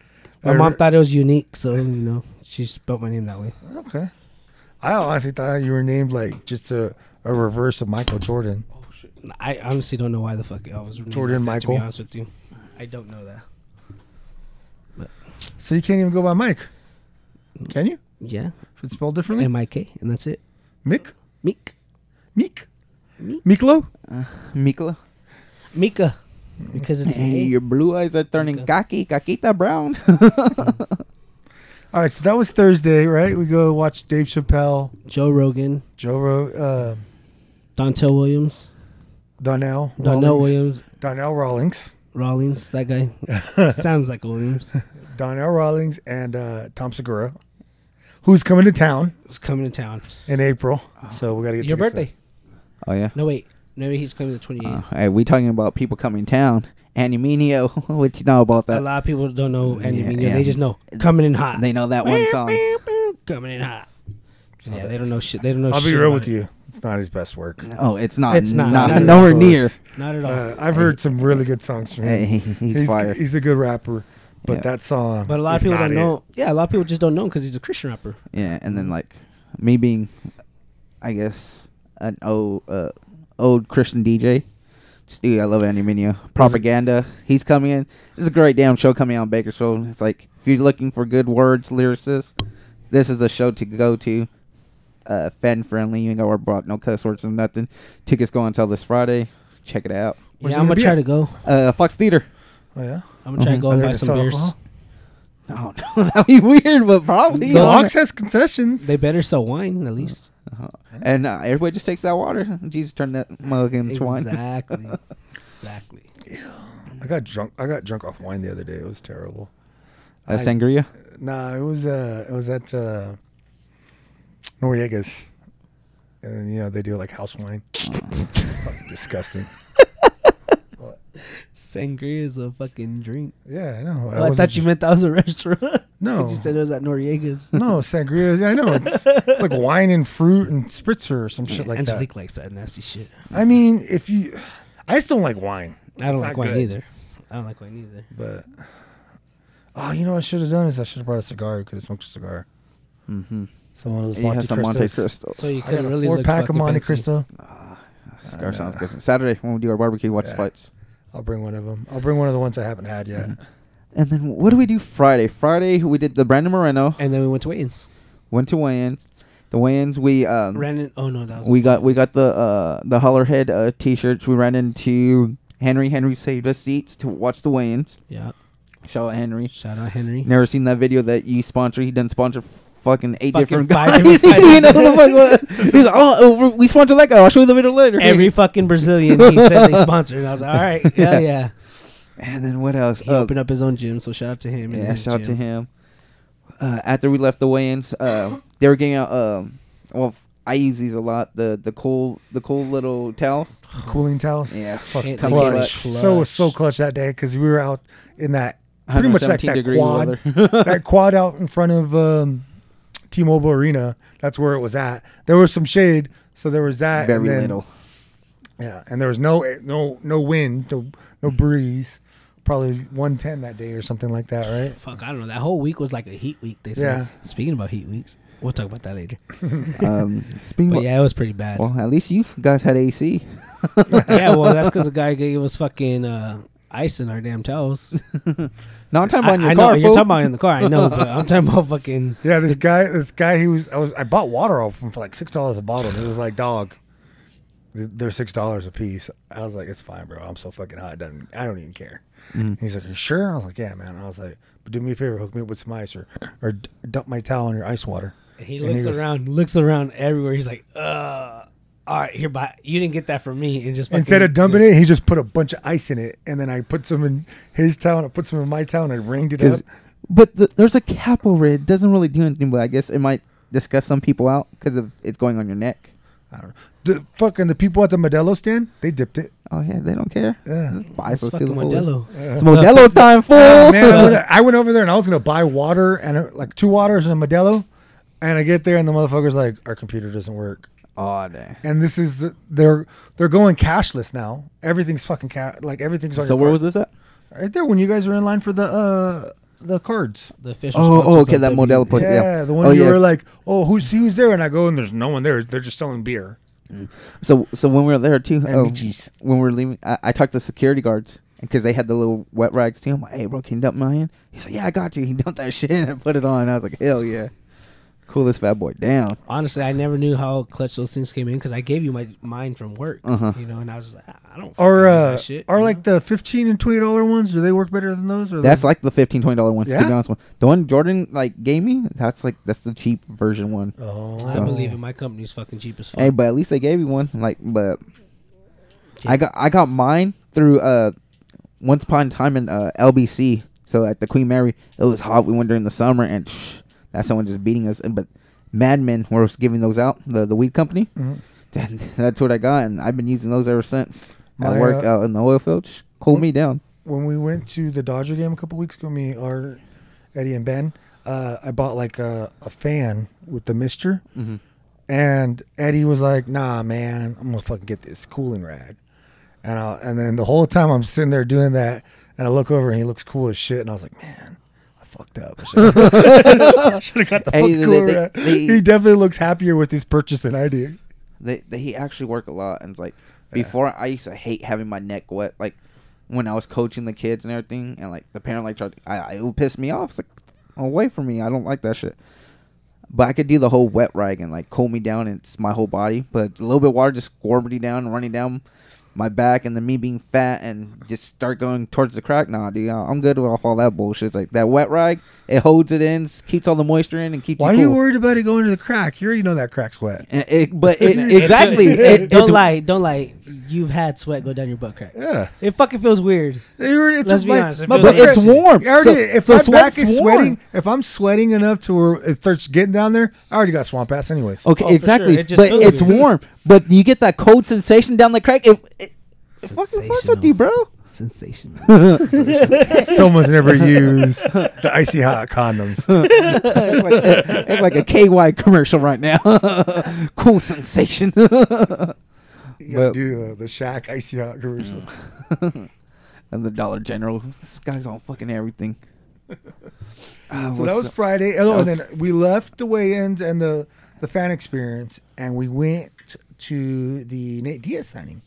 [SPEAKER 3] I
[SPEAKER 1] My mom
[SPEAKER 3] re-
[SPEAKER 1] thought it was unique, so you know she spelled my name that way.
[SPEAKER 3] Okay. I honestly thought you were named like just a, a reverse of Michael Jordan.
[SPEAKER 1] I honestly don't know why the fuck I was named
[SPEAKER 3] Jordan
[SPEAKER 1] that,
[SPEAKER 3] Michael.
[SPEAKER 1] To be honest with you, I don't know that.
[SPEAKER 3] So you can't even go by Mike. Can you?
[SPEAKER 1] Yeah,
[SPEAKER 3] If it's spelled differently?
[SPEAKER 1] M I K, and that's it.
[SPEAKER 3] Mick?
[SPEAKER 1] Meek,
[SPEAKER 3] Meek?
[SPEAKER 1] Meek.
[SPEAKER 3] Miklo?
[SPEAKER 2] Mikla.
[SPEAKER 1] Mika, because it's
[SPEAKER 2] Hey,
[SPEAKER 1] a
[SPEAKER 2] your blue eyes are turning
[SPEAKER 1] Okay.
[SPEAKER 2] khaki, caquita (laughs) brown.
[SPEAKER 3] All right, so that was Thursday, right? We go watch Dave Chappelle,
[SPEAKER 1] Joe Rogan,
[SPEAKER 3] Joe Ro- uh,
[SPEAKER 1] Dontel Williams,
[SPEAKER 3] Donnell.
[SPEAKER 1] Donnell
[SPEAKER 3] Rawlings.
[SPEAKER 1] Williams,
[SPEAKER 3] Donnell Rawlings.
[SPEAKER 1] Rawlings, that
[SPEAKER 3] (laughs)
[SPEAKER 1] guy sounds like Williams.
[SPEAKER 3] Donnell Rawlings and uh, Tom Segura, who's coming to town
[SPEAKER 1] Is coming to town.
[SPEAKER 3] in April. So we got to get
[SPEAKER 1] Your
[SPEAKER 3] tickets
[SPEAKER 1] birthday?
[SPEAKER 2] oh yeah.
[SPEAKER 1] No wait, no he's coming the twenty
[SPEAKER 2] Uh,
[SPEAKER 1] eighth.
[SPEAKER 2] hey, we talking about people coming town. Animinio, (laughs) what you know about
[SPEAKER 1] a
[SPEAKER 2] that?
[SPEAKER 1] lot of people don't know Andy
[SPEAKER 2] Yeah,
[SPEAKER 1] Mineo.
[SPEAKER 2] yeah.
[SPEAKER 1] They just know coming in hot.
[SPEAKER 2] They know that one song.
[SPEAKER 1] coming in hot.
[SPEAKER 3] So
[SPEAKER 1] yeah, they
[SPEAKER 3] Oh, that's-
[SPEAKER 1] don't know shit. They don't know.
[SPEAKER 3] I'll be
[SPEAKER 1] shit
[SPEAKER 3] real
[SPEAKER 1] about
[SPEAKER 3] with
[SPEAKER 1] it.
[SPEAKER 3] you. It's not his best work.
[SPEAKER 2] Oh, it's not.
[SPEAKER 1] It's not.
[SPEAKER 2] not-
[SPEAKER 1] Not even
[SPEAKER 2] nowhere
[SPEAKER 3] close.
[SPEAKER 2] near.
[SPEAKER 1] Not at all.
[SPEAKER 3] Uh, I've heard some really good songs from him.
[SPEAKER 2] Hey, he's, fire.
[SPEAKER 3] He's a good rapper, but
[SPEAKER 2] Yeah.
[SPEAKER 3] that song.
[SPEAKER 1] but a lot
[SPEAKER 3] is
[SPEAKER 1] of people
[SPEAKER 3] not
[SPEAKER 1] don't
[SPEAKER 3] it.
[SPEAKER 1] know. Yeah, a lot of people just don't know because he's a Christian rapper.
[SPEAKER 2] yeah, and then like me being, I guess, an old uh, old Christian DJ. Just, Dude, I love Animinio. Propaganda. He's coming in. This is a great damn show coming out in Bakersfield. It's like if you're looking for good words, lyricists, this is the show to go to. Uh, fan friendly. You ain't got to worry about no cuss words or nothing. Tickets go until this Friday. Check it out.
[SPEAKER 3] Where's
[SPEAKER 1] yeah,
[SPEAKER 3] it
[SPEAKER 1] I'm
[SPEAKER 3] gonna
[SPEAKER 1] gonna
[SPEAKER 3] be
[SPEAKER 1] try
[SPEAKER 3] at?
[SPEAKER 1] to go.
[SPEAKER 2] Uh, Fox Theater. (laughs)
[SPEAKER 3] Oh yeah,
[SPEAKER 1] I'm gonna try to
[SPEAKER 2] Mhm.
[SPEAKER 1] go
[SPEAKER 3] Are
[SPEAKER 1] and
[SPEAKER 3] they
[SPEAKER 1] buy
[SPEAKER 3] gonna
[SPEAKER 1] some
[SPEAKER 3] sell
[SPEAKER 1] beers.
[SPEAKER 3] alcohol?
[SPEAKER 2] No, no, that'd be weird, but probably.
[SPEAKER 3] The Ox has concessions.
[SPEAKER 1] They better sell wine at least.
[SPEAKER 2] (laughs) Uh-huh. And uh, everybody just takes that water. Jesus turned that mug into wine. (laughs)
[SPEAKER 1] Exactly. exactly.
[SPEAKER 3] I got drunk. I got drunk off wine the other day. It was terrible.
[SPEAKER 2] Uh, sangria.
[SPEAKER 3] Nah, it was uh, it was at uh, Noriega's, and then, you know they do like house wine. (laughs) Fucking disgusting.
[SPEAKER 1] Sangria is a fucking drink.
[SPEAKER 3] Yeah, I know.
[SPEAKER 1] Oh, I
[SPEAKER 3] wasn't
[SPEAKER 1] thought you
[SPEAKER 3] ju-
[SPEAKER 1] meant that was a (laughs) restaurant.
[SPEAKER 3] no.
[SPEAKER 1] you said it was at
[SPEAKER 3] (laughs)
[SPEAKER 1] Noriega's.
[SPEAKER 3] no, sangria. Yeah, I know. It's, it's like wine and fruit and spritzer or some (laughs) shit like that.
[SPEAKER 1] Angelique likes that nasty shit.
[SPEAKER 3] I mean, if you, I just don't like wine.
[SPEAKER 1] I don't
[SPEAKER 3] It's
[SPEAKER 1] like
[SPEAKER 3] not
[SPEAKER 1] wine
[SPEAKER 3] good.
[SPEAKER 1] either. I don't like wine either.
[SPEAKER 3] But oh, you know what I should have done is I should have brought a cigar. I could have smoked a cigar.
[SPEAKER 2] Mm-hmm.
[SPEAKER 3] So one of those
[SPEAKER 2] You
[SPEAKER 3] Monte
[SPEAKER 2] have some Monte
[SPEAKER 3] Cristos.
[SPEAKER 2] Cristo.
[SPEAKER 1] So you
[SPEAKER 3] I got
[SPEAKER 1] could
[SPEAKER 3] a
[SPEAKER 1] really
[SPEAKER 3] four
[SPEAKER 1] look
[SPEAKER 3] pack of
[SPEAKER 1] fucking
[SPEAKER 3] Monte
[SPEAKER 1] fancy.
[SPEAKER 3] Cristo.
[SPEAKER 2] Cigar sounds good. Saturday when we do our barbecue, watch
[SPEAKER 3] Yeah.
[SPEAKER 2] the fights.
[SPEAKER 3] I'll bring one of them. I'll bring one of the ones I haven't had yet.
[SPEAKER 2] And then what do we do Friday? Friday we did the Brandon Moreno.
[SPEAKER 1] And then we went to Wayne's.
[SPEAKER 2] Went to weigh-ins. The weigh-ins we um,
[SPEAKER 1] Ran in, oh no, that was
[SPEAKER 2] we got we got the uh, the Hollerhead uh, t-shirts. We ran into Henry. Henry saved us seats to watch the weigh-ins.
[SPEAKER 1] yeah.
[SPEAKER 2] Shout out Henry.
[SPEAKER 1] Shout out Henry.
[SPEAKER 2] Never seen that video that you sponsor. He done sponsor fucking eight
[SPEAKER 1] Fucking
[SPEAKER 2] different
[SPEAKER 1] five
[SPEAKER 2] guys. (laughs)
[SPEAKER 1] different
[SPEAKER 2] you know
[SPEAKER 1] guys.
[SPEAKER 2] the fuck what? He's like, oh, oh, we sponsored that guy. I'll show you the video later.
[SPEAKER 1] Every fucking Brazilian he said they sponsored. And I was like,
[SPEAKER 2] (laughs)
[SPEAKER 1] all right, yeah, yeah.
[SPEAKER 2] and then what else?
[SPEAKER 1] He
[SPEAKER 2] Uh,
[SPEAKER 1] opened up his own gym, so shout out to him. and
[SPEAKER 2] yeah,
[SPEAKER 1] his
[SPEAKER 2] shout out to
[SPEAKER 1] gym.
[SPEAKER 2] him. Uh, after we left the weigh-ins,
[SPEAKER 1] (coughs)
[SPEAKER 2] uh, they were getting out. Um, well, f- I use these a lot. The the cool the cool little towels.
[SPEAKER 3] Cooling towels.
[SPEAKER 2] Yeah,
[SPEAKER 3] fucking
[SPEAKER 1] Come
[SPEAKER 2] on,
[SPEAKER 3] clutch.
[SPEAKER 1] clutch.
[SPEAKER 3] So was so clutch that day because we were out in that pretty much like
[SPEAKER 2] 117
[SPEAKER 3] that
[SPEAKER 2] degree
[SPEAKER 3] quad, that quad out in front of um, T-Mobile Arena. That's where it was at. There was some shade, So there was that. and
[SPEAKER 2] Very
[SPEAKER 3] then-
[SPEAKER 2] little.
[SPEAKER 3] Yeah, and there was no no no wind, no no breeze. Probably 110 that day or something like that, right?
[SPEAKER 1] Fuck, I don't know. That whole week was like a heat week. They
[SPEAKER 3] Yeah.
[SPEAKER 1] said. Speaking about heat weeks, we'll talk about that later.
[SPEAKER 2] Um, speaking
[SPEAKER 1] But
[SPEAKER 2] of,
[SPEAKER 1] yeah, it was pretty bad.
[SPEAKER 2] well, at least you guys had AC.
[SPEAKER 1] yeah, well, that's because the guy gave us fucking uh, ice in our damn
[SPEAKER 2] (laughs)
[SPEAKER 1] towels.
[SPEAKER 2] No, I'm talking about in your
[SPEAKER 1] I, I know
[SPEAKER 2] car.
[SPEAKER 1] you're
[SPEAKER 2] fool.
[SPEAKER 1] talking about in the car. I know, but I'm
[SPEAKER 2] (laughs)
[SPEAKER 1] talking about fucking.
[SPEAKER 3] Yeah, this guy, this guy, he was. I was. I bought water off him for like six dollars a bottle. And it was like, dog, th- they're six dollars a piece. I was like, it's fine, bro. I'm so fucking hot. It doesn't, I don't even care.
[SPEAKER 2] Mhm.
[SPEAKER 3] He's like, you sure? I was like, yeah, man. I was like, but do me a favor, hook me up with some ice or, or d- dump my towel in your ice water.
[SPEAKER 1] He
[SPEAKER 3] And
[SPEAKER 1] looks
[SPEAKER 3] he was-
[SPEAKER 1] around, looks around everywhere. He's like, uh, all right, here, bye. You didn't get that from me, and just fucking
[SPEAKER 3] Instead of dumping
[SPEAKER 1] just-
[SPEAKER 3] it, he just put a bunch of ice in it, and then I put some in his towel, and I put some in my towel, and I ringed it up.
[SPEAKER 2] 'Cause- But the, there's a cap over it. It doesn't really do anything, but I guess it might disgust some people out because of it's going on your neck.
[SPEAKER 3] I don't know. The fucking the people at the Modelo stand, they dipped it.
[SPEAKER 2] Oh yeah, they don't care.
[SPEAKER 3] Yeah.
[SPEAKER 2] Buy
[SPEAKER 1] It's
[SPEAKER 2] some
[SPEAKER 1] fucking
[SPEAKER 2] steel foils.
[SPEAKER 1] Modelo.
[SPEAKER 2] It's Modelo time, fool.
[SPEAKER 3] Oh,
[SPEAKER 2] (laughs)
[SPEAKER 3] man, I
[SPEAKER 1] (laughs)
[SPEAKER 3] went, I went over there and I was gonna buy water and uh, like two waters and a Modelo, and I get there and the motherfucker's like, our computer doesn't work,
[SPEAKER 2] oh damn.
[SPEAKER 3] and this is the, they're they're going cashless now. Everything's fucking ca- like everything's. on
[SPEAKER 2] So
[SPEAKER 3] your
[SPEAKER 2] where
[SPEAKER 3] card.
[SPEAKER 2] was this at?
[SPEAKER 3] Right there when you guys were in line for the uh the cards.
[SPEAKER 1] The official.
[SPEAKER 2] Oh,
[SPEAKER 1] sponsors
[SPEAKER 2] oh okay,
[SPEAKER 1] of
[SPEAKER 2] that
[SPEAKER 1] WWE.
[SPEAKER 2] Modelo place. Yeah,
[SPEAKER 3] yeah, the one
[SPEAKER 2] oh,
[SPEAKER 3] you
[SPEAKER 2] yeah.
[SPEAKER 3] were like, oh, who's who's there? And I go and there's no one there. They're just selling beer.
[SPEAKER 2] So so when we were there too,
[SPEAKER 3] And
[SPEAKER 2] oh,
[SPEAKER 3] Michis.
[SPEAKER 2] when we were leaving, I, I talked to security guards because they had the little wet rags too. I'm like, hey bro, can you dump mine? He's like, yeah, I got you. He (laughs) dumped that shit and I put it on. I was like, hell yeah, cool this fat boy down.
[SPEAKER 1] Honestly, I never knew how clutch those things came in because I gave you my mine from work,
[SPEAKER 2] Uh-huh.
[SPEAKER 1] you know, and I was just like, "Ah, I don't. fucking
[SPEAKER 3] Are
[SPEAKER 1] use
[SPEAKER 3] uh,
[SPEAKER 1] that shit,
[SPEAKER 3] are
[SPEAKER 1] you
[SPEAKER 3] like the fifteen and twenty dollar ones? Do they work better than those? Or
[SPEAKER 2] That's like the $15, 20 dollar ones. To
[SPEAKER 3] Yeah?
[SPEAKER 2] be honest, with you. the one Jordan like gave me, that's like that's the cheap version one.
[SPEAKER 3] oh,
[SPEAKER 1] know? I believe in my company's fucking cheap as fuck.
[SPEAKER 2] Hey, but at least they gave you one. Like, but
[SPEAKER 1] Yeah.
[SPEAKER 2] I got I got mine through uh once upon a time in uh, LBC. So at the Queen Mary, it was hot. We went during the summer, and psh, that's someone just beating us. But Mad Men was giving those out, the the weed company. (laughs)
[SPEAKER 3] Mhm.
[SPEAKER 2] And That's what I got, and I've been using those ever since.
[SPEAKER 3] My,
[SPEAKER 2] at work
[SPEAKER 3] uh,
[SPEAKER 2] out in the oil field, Shh, cool me down.
[SPEAKER 3] when we went to the Dodger game a couple weeks ago, me, our Eddie and Ben, uh, I bought like a, a fan with the mister,
[SPEAKER 2] Mhm.
[SPEAKER 3] and Eddie was like, "Nah, man, I'm gonna fucking get this cooling rag," and I and then the whole time I'm sitting there doing that, and I look over and he looks cool as shit, and I was like, "Man, I fucked up. I should have got the
[SPEAKER 2] Hey,
[SPEAKER 3] fucking
[SPEAKER 2] they-
[SPEAKER 3] cooler
[SPEAKER 2] they-
[SPEAKER 3] rag."
[SPEAKER 2] they-
[SPEAKER 3] he definitely looks happier with his purchase than I do.
[SPEAKER 2] they, they he actually work a lot and it's like before I used to hate having my neck wet like when I was coaching the kids and everything and like the parent like tried I, I it would piss me off it's like away from me I don't like that shit but I could do the whole wet rag and like cool me down and it's my whole body but a little bit of water just squirted me down and running down my back and then me being fat and just start going towards the crack nah dude I- I'm good with off all that bullshit it's like that wet rag it holds it in s- keeps all the moisture in and keeps
[SPEAKER 3] Why are
[SPEAKER 2] you
[SPEAKER 3] you
[SPEAKER 2] cool.
[SPEAKER 3] worried about it going to the crack? You already know that crack's wet.
[SPEAKER 2] And it- but it,
[SPEAKER 1] (laughs)
[SPEAKER 2] exactly it,
[SPEAKER 1] don't
[SPEAKER 2] it's-
[SPEAKER 1] lie. Don't lie. You've had sweat go down your butt crack.
[SPEAKER 3] Yeah.
[SPEAKER 1] It fucking feels weird.
[SPEAKER 3] They were- it's
[SPEAKER 1] Let's
[SPEAKER 3] a-
[SPEAKER 1] be
[SPEAKER 3] like-
[SPEAKER 1] honest, it
[SPEAKER 3] my
[SPEAKER 1] feels
[SPEAKER 3] butt
[SPEAKER 1] like
[SPEAKER 3] crack-
[SPEAKER 1] shit.
[SPEAKER 2] warm.
[SPEAKER 3] I Already,
[SPEAKER 2] So-
[SPEAKER 3] if
[SPEAKER 2] so
[SPEAKER 3] my back
[SPEAKER 2] sweat's
[SPEAKER 3] is
[SPEAKER 2] warm.
[SPEAKER 3] sweating, if I'm sweating enough to where it starts getting down there, I already got swamp ass anyways.
[SPEAKER 2] Okay,
[SPEAKER 1] Oh, for sure.
[SPEAKER 2] exactly.
[SPEAKER 1] It just
[SPEAKER 2] but
[SPEAKER 1] feels
[SPEAKER 2] it's
[SPEAKER 1] weird.
[SPEAKER 2] warm. But you get that cold sensation down the crack. It, it, it fucking fucks with you, bro.
[SPEAKER 1] Sensational.
[SPEAKER 3] (laughs) Someone's never used the icy hot condoms.
[SPEAKER 2] (laughs) It's like, it's like a KY commercial right now. (laughs) cool sensation. (laughs)
[SPEAKER 3] You gotta
[SPEAKER 2] But-
[SPEAKER 3] do uh, the Shack icy hot commercial.
[SPEAKER 2] and the Dollar General. This guy's on fucking
[SPEAKER 1] (laughs)
[SPEAKER 2] everything. Ah,
[SPEAKER 3] So
[SPEAKER 2] what's
[SPEAKER 3] that was
[SPEAKER 2] up?
[SPEAKER 3] Friday. Oh,
[SPEAKER 2] That
[SPEAKER 3] and then we left the weigh-ins and the the fan experience, and we went to the Nate Diaz signing.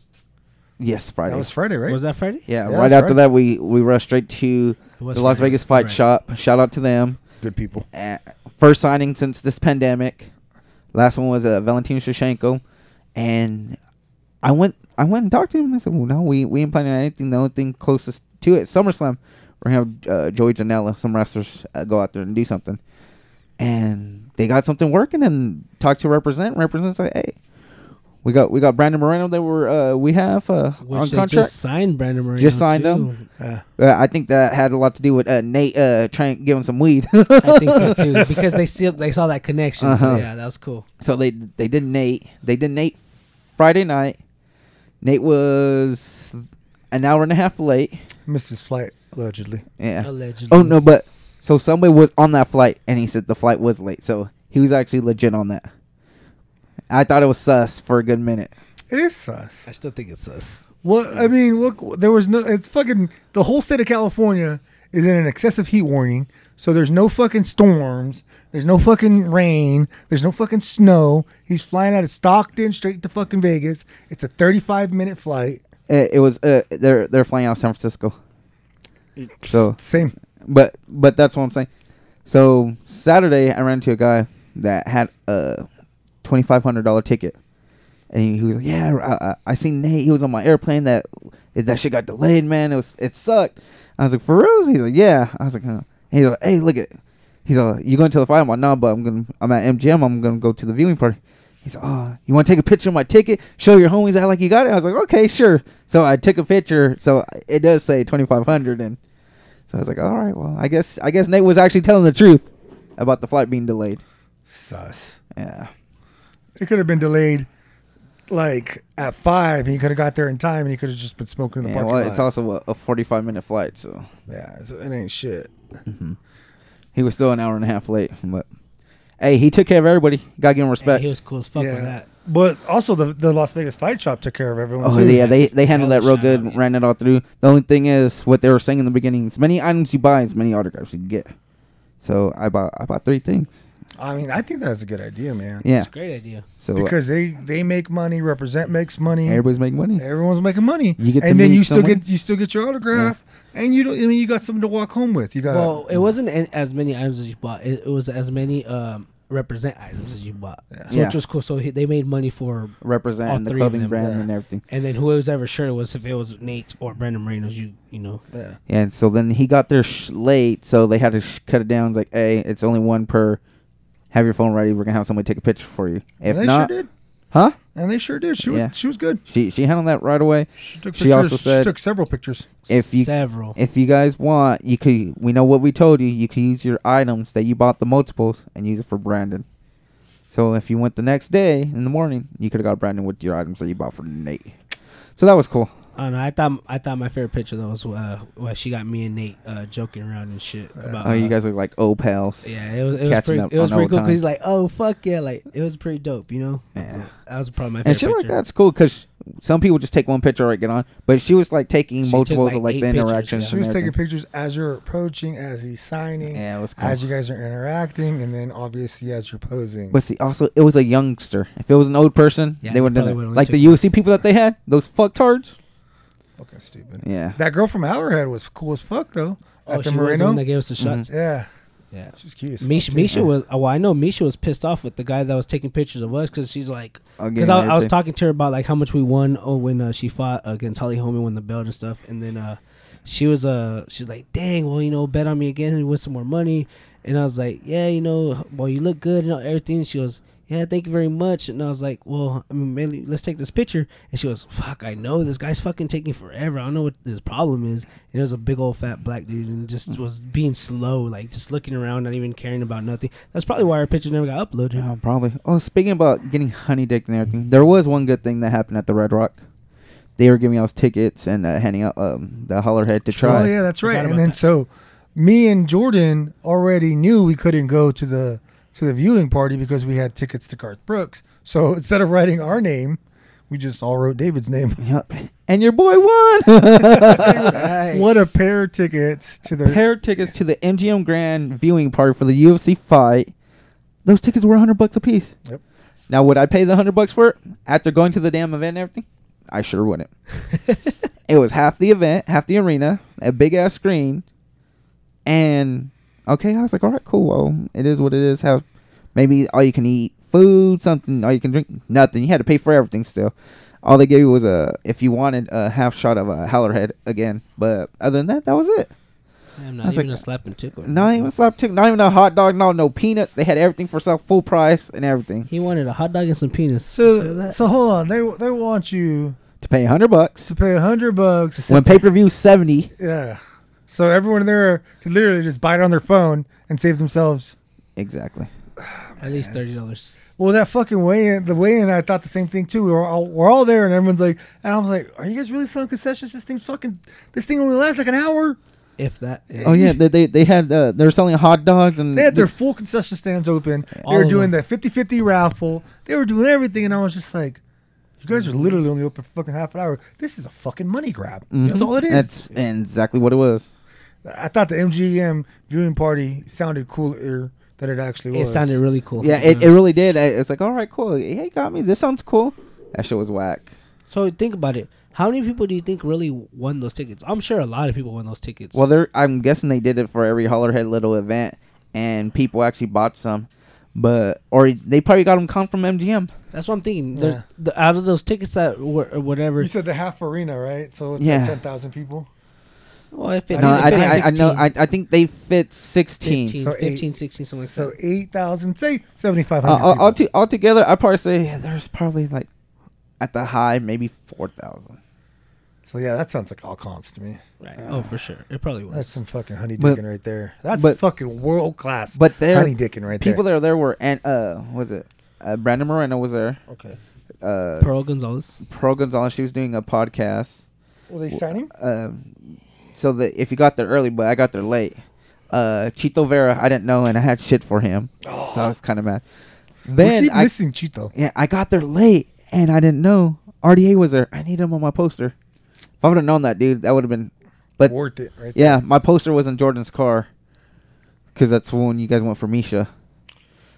[SPEAKER 2] yes, Friday.
[SPEAKER 3] That was Friday, right?
[SPEAKER 1] Was that Friday?
[SPEAKER 2] yeah,
[SPEAKER 3] yeah,
[SPEAKER 2] right
[SPEAKER 3] that's
[SPEAKER 2] after
[SPEAKER 3] right.
[SPEAKER 2] that, we we rushed straight to
[SPEAKER 1] It
[SPEAKER 2] the
[SPEAKER 1] was
[SPEAKER 2] Las
[SPEAKER 1] Friday.
[SPEAKER 2] Vegas Fight
[SPEAKER 1] Right.
[SPEAKER 2] Shop. Shout out to them.
[SPEAKER 3] Good people.
[SPEAKER 2] Uh, first signing since this pandemic. Last one was uh, Valentina Shevchenko, and I went I went and talked to him. And I said, "Well, no, we we ain't planning on anything. The only thing closest to it, SummerSlam, we're gonna have uh, Joey Janela, some wrestlers uh, go out there and do something." And they got something working and talked to represent. Represent said, "Hey, we got we got Brandon Moreno that we're uh, we have uh, on
[SPEAKER 1] Which they
[SPEAKER 2] contract."
[SPEAKER 1] just signed Brandon Moreno.
[SPEAKER 2] Just signed
[SPEAKER 1] too.
[SPEAKER 2] him?
[SPEAKER 3] Yeah.
[SPEAKER 2] uh, I think that had a lot to do with uh, Nate uh, trying to give him some weed. (laughs)
[SPEAKER 1] I think so too because they see they saw that connection. So
[SPEAKER 2] Uh-huh.
[SPEAKER 1] yeah, that was cool.
[SPEAKER 2] So they they did Nate. They did Nate Friday night. Nate was an hour and a half late.
[SPEAKER 3] Missed his flight allegedly.
[SPEAKER 2] Yeah.
[SPEAKER 1] Allegedly.
[SPEAKER 2] Oh no, but so somebody was on that flight, and he said the flight was late. So he was actually legit on that. I thought it was sus for a good minute.
[SPEAKER 3] It is sus.
[SPEAKER 1] I still think it's us.
[SPEAKER 3] What I mean, look, there was no. It's fucking the whole state of California is in an excessive heat warning, so there's no fucking storms. There's no fucking rain. There's no fucking snow. He's flying out of Stockton straight to fucking Vegas. It's a 35 minute flight.
[SPEAKER 2] It, it was uh, they're they're flying out of San Francisco, So-
[SPEAKER 3] same.
[SPEAKER 2] but but that's what I'm saying. So Saturday, I ran into a guy that had a twenty five hundred dollar ticket, and he, he was like, "Yeah, I, I, I seen Nate. He was on my airplane. That that shit got delayed, man. It was it sucked." I was like, "For real?" He's like, "Yeah." I was like, huh. "He's like, hey, look at." He's like, "You going to the fight?" I'm like, "No, but I'm gonna. I'm at MGM. I'm gonna go to the viewing party." He's like, "Oh, you want to take a picture of my ticket? Show your homies out like you got it." I was like, "Okay, sure." So I took a picture. So it does say twenty five hundred and. So I was like, all right, well, I guess I guess Nate was actually telling the truth about the flight being delayed.
[SPEAKER 3] Sus.
[SPEAKER 2] Yeah.
[SPEAKER 3] It could have been delayed like at five, and you could have got there in time, and you could have just been smoking in the
[SPEAKER 2] Yeah,
[SPEAKER 3] parking
[SPEAKER 2] well,
[SPEAKER 3] lot.
[SPEAKER 2] it's also a, a 45 minute flight, so
[SPEAKER 3] yeah, it's- it ain't shit. Mm-hmm.
[SPEAKER 2] he was still an hour and a half late. But hey, he took care of everybody. Gotta give him respect.
[SPEAKER 1] he was cool as fuck
[SPEAKER 3] yeah.
[SPEAKER 1] with that.
[SPEAKER 3] But also, the, the Las Vegas Fight Shop took care of everyone.
[SPEAKER 2] oh
[SPEAKER 3] too.
[SPEAKER 2] yeah, they they handled
[SPEAKER 1] Hell
[SPEAKER 2] that
[SPEAKER 1] of a
[SPEAKER 2] real
[SPEAKER 1] shout
[SPEAKER 2] good,
[SPEAKER 1] out, yeah.
[SPEAKER 2] ran it all through. The only thing is what they were saying in the beginning: as many items you buy, as many autographs you can get. So I bought I bought three things.
[SPEAKER 3] I mean, I think that's a good idea, man.
[SPEAKER 2] Yeah.
[SPEAKER 1] It's a great idea.
[SPEAKER 2] So uh,
[SPEAKER 3] Because they they make money, represent makes money.
[SPEAKER 2] everybody's making money.
[SPEAKER 3] Everyone's making money.
[SPEAKER 2] You get to
[SPEAKER 3] and then
[SPEAKER 2] meet
[SPEAKER 3] you still
[SPEAKER 2] someone.
[SPEAKER 3] get you still get your autograph, and you don't. I mean, you got something to walk home with. You got
[SPEAKER 1] well, it wasn't an, as many items as you bought. It, it was as many um, represent items as you bought.
[SPEAKER 3] Yeah.
[SPEAKER 1] So
[SPEAKER 2] Yeah.
[SPEAKER 1] which was cool. So he, they made money for, All
[SPEAKER 2] Representing the
[SPEAKER 1] three of
[SPEAKER 2] clothing
[SPEAKER 1] them,
[SPEAKER 2] brand
[SPEAKER 3] yeah.
[SPEAKER 2] and everything.
[SPEAKER 1] and then whoever's shirt it was, if it was Nate or Brandon Moreno's, you you know.
[SPEAKER 3] yeah.
[SPEAKER 2] And so then he got there sh- late, so they had to sh- cut it down. Like, hey, it's only one per. Have your phone ready. We're gonna have somebody take a picture for you. If
[SPEAKER 3] and they
[SPEAKER 2] not,
[SPEAKER 3] sure did.
[SPEAKER 2] huh?
[SPEAKER 3] And they sure did. She was
[SPEAKER 2] Yeah.
[SPEAKER 3] she was good.
[SPEAKER 2] She she handled that right away.
[SPEAKER 3] She took pictures.
[SPEAKER 2] She also
[SPEAKER 3] she
[SPEAKER 2] said-
[SPEAKER 3] took several pictures.
[SPEAKER 2] If you-
[SPEAKER 1] several,
[SPEAKER 2] If you guys want, you could. We know what we told you. You could use your items that you bought the multiples and use it for Brandon. So if you went the next day in the morning, you could have got Brandon with your items that you bought for Nate. So that was cool.
[SPEAKER 1] I don't know. I thought I thought my favorite picture though was uh, when she got me and Nate uh, joking around and shit about.
[SPEAKER 2] Oh, you
[SPEAKER 1] uh,
[SPEAKER 2] guys look like old pals.
[SPEAKER 1] Yeah, it was it was
[SPEAKER 2] catching
[SPEAKER 1] pretty
[SPEAKER 2] up
[SPEAKER 1] it was
[SPEAKER 2] on
[SPEAKER 1] pretty
[SPEAKER 2] old
[SPEAKER 1] cool because he's
[SPEAKER 2] times.
[SPEAKER 1] like, oh fuck yeah, like it was pretty dope, you know.
[SPEAKER 2] Yeah.
[SPEAKER 1] So that was probably my favorite
[SPEAKER 2] and shit like
[SPEAKER 1] picture.
[SPEAKER 2] that's cool because some people just take one picture right get on, but she was like taking
[SPEAKER 1] She took,
[SPEAKER 2] multiples
[SPEAKER 1] like,
[SPEAKER 2] of like
[SPEAKER 1] eight
[SPEAKER 2] the
[SPEAKER 1] pictures,
[SPEAKER 2] interactions.
[SPEAKER 1] yeah.
[SPEAKER 3] She
[SPEAKER 2] and
[SPEAKER 3] was taking
[SPEAKER 2] everything.
[SPEAKER 3] pictures as you're approaching, as he's signing,
[SPEAKER 2] Yeah, it was cool.
[SPEAKER 3] as you guys are interacting, and then obviously as you're posing.
[SPEAKER 2] But see, also it was a youngster. If it was an old person,
[SPEAKER 1] Yeah,
[SPEAKER 2] they
[SPEAKER 1] you
[SPEAKER 2] wouldn't
[SPEAKER 1] probably
[SPEAKER 2] have done
[SPEAKER 1] would've
[SPEAKER 2] it. Like
[SPEAKER 1] took
[SPEAKER 2] the
[SPEAKER 1] it.
[SPEAKER 2] UFC people that they had, those fucktards.
[SPEAKER 3] Fucking stupid.
[SPEAKER 2] Yeah,
[SPEAKER 3] That girl from Hourhead was cool as fuck though.
[SPEAKER 1] oh,
[SPEAKER 3] at the
[SPEAKER 1] she was the
[SPEAKER 3] Moreno.
[SPEAKER 1] one that gave us the
[SPEAKER 2] Mm-hmm.
[SPEAKER 1] shots.
[SPEAKER 3] yeah,
[SPEAKER 1] Yeah.
[SPEAKER 3] she was cute. as fuck,
[SPEAKER 1] Misha,
[SPEAKER 3] too.
[SPEAKER 1] Misha was oh, well. I know Misha was pissed off with the guy that was taking pictures of us because she's like, because
[SPEAKER 2] because
[SPEAKER 1] I, I was talking to her about like how much we won oh, when uh, she fought against Holly Holman won the belt and stuff, and then uh, she was uh she's like, dang, well you know bet on me again and win some more money, and I was like, yeah, you know, well you look good and everything. she goes, yeah, thank you very much, and I was like, well, I mean, mainly let's take this picture, and she goes, fuck, I know this guy's fucking taking forever. I don't know what his problem is. And it was a big old fat black dude and just was being slow, like just looking around, not even caring about nothing. That's probably why our picture never got uploaded.
[SPEAKER 2] Oh, probably. Oh, speaking about getting honey dick and everything, there was one good thing that happened at the Red Rock. They were giving us tickets and uh, handing out um, the hollerhead to try.
[SPEAKER 3] Oh yeah, that's
[SPEAKER 1] Forgot
[SPEAKER 3] right.
[SPEAKER 1] about
[SPEAKER 3] And then
[SPEAKER 1] that.
[SPEAKER 3] so me and Jordan already knew we couldn't go to the to the viewing party because we had tickets to Garth Brooks. So (laughs) instead of writing our name, we just all wrote David's name. (laughs)
[SPEAKER 2] Yep. And your boy won. (laughs)
[SPEAKER 3] What a pair of tickets to the
[SPEAKER 2] Pair of tickets to the MGM Grand viewing party for the UFC fight. Those tickets were hundred bucks a piece.
[SPEAKER 3] Yep.
[SPEAKER 2] Now would I pay the hundred bucks for it after going to the damn event and everything? I sure
[SPEAKER 3] (laughs)
[SPEAKER 2] wouldn't. it was half the event, half the arena, a big ass screen, and okay, I was like, all right, cool. Well, it is what it is. How maybe all you can eat food, something, all you can drink, nothing. You had to pay for everything still. All they gave you was a if you wanted a half shot of a Hallerhead again, but other than that, that was it.
[SPEAKER 1] I'm
[SPEAKER 2] I
[SPEAKER 1] not
[SPEAKER 2] was
[SPEAKER 1] even
[SPEAKER 2] like,
[SPEAKER 1] a slap and tickle.
[SPEAKER 2] Not even slap chicken, not even a hot dog, no, no peanuts. They had everything for sale, full price and everything.
[SPEAKER 1] He wanted a hot dog and some penis.
[SPEAKER 3] (laughs) so so hold on. They they want you
[SPEAKER 2] To pay a hundred bucks.
[SPEAKER 3] to pay a hundred bucks.
[SPEAKER 2] When pay per view seventy,
[SPEAKER 3] Yeah. So everyone there could literally just buy it on their phone and save themselves.
[SPEAKER 2] exactly.
[SPEAKER 1] at least thirty dollars.
[SPEAKER 3] Well, that fucking weigh-in, the weigh-in, I thought the same thing too. We were all we're all there, and everyone's like, and I was like, "Are you guys really selling concessions? This thing's fucking. This thing only lasts like an hour."
[SPEAKER 1] if that. yeah.
[SPEAKER 2] Oh yeah, they they, they had uh, they were selling hot dogs and
[SPEAKER 3] They had their full concession stands open.
[SPEAKER 1] All
[SPEAKER 3] they were
[SPEAKER 1] of
[SPEAKER 3] doing
[SPEAKER 1] them.
[SPEAKER 3] the 50-50 raffle. They were doing everything, and I was just like, "You guys are literally only open for fucking half an hour. This is a fucking money grab.
[SPEAKER 2] mm-hmm.
[SPEAKER 1] Mm-hmm.
[SPEAKER 3] That's all it is."
[SPEAKER 2] That's exactly what it was.
[SPEAKER 3] I thought the MGM viewing party sounded cooler than it actually
[SPEAKER 1] it
[SPEAKER 3] was.
[SPEAKER 1] sounded really cool.
[SPEAKER 2] Yeah, it, it really did. I, it's like all right, cool. Hey, got me. This sounds cool. That shit was whack.
[SPEAKER 1] So think about it. How many people do you think really won those tickets? I'm sure a lot of people won those tickets.
[SPEAKER 2] Well, they're I'm guessing they did it for every Hollerhead little event, and people actually bought some, but or they probably got them come from MGM.
[SPEAKER 1] that's what I'm thinking.
[SPEAKER 3] Yeah.
[SPEAKER 1] There's The, out of those tickets that were or whatever.
[SPEAKER 3] You said the half arena, right? So it's
[SPEAKER 2] Yeah.
[SPEAKER 3] like ten thousand people.
[SPEAKER 1] Well, if it's
[SPEAKER 3] No,
[SPEAKER 2] I,
[SPEAKER 3] I think
[SPEAKER 2] think I, I know.
[SPEAKER 1] 16,
[SPEAKER 2] I, I think they fit 16.
[SPEAKER 1] 15,
[SPEAKER 3] So eight.
[SPEAKER 1] 15, 16, something like
[SPEAKER 3] So
[SPEAKER 1] that.
[SPEAKER 3] eight thousand, say seventy five
[SPEAKER 2] Uh,
[SPEAKER 3] hundred.
[SPEAKER 2] all, all, to, all together, I probably say yeah, there's probably like at the high maybe four thousand.
[SPEAKER 3] so yeah, that sounds like all comps to me.
[SPEAKER 1] Right. Oh, for sure. It probably was.
[SPEAKER 3] uh, That's some fucking honey
[SPEAKER 2] But-
[SPEAKER 3] dicking right there. That's
[SPEAKER 2] but-
[SPEAKER 3] fucking world class.
[SPEAKER 2] But there,
[SPEAKER 3] honey dicking right
[SPEAKER 2] people that are there were and uh, what was it uh, Brandon Moreno was there.
[SPEAKER 3] there. Okay.
[SPEAKER 2] Uh,
[SPEAKER 1] Pearl Gonzalez.
[SPEAKER 2] Pro Gonzalez, she was doing a podcast.
[SPEAKER 3] Were they signing?
[SPEAKER 2] um, so that if you got there early, but I got there late. Uh, Chito Vera, I didn't know, and I had shit for him,
[SPEAKER 3] Oh,
[SPEAKER 2] so I was kind of mad.
[SPEAKER 3] we
[SPEAKER 2] Then
[SPEAKER 3] keep
[SPEAKER 2] I,
[SPEAKER 3] missing Chito.
[SPEAKER 2] yeah, I got there late, and I didn't know RDA was there. I need him on my poster. If I would have known that, dude, that would have been. But
[SPEAKER 3] Worth it, right?
[SPEAKER 2] yeah, my poster was in Jordan's car, because that's when you guys went for Misha.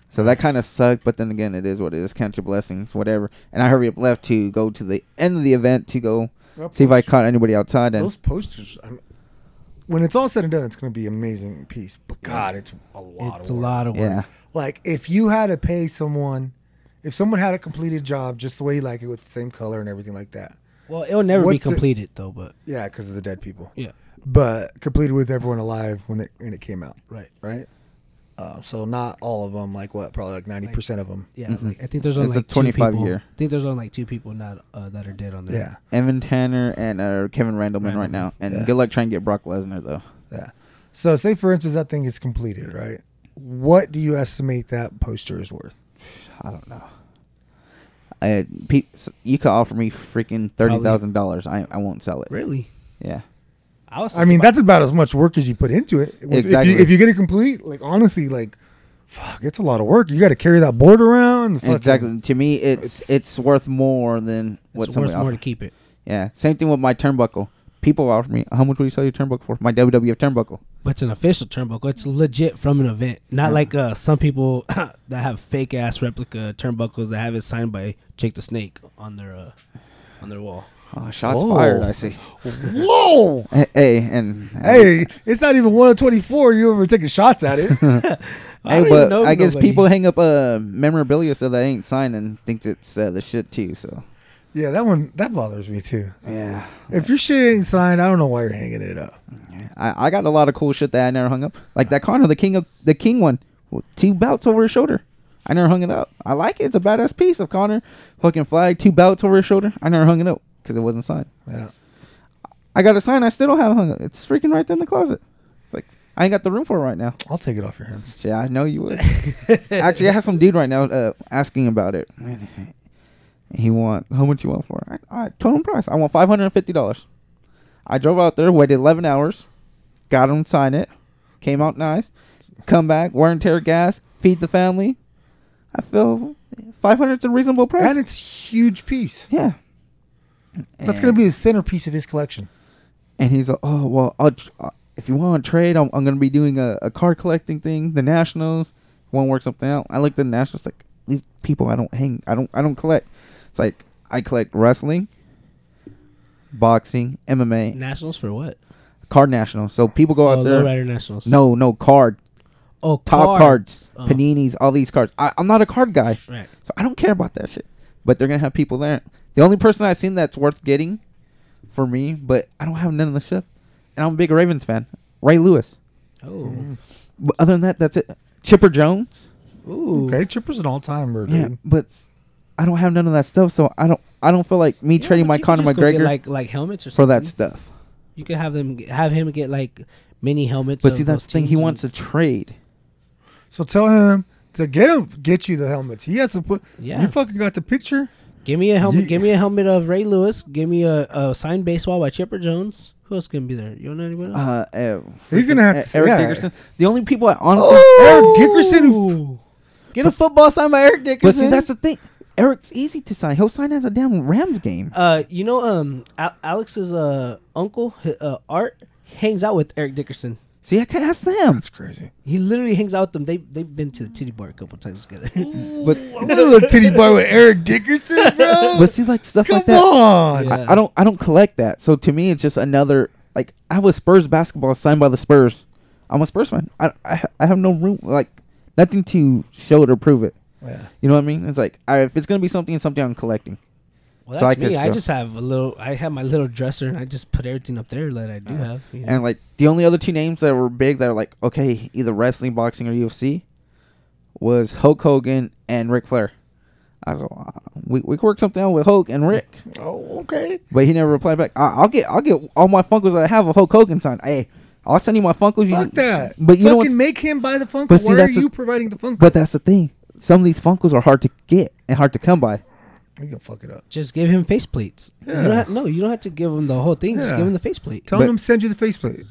[SPEAKER 2] So that kind of sucked, but then again, it is what it is. Count your blessings, whatever. And I hurry up left to go to the end of the event to go
[SPEAKER 3] There.
[SPEAKER 2] see if I caught anybody outside. And
[SPEAKER 3] those posters. I'm, when it's all said and done, it's going to be an amazing piece. But God, it's a lot.
[SPEAKER 1] It's a
[SPEAKER 3] of work.
[SPEAKER 1] lot of work.
[SPEAKER 2] yeah,
[SPEAKER 3] Like if you had to pay someone, if someone had a completed job just the way you like it with the same color and everything like that.
[SPEAKER 1] Well, it'll never
[SPEAKER 3] What's
[SPEAKER 1] be
[SPEAKER 3] the-
[SPEAKER 1] completed though. But
[SPEAKER 3] Yeah, because of the dead people.
[SPEAKER 1] yeah,
[SPEAKER 3] But completed with everyone alive when it when it came out,
[SPEAKER 1] right.
[SPEAKER 3] right? Uh, so not all of them. Like what? Probably like ninety percent of them.
[SPEAKER 1] Yeah,
[SPEAKER 2] Mhm.
[SPEAKER 1] like, I think there's only
[SPEAKER 2] It's a
[SPEAKER 1] like
[SPEAKER 2] 25
[SPEAKER 1] two people.
[SPEAKER 2] year.
[SPEAKER 1] I think there's only like two people not uh, that are dead on there.
[SPEAKER 3] Yeah,
[SPEAKER 2] Evan Tanner and uh, Kevin Randleman right now. And
[SPEAKER 3] Yeah.
[SPEAKER 2] good luck trying to get Brock Lesnar though.
[SPEAKER 3] yeah. So say for instance that thing is completed, right? What do you estimate that poster is worth?
[SPEAKER 2] I don't know. I, pe- s- you could offer me freaking thirty thousand dollars. I I won't sell it.
[SPEAKER 1] Really?
[SPEAKER 2] Yeah,
[SPEAKER 1] I was.
[SPEAKER 3] I mean, that's about as much work as you put into it. If-
[SPEAKER 2] Exactly.
[SPEAKER 3] If you, if you get it complete, like honestly, like fuck, it's a lot of work. You got to carry that board around. fucking-
[SPEAKER 2] exactly. To me, it's it's,
[SPEAKER 3] It's-
[SPEAKER 2] worth more than what
[SPEAKER 1] it's worth
[SPEAKER 2] somebody
[SPEAKER 1] more
[SPEAKER 2] offered.
[SPEAKER 1] to keep it.
[SPEAKER 2] Yeah, same thing with my turnbuckle. People offer me, how much will you sell your turnbuckle for? My WWF turnbuckle.
[SPEAKER 1] But it's an official turnbuckle. It's legit from an event, not
[SPEAKER 2] Yeah.
[SPEAKER 1] like uh, some people (coughs) that have fake ass replica turnbuckles that have it signed by Jake the Snake on their uh, on their wall.
[SPEAKER 2] Oh, shots
[SPEAKER 3] Oh.
[SPEAKER 2] fired! I see. (laughs)
[SPEAKER 3] Whoa.
[SPEAKER 2] Hey, hey, and
[SPEAKER 3] Hey, it's not even one of twenty-four. You ever taking shots at it?
[SPEAKER 2] (laughs) Hey,
[SPEAKER 1] don't
[SPEAKER 2] but
[SPEAKER 1] even know
[SPEAKER 2] I guess
[SPEAKER 1] nobody.
[SPEAKER 2] people hang up uh, memorabilia so they ain't signed and thinks it's uh, the shit too. So
[SPEAKER 3] yeah, that one that bothers me too.
[SPEAKER 2] yeah,
[SPEAKER 3] If your shit ain't signed, I don't know why you're hanging it up.
[SPEAKER 2] I, I got a lot of cool shit that I never hung up, like that Connor, the king of the king one, with two belts over his shoulder. I never hung it up. I like it. It's a badass piece of Connor, fucking flag, two belts over his shoulder. I never hung it up because it wasn't signed.
[SPEAKER 3] Yeah.
[SPEAKER 2] I got a sign. I still don't have it hung up. It's freaking right there in the closet. It's like I ain't got the room for it right now.
[SPEAKER 3] I'll take it off your hands.
[SPEAKER 2] Yeah, I know
[SPEAKER 3] (laughs)
[SPEAKER 2] you would. Actually, I have some dude right now uh, asking about it. He want how much you want for it? I, I told him price. I want five hundred and fifty dollars. I drove out there, waited eleven hours, got him to sign it, came out nice, come back, wear and tear gas, feed the family. I feel five hundred is a reasonable price.
[SPEAKER 3] And it's huge piece.
[SPEAKER 2] yeah,
[SPEAKER 3] That's gonna be the centerpiece of his collection.
[SPEAKER 2] And he's like, oh well, I'll tr- uh, if you want to trade, I'm, I'm gonna be doing a, a card collecting thing. The Nationals want to work something out. I like the Nationals. Like these people, I don't hang. I don't. I don't collect. It's like I collect wrestling, boxing, MMA,
[SPEAKER 1] Nationals for what?
[SPEAKER 2] card nationals. So people go out
[SPEAKER 1] oh,
[SPEAKER 2] there.
[SPEAKER 1] Lowrider Nationals.
[SPEAKER 2] No, no card.
[SPEAKER 1] oh,
[SPEAKER 2] Top cards,
[SPEAKER 1] Oh,
[SPEAKER 2] paninis, all these cards. I, I'm not a card guy.
[SPEAKER 1] Right.
[SPEAKER 2] So I don't care about that shit. But they're gonna have people there. The only person I've seen that's worth getting for me, but I don't have none of the shit. And I'm a big Ravens fan. Ray Lewis.
[SPEAKER 1] Oh,
[SPEAKER 2] But other than that, that's it. Chipper Jones.
[SPEAKER 1] ooh.
[SPEAKER 3] Okay, Chipper's an all-time bird.
[SPEAKER 2] Yeah.
[SPEAKER 3] dude.
[SPEAKER 2] But s- I don't have none of that stuff, so I don't I don't feel like me
[SPEAKER 1] Yeah,
[SPEAKER 2] trading
[SPEAKER 1] but
[SPEAKER 2] my
[SPEAKER 1] you could
[SPEAKER 2] Conor
[SPEAKER 1] just go get,
[SPEAKER 2] McGregor
[SPEAKER 1] like like helmets or
[SPEAKER 2] for
[SPEAKER 1] something.
[SPEAKER 2] that stuff.
[SPEAKER 1] you could have them get, have him get like mini helmets.
[SPEAKER 2] But
[SPEAKER 1] of
[SPEAKER 2] see that's
[SPEAKER 1] those
[SPEAKER 2] the thing, he
[SPEAKER 1] teams
[SPEAKER 2] wants to
[SPEAKER 1] and-
[SPEAKER 2] trade.
[SPEAKER 3] So tell him to get him, get you the helmets. He has to put.
[SPEAKER 1] Yeah.
[SPEAKER 3] You fucking got the picture.
[SPEAKER 1] Give me a helmet.
[SPEAKER 3] Ye-
[SPEAKER 1] Give me a helmet of Ray Lewis. Give me a, a signed baseball by Chipper Jones. Who else can be there? You know anyone else?
[SPEAKER 2] Uh, eh,
[SPEAKER 3] He's
[SPEAKER 2] freaking
[SPEAKER 3] gonna have
[SPEAKER 2] E-
[SPEAKER 3] to-
[SPEAKER 2] Eric
[SPEAKER 3] yeah. Oh,
[SPEAKER 2] Dickerson. The only people I honestly.
[SPEAKER 3] Eric Dickerson.
[SPEAKER 1] Ooh. Get a football signed by Eric Dickerson.
[SPEAKER 2] But see, that's the thing. Eric's easy to sign. He'll sign at a damn Rams game.
[SPEAKER 1] uh, you know, um, Al- Alex's uh uncle hi- uh, Art hangs out with Eric Dickerson.
[SPEAKER 2] See, I can ask them.
[SPEAKER 3] That's crazy.
[SPEAKER 1] He literally hangs out with them. They they've been to the titty bar a couple times together. (laughs)
[SPEAKER 2] But (laughs)
[SPEAKER 3] I want a little (laughs) titty bar with Eric Dickerson, bro.
[SPEAKER 2] but see, like stuff
[SPEAKER 3] Come
[SPEAKER 2] like that.
[SPEAKER 3] on.
[SPEAKER 1] Yeah.
[SPEAKER 2] I, I don't I don't collect that. So to me, it's just another like I have a Spurs basketball signed by the Spurs. I'm a Spurs fan. I I, I have no room like nothing to show it or prove it.
[SPEAKER 3] Yeah.
[SPEAKER 2] You know what I mean? It's like I, if it's gonna be something, it's something I'm collecting.
[SPEAKER 1] Well,
[SPEAKER 2] So I
[SPEAKER 1] that's me.
[SPEAKER 2] could
[SPEAKER 1] I
[SPEAKER 2] throw-
[SPEAKER 1] just have a little. I have my little dresser, and I just put everything up there that I do have. you know.
[SPEAKER 2] And like the only other two names that were big that are like okay, either wrestling, boxing, or UFC, was Hulk Hogan and Ric Flair. I go, "Ah, we we could work something out with Hulk and Rick,
[SPEAKER 3] Oh, okay.
[SPEAKER 2] but he never replied back. I, I'll get I'll get all my Funkos that I have of Hulk Hogan signed. Hey, I'll send you my Funkos.
[SPEAKER 3] Fuck
[SPEAKER 2] you,
[SPEAKER 3] that.
[SPEAKER 2] But you know what's-
[SPEAKER 3] Fucking make him buy the Funko.
[SPEAKER 2] But see,
[SPEAKER 3] Why are
[SPEAKER 2] that's the-
[SPEAKER 3] you providing the Funko?
[SPEAKER 2] But that's the thing. Some of these Funkos are hard to get and hard to come by.
[SPEAKER 3] you gonna fuck it up.
[SPEAKER 1] Just give him face plates. You don't
[SPEAKER 3] Yeah.
[SPEAKER 1] have- no, you don't have to give him the whole thing. Just
[SPEAKER 3] Yeah.
[SPEAKER 1] give him the face plate.
[SPEAKER 3] Tell
[SPEAKER 2] But-
[SPEAKER 3] him to send you the faceplate.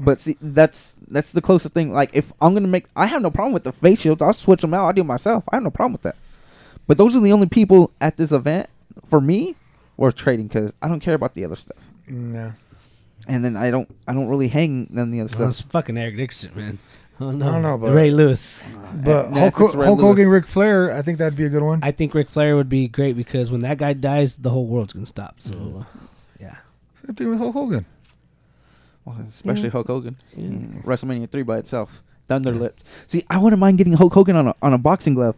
[SPEAKER 2] But see, that's that's the closest thing. Like if I'm gonna make, I have no problem with the face shields. I'll switch them out. I'll do it myself. I have no problem with that. But those are the only people at this event for me worth trading because I don't care about the other stuff.
[SPEAKER 3] No.
[SPEAKER 2] And then I don't I don't really hang on the other
[SPEAKER 1] Well, it's
[SPEAKER 2] stuff.
[SPEAKER 1] fucking Eric Dixon, man. Oh, no.
[SPEAKER 3] I don't know, but-
[SPEAKER 1] Ray Lewis.
[SPEAKER 3] But
[SPEAKER 2] Netflix
[SPEAKER 3] Hulk, Hulk,
[SPEAKER 2] Ray Lewis.
[SPEAKER 3] Hogan, Ric Flair, I think that'd be a good one.
[SPEAKER 1] I think Ric Flair would be great because when that guy dies, the whole world's gonna stop. So, uh, yeah.
[SPEAKER 3] Same thing with Hulk Hogan.
[SPEAKER 2] Well, especially Hulk Hogan. Mm, WrestleMania three by itself. Thunder lips. See, I wouldn't mind getting Hulk Hogan on a, on a boxing glove,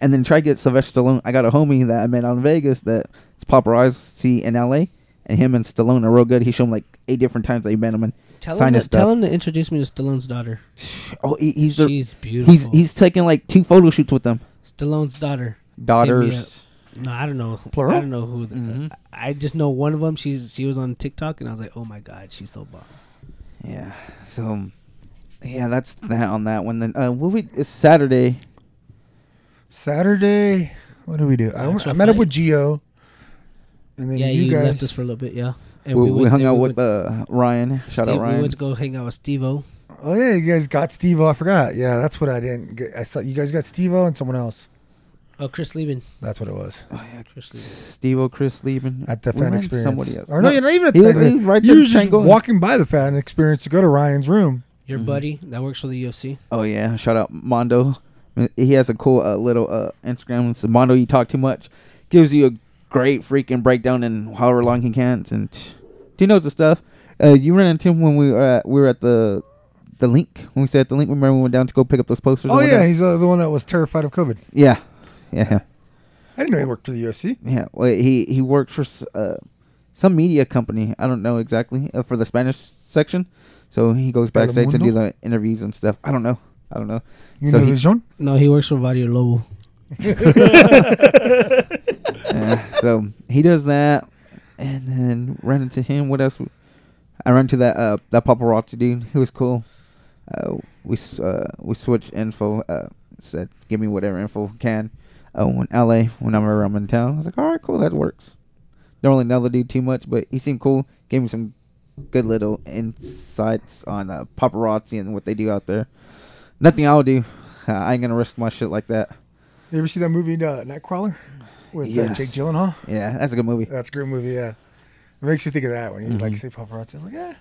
[SPEAKER 2] and then try to get Sylvester Stallone. I got a homie that I met out in Vegas that's paparazzi in L.A. And him and Stallone are real good. He showed him like eight different times that he met him and
[SPEAKER 1] Tell
[SPEAKER 2] signed
[SPEAKER 1] him.
[SPEAKER 2] his
[SPEAKER 1] To, tell
[SPEAKER 2] stuff.
[SPEAKER 1] him to introduce me to Stallone's daughter.
[SPEAKER 2] Oh, he, he's the,
[SPEAKER 1] She's beautiful.
[SPEAKER 2] he's he's taking like two photo shoots with them.
[SPEAKER 1] Stallone's daughter.
[SPEAKER 2] Daughters.
[SPEAKER 1] No, I don't know.
[SPEAKER 3] Plural?
[SPEAKER 1] I don't know who. The,
[SPEAKER 2] Mhm.
[SPEAKER 1] I just know one of them. She's she was on TikTok, and I was like, oh my god, she's so bomb.
[SPEAKER 2] Yeah. So, yeah, that's that on that one. Then uh, what we it's Saturday.
[SPEAKER 3] Saturday, what do we do? I,
[SPEAKER 1] Actual
[SPEAKER 3] I met up
[SPEAKER 1] fight?
[SPEAKER 3] with Gio, and then
[SPEAKER 1] yeah,
[SPEAKER 3] you,
[SPEAKER 1] you,
[SPEAKER 3] guys.
[SPEAKER 1] left us for a little bit, yeah. And
[SPEAKER 2] we, we
[SPEAKER 1] went-
[SPEAKER 2] hung
[SPEAKER 1] and
[SPEAKER 2] out
[SPEAKER 1] we
[SPEAKER 2] with
[SPEAKER 1] went-
[SPEAKER 2] uh, Ryan. Shout out
[SPEAKER 1] Steve-
[SPEAKER 2] Ryan.
[SPEAKER 1] We went to go hang out with Steve-O.
[SPEAKER 3] oh yeah, you guys got Steve. I forgot. Yeah, that's what I didn't. Get. I saw you guys got Steve and someone else.
[SPEAKER 1] Oh, Chris Lieben.
[SPEAKER 3] That's what it was
[SPEAKER 2] Oh, yeah,
[SPEAKER 1] Chris Lieben.
[SPEAKER 2] Steve O, Chris Lieben.
[SPEAKER 3] at the
[SPEAKER 2] We
[SPEAKER 3] fan
[SPEAKER 2] ran
[SPEAKER 3] experience.
[SPEAKER 2] Somebody else.
[SPEAKER 3] Or no, you're not even at
[SPEAKER 2] he
[SPEAKER 3] the.
[SPEAKER 2] was- he was right
[SPEAKER 3] you
[SPEAKER 2] there
[SPEAKER 3] were just
[SPEAKER 2] triangling.
[SPEAKER 3] walking by the fan experience to go to Ryan's room.
[SPEAKER 1] Your
[SPEAKER 2] Mhm.
[SPEAKER 1] buddy that works for the UFC.
[SPEAKER 2] Oh yeah, shout out Mondo. He has a cool uh, little uh, Instagram. It's Mondo, you talk too much. Gives you a great freaking breakdown in however long he can, and he knows the stuff. Uh, you ran into him when we were at, we were at the the link when we said the link. Remember we went down to go pick up those posters?
[SPEAKER 3] Oh
[SPEAKER 2] and
[SPEAKER 3] yeah,
[SPEAKER 2] whatnot?
[SPEAKER 3] he's uh, the one that was terrified of COVID.
[SPEAKER 2] yeah, yeah, yeah.
[SPEAKER 3] I didn't know he worked for the UFC.
[SPEAKER 2] Yeah, well, he he worked for s- uh, some media company. I don't know exactly uh, for the Spanish section. So he goes backstage to do the interviews and stuff. I don't know. I don't know.
[SPEAKER 3] You
[SPEAKER 2] So
[SPEAKER 3] know (laughs)
[SPEAKER 2] he- (laughs)
[SPEAKER 3] Vision?
[SPEAKER 1] No, he works for Vadio Lobo.
[SPEAKER 2] Yeah, so he does that, and then ran into him. What else? I ran into that uh that paparazzi dude. He was cool. Uh, we s- uh we switched info. Uh, said give me whatever info you can. Uh, when LA, whenever I'm in town, I was like, all right, cool, that works. Don't really know the dude too much, but he seemed cool. Gave me some good little insights on uh, paparazzi and what they do out there. Nothing I'll do. Uh, I ain't gonna risk my shit like that.
[SPEAKER 3] You ever see that movie uh, Nightcrawler with uh,
[SPEAKER 2] Yes.
[SPEAKER 3] Jake Gyllenhaal?
[SPEAKER 2] Yeah, that's a good movie.
[SPEAKER 3] That's a great movie. Yeah, it makes you think of that when you like
[SPEAKER 2] Mhm.
[SPEAKER 3] say paparazzi. It's like, yeah,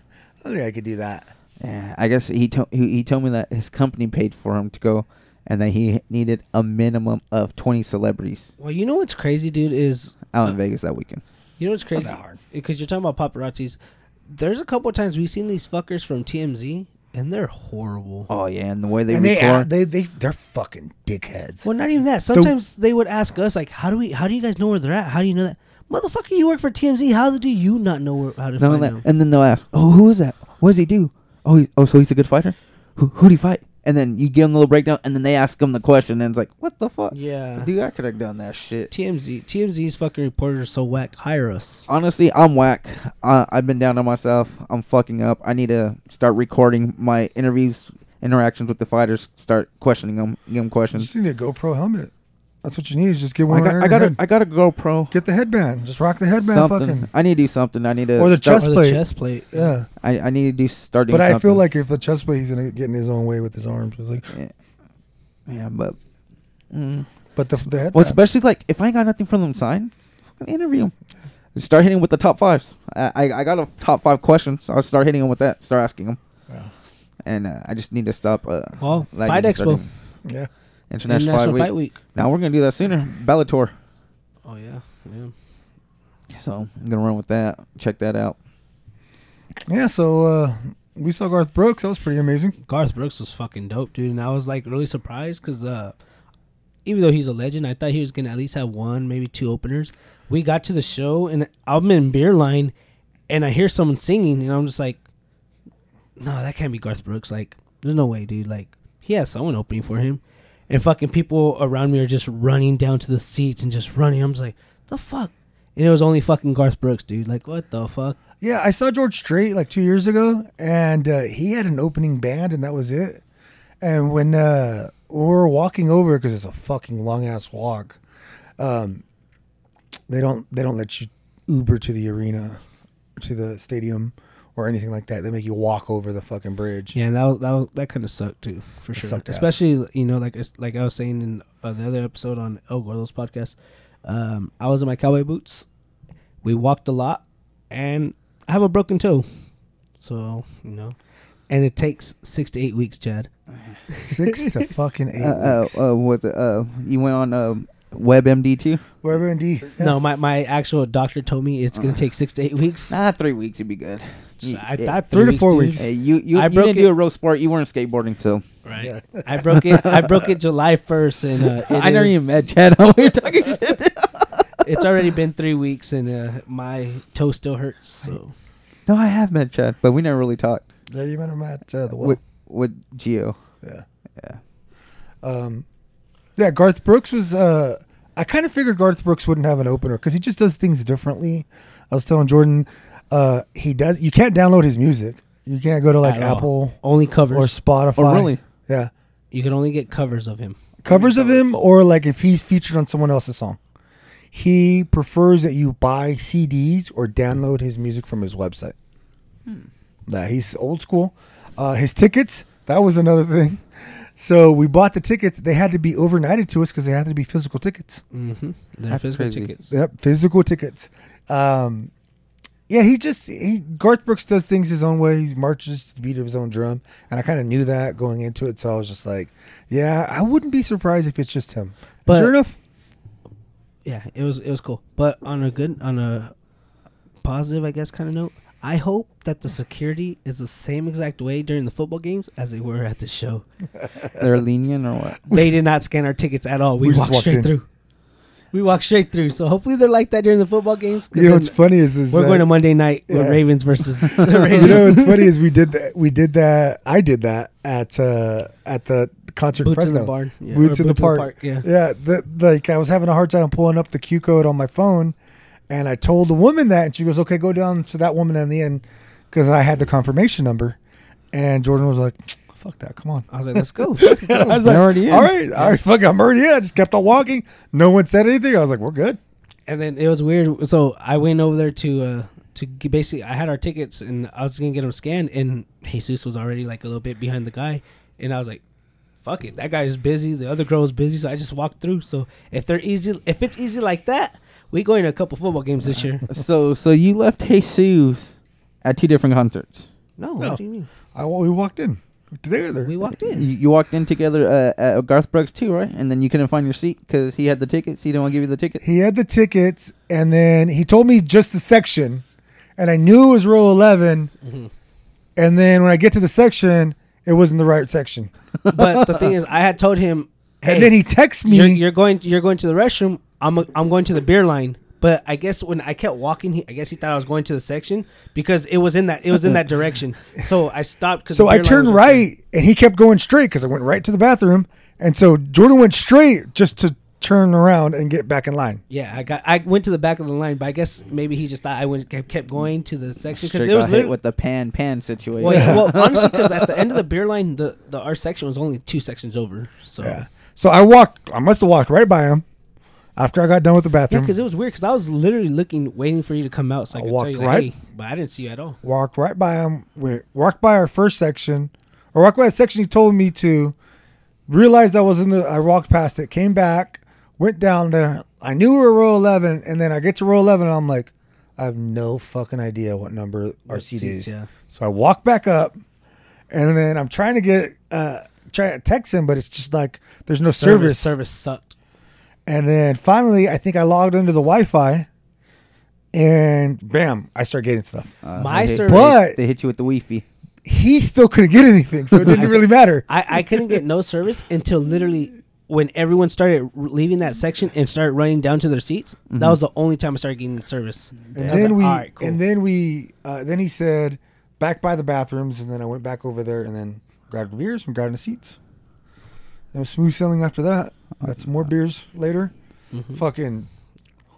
[SPEAKER 3] I think I could do that.
[SPEAKER 2] Yeah, I guess he told he, he told me that his company paid for him to go, and that he needed a minimum of twenty celebrities
[SPEAKER 1] Well, you know what's crazy, dude, is
[SPEAKER 2] out
[SPEAKER 1] Uh,
[SPEAKER 2] in Vegas that weekend.
[SPEAKER 1] you know what's
[SPEAKER 3] not
[SPEAKER 1] crazy
[SPEAKER 3] that hard.
[SPEAKER 1] because you're talking about paparazzis. There's a couple times we've seen these fuckers from TMZ, and they're horrible.
[SPEAKER 2] Oh yeah, and the way they
[SPEAKER 3] and they,
[SPEAKER 2] record,
[SPEAKER 3] they they they're fucking dickheads.
[SPEAKER 1] Well, not even that. Sometimes they would ask us, like, "How do we? How do you guys know where they're at? How do you know that?" Motherfucker, you work for TMZ. How do you not know where, how to
[SPEAKER 2] no,
[SPEAKER 1] find
[SPEAKER 2] that-
[SPEAKER 1] them?
[SPEAKER 2] and then they'll ask, "Oh, who is that? What does he do? Oh, he, oh, so he's a good fighter. Who who do he fight?" And then you give them the little breakdown, and then they ask him the question, and it's like, "What the fuck?"
[SPEAKER 1] Yeah.
[SPEAKER 2] dude, I could have done that shit.
[SPEAKER 1] TMZ, TMZ's fucking reporters are so whack. Hire us.
[SPEAKER 2] Honestly, I'm whack. I, I've been down on myself. I'm fucking up. I need to start recording my interviews, interactions with the fighters. Start questioning them, give them
[SPEAKER 3] you
[SPEAKER 2] questions.
[SPEAKER 3] just need a GoPro helmet. I That's what you need. Is just get one.
[SPEAKER 2] I
[SPEAKER 3] I
[SPEAKER 2] got, I got, a, I got a GoPro.
[SPEAKER 3] get the headband. Just rock the headband.
[SPEAKER 2] something.
[SPEAKER 3] Fucking.
[SPEAKER 2] I need to do something. I need to.
[SPEAKER 3] Or the
[SPEAKER 2] start-
[SPEAKER 1] Or the
[SPEAKER 3] plate.
[SPEAKER 1] chest plate.
[SPEAKER 3] Yeah.
[SPEAKER 2] I, I need to do start doing
[SPEAKER 3] But I feel
[SPEAKER 2] something.
[SPEAKER 3] like if the chest plate, he's gonna get in his own way with his arms. It's like,
[SPEAKER 2] yeah, but. Mm.
[SPEAKER 3] but the, the headband.
[SPEAKER 2] Well, especially like if I ain't got nothing from them signed, fucking interview them. Start hitting 'em with the top fives. I, I I got a top five questions. I'll start hitting them with that. Start asking them,
[SPEAKER 3] yeah.
[SPEAKER 2] and uh, I just need to stop. Uh,
[SPEAKER 1] Well,
[SPEAKER 2] like,
[SPEAKER 1] Fight
[SPEAKER 2] and start
[SPEAKER 1] Expo,
[SPEAKER 2] doing
[SPEAKER 3] yeah.
[SPEAKER 2] International,
[SPEAKER 1] International
[SPEAKER 2] Fight Week.
[SPEAKER 1] Fight Week.
[SPEAKER 2] Now we're gonna do that sooner. Bellator.
[SPEAKER 1] Oh yeah, yeah.
[SPEAKER 2] So I'm gonna run with that. Check that out.
[SPEAKER 3] Yeah. So uh, we saw Garth Brooks. That was pretty amazing.
[SPEAKER 1] Garth Brooks was fucking dope, dude, and I was like really surprised because uh, even though he's a legend, I thought he was gonna at least have one, maybe two openers. We got to the show, and I'm in beer line, and I hear someone singing, and I'm just like, no, that can't be Garth Brooks. Like, there's no way, dude. Like, he has someone opening for him, and fucking people around me are just running down to the seats and just running. I'm just like, the fuck. And it was only fucking Garth Brooks, dude. Like, what the fuck?
[SPEAKER 3] Yeah, I saw George Strait like two years ago, and uh, he had an opening band, and that was it. And when uh, we were walking over, because it's a fucking long ass walk, um, they don't they don't let you Uber to the arena, to the stadium, or anything like that. They make you walk over the fucking bridge.
[SPEAKER 1] Yeah, and that was, that was, that kind of sucked too, for sure.
[SPEAKER 3] sucked ass.
[SPEAKER 1] Especially you know like it's- like I was saying in uh, the other episode on El Gordo's podcast, um, I was in my cowboy boots. We walked a lot, and I have a broken toe, so you know, and it takes six to eight weeks, Chad.
[SPEAKER 3] Six to fucking
[SPEAKER 1] (laughs)
[SPEAKER 3] eight.
[SPEAKER 2] Uh, uh,
[SPEAKER 3] weeks.
[SPEAKER 2] uh, with uh, you went on um, WebMD too.
[SPEAKER 3] Wherever in D.
[SPEAKER 1] No, my my actual doctor told me it's
[SPEAKER 3] Uh.
[SPEAKER 1] gonna take six to eight weeks.
[SPEAKER 2] Nah, three weeks would be good.
[SPEAKER 1] So I
[SPEAKER 2] Yeah.
[SPEAKER 1] thought
[SPEAKER 3] Three
[SPEAKER 1] three,
[SPEAKER 3] to four
[SPEAKER 1] dude.
[SPEAKER 3] weeks.
[SPEAKER 2] Hey, you you,
[SPEAKER 1] I
[SPEAKER 2] you
[SPEAKER 1] broke
[SPEAKER 2] didn't
[SPEAKER 1] it-
[SPEAKER 2] do a road sport. You weren't skateboarding, so (laughs)
[SPEAKER 1] Right.
[SPEAKER 3] Yeah.
[SPEAKER 1] I broke it. I broke it July first, and uh, it
[SPEAKER 2] I never
[SPEAKER 1] is-
[SPEAKER 2] even met (laughs) Chad. when we were talking shit.
[SPEAKER 1] It's already been three weeks, and uh, my toe still hurts. So
[SPEAKER 2] No, I have met Chad, but we never really talked
[SPEAKER 3] Yeah, you met him at uh, the well.
[SPEAKER 2] with with Geo.
[SPEAKER 3] Yeah.
[SPEAKER 2] Yeah.
[SPEAKER 3] Um, yeah, Garth Brooks was. Uh, I kind of figured Garth Brooks wouldn't have an opener because he just does things differently. I was telling Jordan, uh, he does. You can't download his music. You can't go to like
[SPEAKER 1] At all.
[SPEAKER 3] Apple
[SPEAKER 1] only covers.
[SPEAKER 3] or Spotify.
[SPEAKER 2] Oh, really?
[SPEAKER 3] Yeah,
[SPEAKER 1] You can only get covers of him.
[SPEAKER 3] covers of him or like if he's featured on someone else's song. He prefers that you buy CDs or download his music from his website.
[SPEAKER 2] Hmm.
[SPEAKER 3] Nah, he's old school. Uh, his tickets, that was another thing. (laughs) So we bought the tickets. They had to be overnighted to us because they had to be physical tickets.
[SPEAKER 1] Mm-hmm. They're
[SPEAKER 2] That's
[SPEAKER 1] physical
[SPEAKER 2] crazy.
[SPEAKER 1] tickets.
[SPEAKER 3] Yep, physical tickets. Um, yeah, he just he Garth Brooks does things his own way. He marches to the beat of his own drum, and I kind of knew that going into it. So I was just like, yeah, I wouldn't be surprised if it's just him. But
[SPEAKER 1] But-
[SPEAKER 3] sure enough,
[SPEAKER 1] Yeah, it was it was cool. But on a good on a positive, I guess, kind of note, I hope that the security is the same exact way during the football games as they were at the show.
[SPEAKER 2] They're lenient or what?
[SPEAKER 1] They did not scan our tickets at all. We,
[SPEAKER 3] We just
[SPEAKER 1] walked
[SPEAKER 3] walked
[SPEAKER 1] straight
[SPEAKER 3] in.
[SPEAKER 1] through. We walked straight through. So hopefully they're like that during the football games. 'cause
[SPEAKER 3] you know
[SPEAKER 1] then
[SPEAKER 3] what's funny is, is
[SPEAKER 1] we're
[SPEAKER 3] that-
[SPEAKER 1] going to Monday night
[SPEAKER 3] Yeah.
[SPEAKER 1] with Ravens versus the
[SPEAKER 3] (laughs) you
[SPEAKER 1] Ravens.
[SPEAKER 3] know what's funny is we did that we did that I did that at uh, at the concert in
[SPEAKER 1] boots in
[SPEAKER 3] Fresno.
[SPEAKER 1] the barn. Yeah,
[SPEAKER 3] Boots
[SPEAKER 1] or
[SPEAKER 3] in the park.
[SPEAKER 1] Yeah.
[SPEAKER 3] Yeah, the, like I was having a hard time pulling up the Q code on my phone, and I told the woman that, and she goes, "Okay, go down to that woman in the end," because I had the confirmation number, and Jordan was like, "Fuck that, come on."
[SPEAKER 1] I was like, let's go.
[SPEAKER 3] (laughs)
[SPEAKER 1] (laughs)
[SPEAKER 3] I was
[SPEAKER 2] They're
[SPEAKER 3] like,
[SPEAKER 2] Uh, already in.
[SPEAKER 3] "All right, all right, fuck, I'm already in." I just kept on walking. No one said anything. I was like, "We're good."
[SPEAKER 1] and then it was weird. So I went over there to uh, to g- basically I had our tickets and I was gonna get them scanned, and Jesus was already like a little bit behind the guy, and I was like, "Fuck it, that guy is busy. The other girl is busy, so I just walked through." So if they're easy, if it's easy like that, we going to a couple football games this year.
[SPEAKER 2] So so you left Jesus at two different concerts.
[SPEAKER 1] (laughs) No,
[SPEAKER 3] No.
[SPEAKER 1] what do you mean?
[SPEAKER 3] I we walked in together.
[SPEAKER 1] We walked
[SPEAKER 2] You,
[SPEAKER 1] in.
[SPEAKER 2] you walked in together uh, at Garth Brooks too, right? And then you couldn't find your seat because he had the tickets. He didn't want to give you the ticket.
[SPEAKER 3] He had the tickets, and then he told me just the section, and I knew it was row 11
[SPEAKER 2] Mm-hmm.
[SPEAKER 3] And then when I get to the section, it wasn't the right section.
[SPEAKER 1] But the thing is, I had told him, "Hey,
[SPEAKER 3] and then he texted me.
[SPEAKER 1] you're, you're going, you're going to the restroom. I'm, I'm going to the beer line." But I guess when I kept walking, he, I guess he thought I was going to the section because it was in that, it was in that direction. So I stopped. 'cause
[SPEAKER 3] so
[SPEAKER 1] the
[SPEAKER 3] I
[SPEAKER 1] beer line
[SPEAKER 3] turned
[SPEAKER 1] was up there.
[SPEAKER 3] right, and he kept going straight because I went right to the bathroom. And so Jordan went straight just to turn around and get back in line.
[SPEAKER 1] Yeah, I got. I went to the back of the line, but I guess maybe he just thought I went kept, kept going to the section because
[SPEAKER 2] Straight
[SPEAKER 1] it was
[SPEAKER 2] got hit
[SPEAKER 1] literally.
[SPEAKER 2] with the pan pan situation. Uh,
[SPEAKER 1] Well,
[SPEAKER 3] (laughs)
[SPEAKER 1] well, honestly, because at the end of the beer line, the the our section was only two sections over. So
[SPEAKER 3] Yeah. So I walked. I must have walked right by him, After I got done with the
[SPEAKER 1] Yeah,
[SPEAKER 3] bathroom,
[SPEAKER 1] because it was weird. Because I was literally looking, waiting for you to come out, so I,
[SPEAKER 3] I
[SPEAKER 1] could
[SPEAKER 3] walked
[SPEAKER 1] tell you, like,
[SPEAKER 3] right-
[SPEAKER 1] hey, but I didn't see you at all.
[SPEAKER 3] walked right by him. Went, walked by our first section, or walked by a section he told me to. Realized I was in the. I walked past it, came back, went down there. I knew we were row eleven, and then I get to row eleven, and I'm like, I have no fucking idea what number our
[SPEAKER 1] What
[SPEAKER 3] seat is.
[SPEAKER 1] seats, yeah.
[SPEAKER 3] So I walk back up, and then I'm trying to get uh try to text him, but it's just like there's no
[SPEAKER 1] Service,
[SPEAKER 3] service.
[SPEAKER 1] service sucked.
[SPEAKER 3] And then finally, I think I logged into the Wi-Fi, and bam, I start getting stuff.
[SPEAKER 2] Uh,
[SPEAKER 1] My
[SPEAKER 2] they hit-
[SPEAKER 1] server-
[SPEAKER 3] But-
[SPEAKER 2] they hit you with the wifi.
[SPEAKER 3] He still couldn't get anything, so it didn't really matter.
[SPEAKER 1] I, I couldn't
[SPEAKER 3] (laughs)
[SPEAKER 1] get no service until literally when everyone started r- leaving that section and started running down to their seats.
[SPEAKER 2] Mm-hmm.
[SPEAKER 1] That was the only time I started getting service.
[SPEAKER 3] And
[SPEAKER 1] I was
[SPEAKER 3] then
[SPEAKER 1] like,
[SPEAKER 3] we,
[SPEAKER 1] "All right, cool."
[SPEAKER 3] and then we, uh, then he said, back by the bathrooms, and then I went back over there, and then grabbed beers and got in the seats. And it was smooth sailing after that. Got
[SPEAKER 1] Uh,
[SPEAKER 3] some more beers later.
[SPEAKER 1] mm-hmm.
[SPEAKER 3] Fucking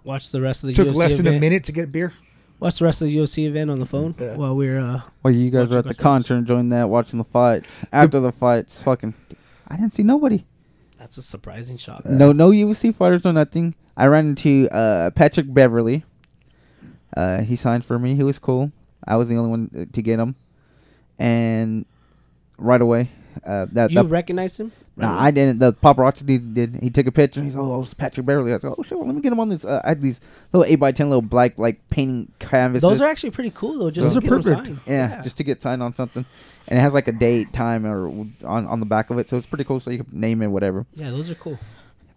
[SPEAKER 1] watched the rest of the
[SPEAKER 3] took
[SPEAKER 1] UFC
[SPEAKER 3] less than
[SPEAKER 1] event.
[SPEAKER 3] a minute to get a beer.
[SPEAKER 1] Watched the rest of the UFC event on the phone
[SPEAKER 3] Yeah.
[SPEAKER 1] while we were. Uh,
[SPEAKER 2] Well, you guys
[SPEAKER 1] Watching
[SPEAKER 2] were at the
[SPEAKER 1] cartoons.
[SPEAKER 2] contra enjoying that, watching the fights. After the fights, fucking, I didn't see nobody.
[SPEAKER 1] that's a surprising shock.
[SPEAKER 2] No, no UFC fighters, no nothing. I ran into uh, Patrick Beverly. Uh, he signed for me. He was cool. I was the only one uh, to get him, and right away, uh, that,
[SPEAKER 1] You
[SPEAKER 2] that
[SPEAKER 1] recognized him?
[SPEAKER 2] no, I didn't. The paparazzi dude did. He took a picture. and He's oh, it's Patrick Beverly. I was like, oh shit, well, let me get him on this. Uh, I had these little eight by ten little black like painting canvases.
[SPEAKER 1] Those are actually pretty cool though. Just
[SPEAKER 3] Those
[SPEAKER 1] to
[SPEAKER 3] are
[SPEAKER 1] get 'em
[SPEAKER 3] perfect.
[SPEAKER 1] signed.
[SPEAKER 2] Yeah, just to get signed on something, and it has like a date, time, or on on the back of it, so it's pretty cool. So you can name it whatever.
[SPEAKER 1] yeah, those are cool.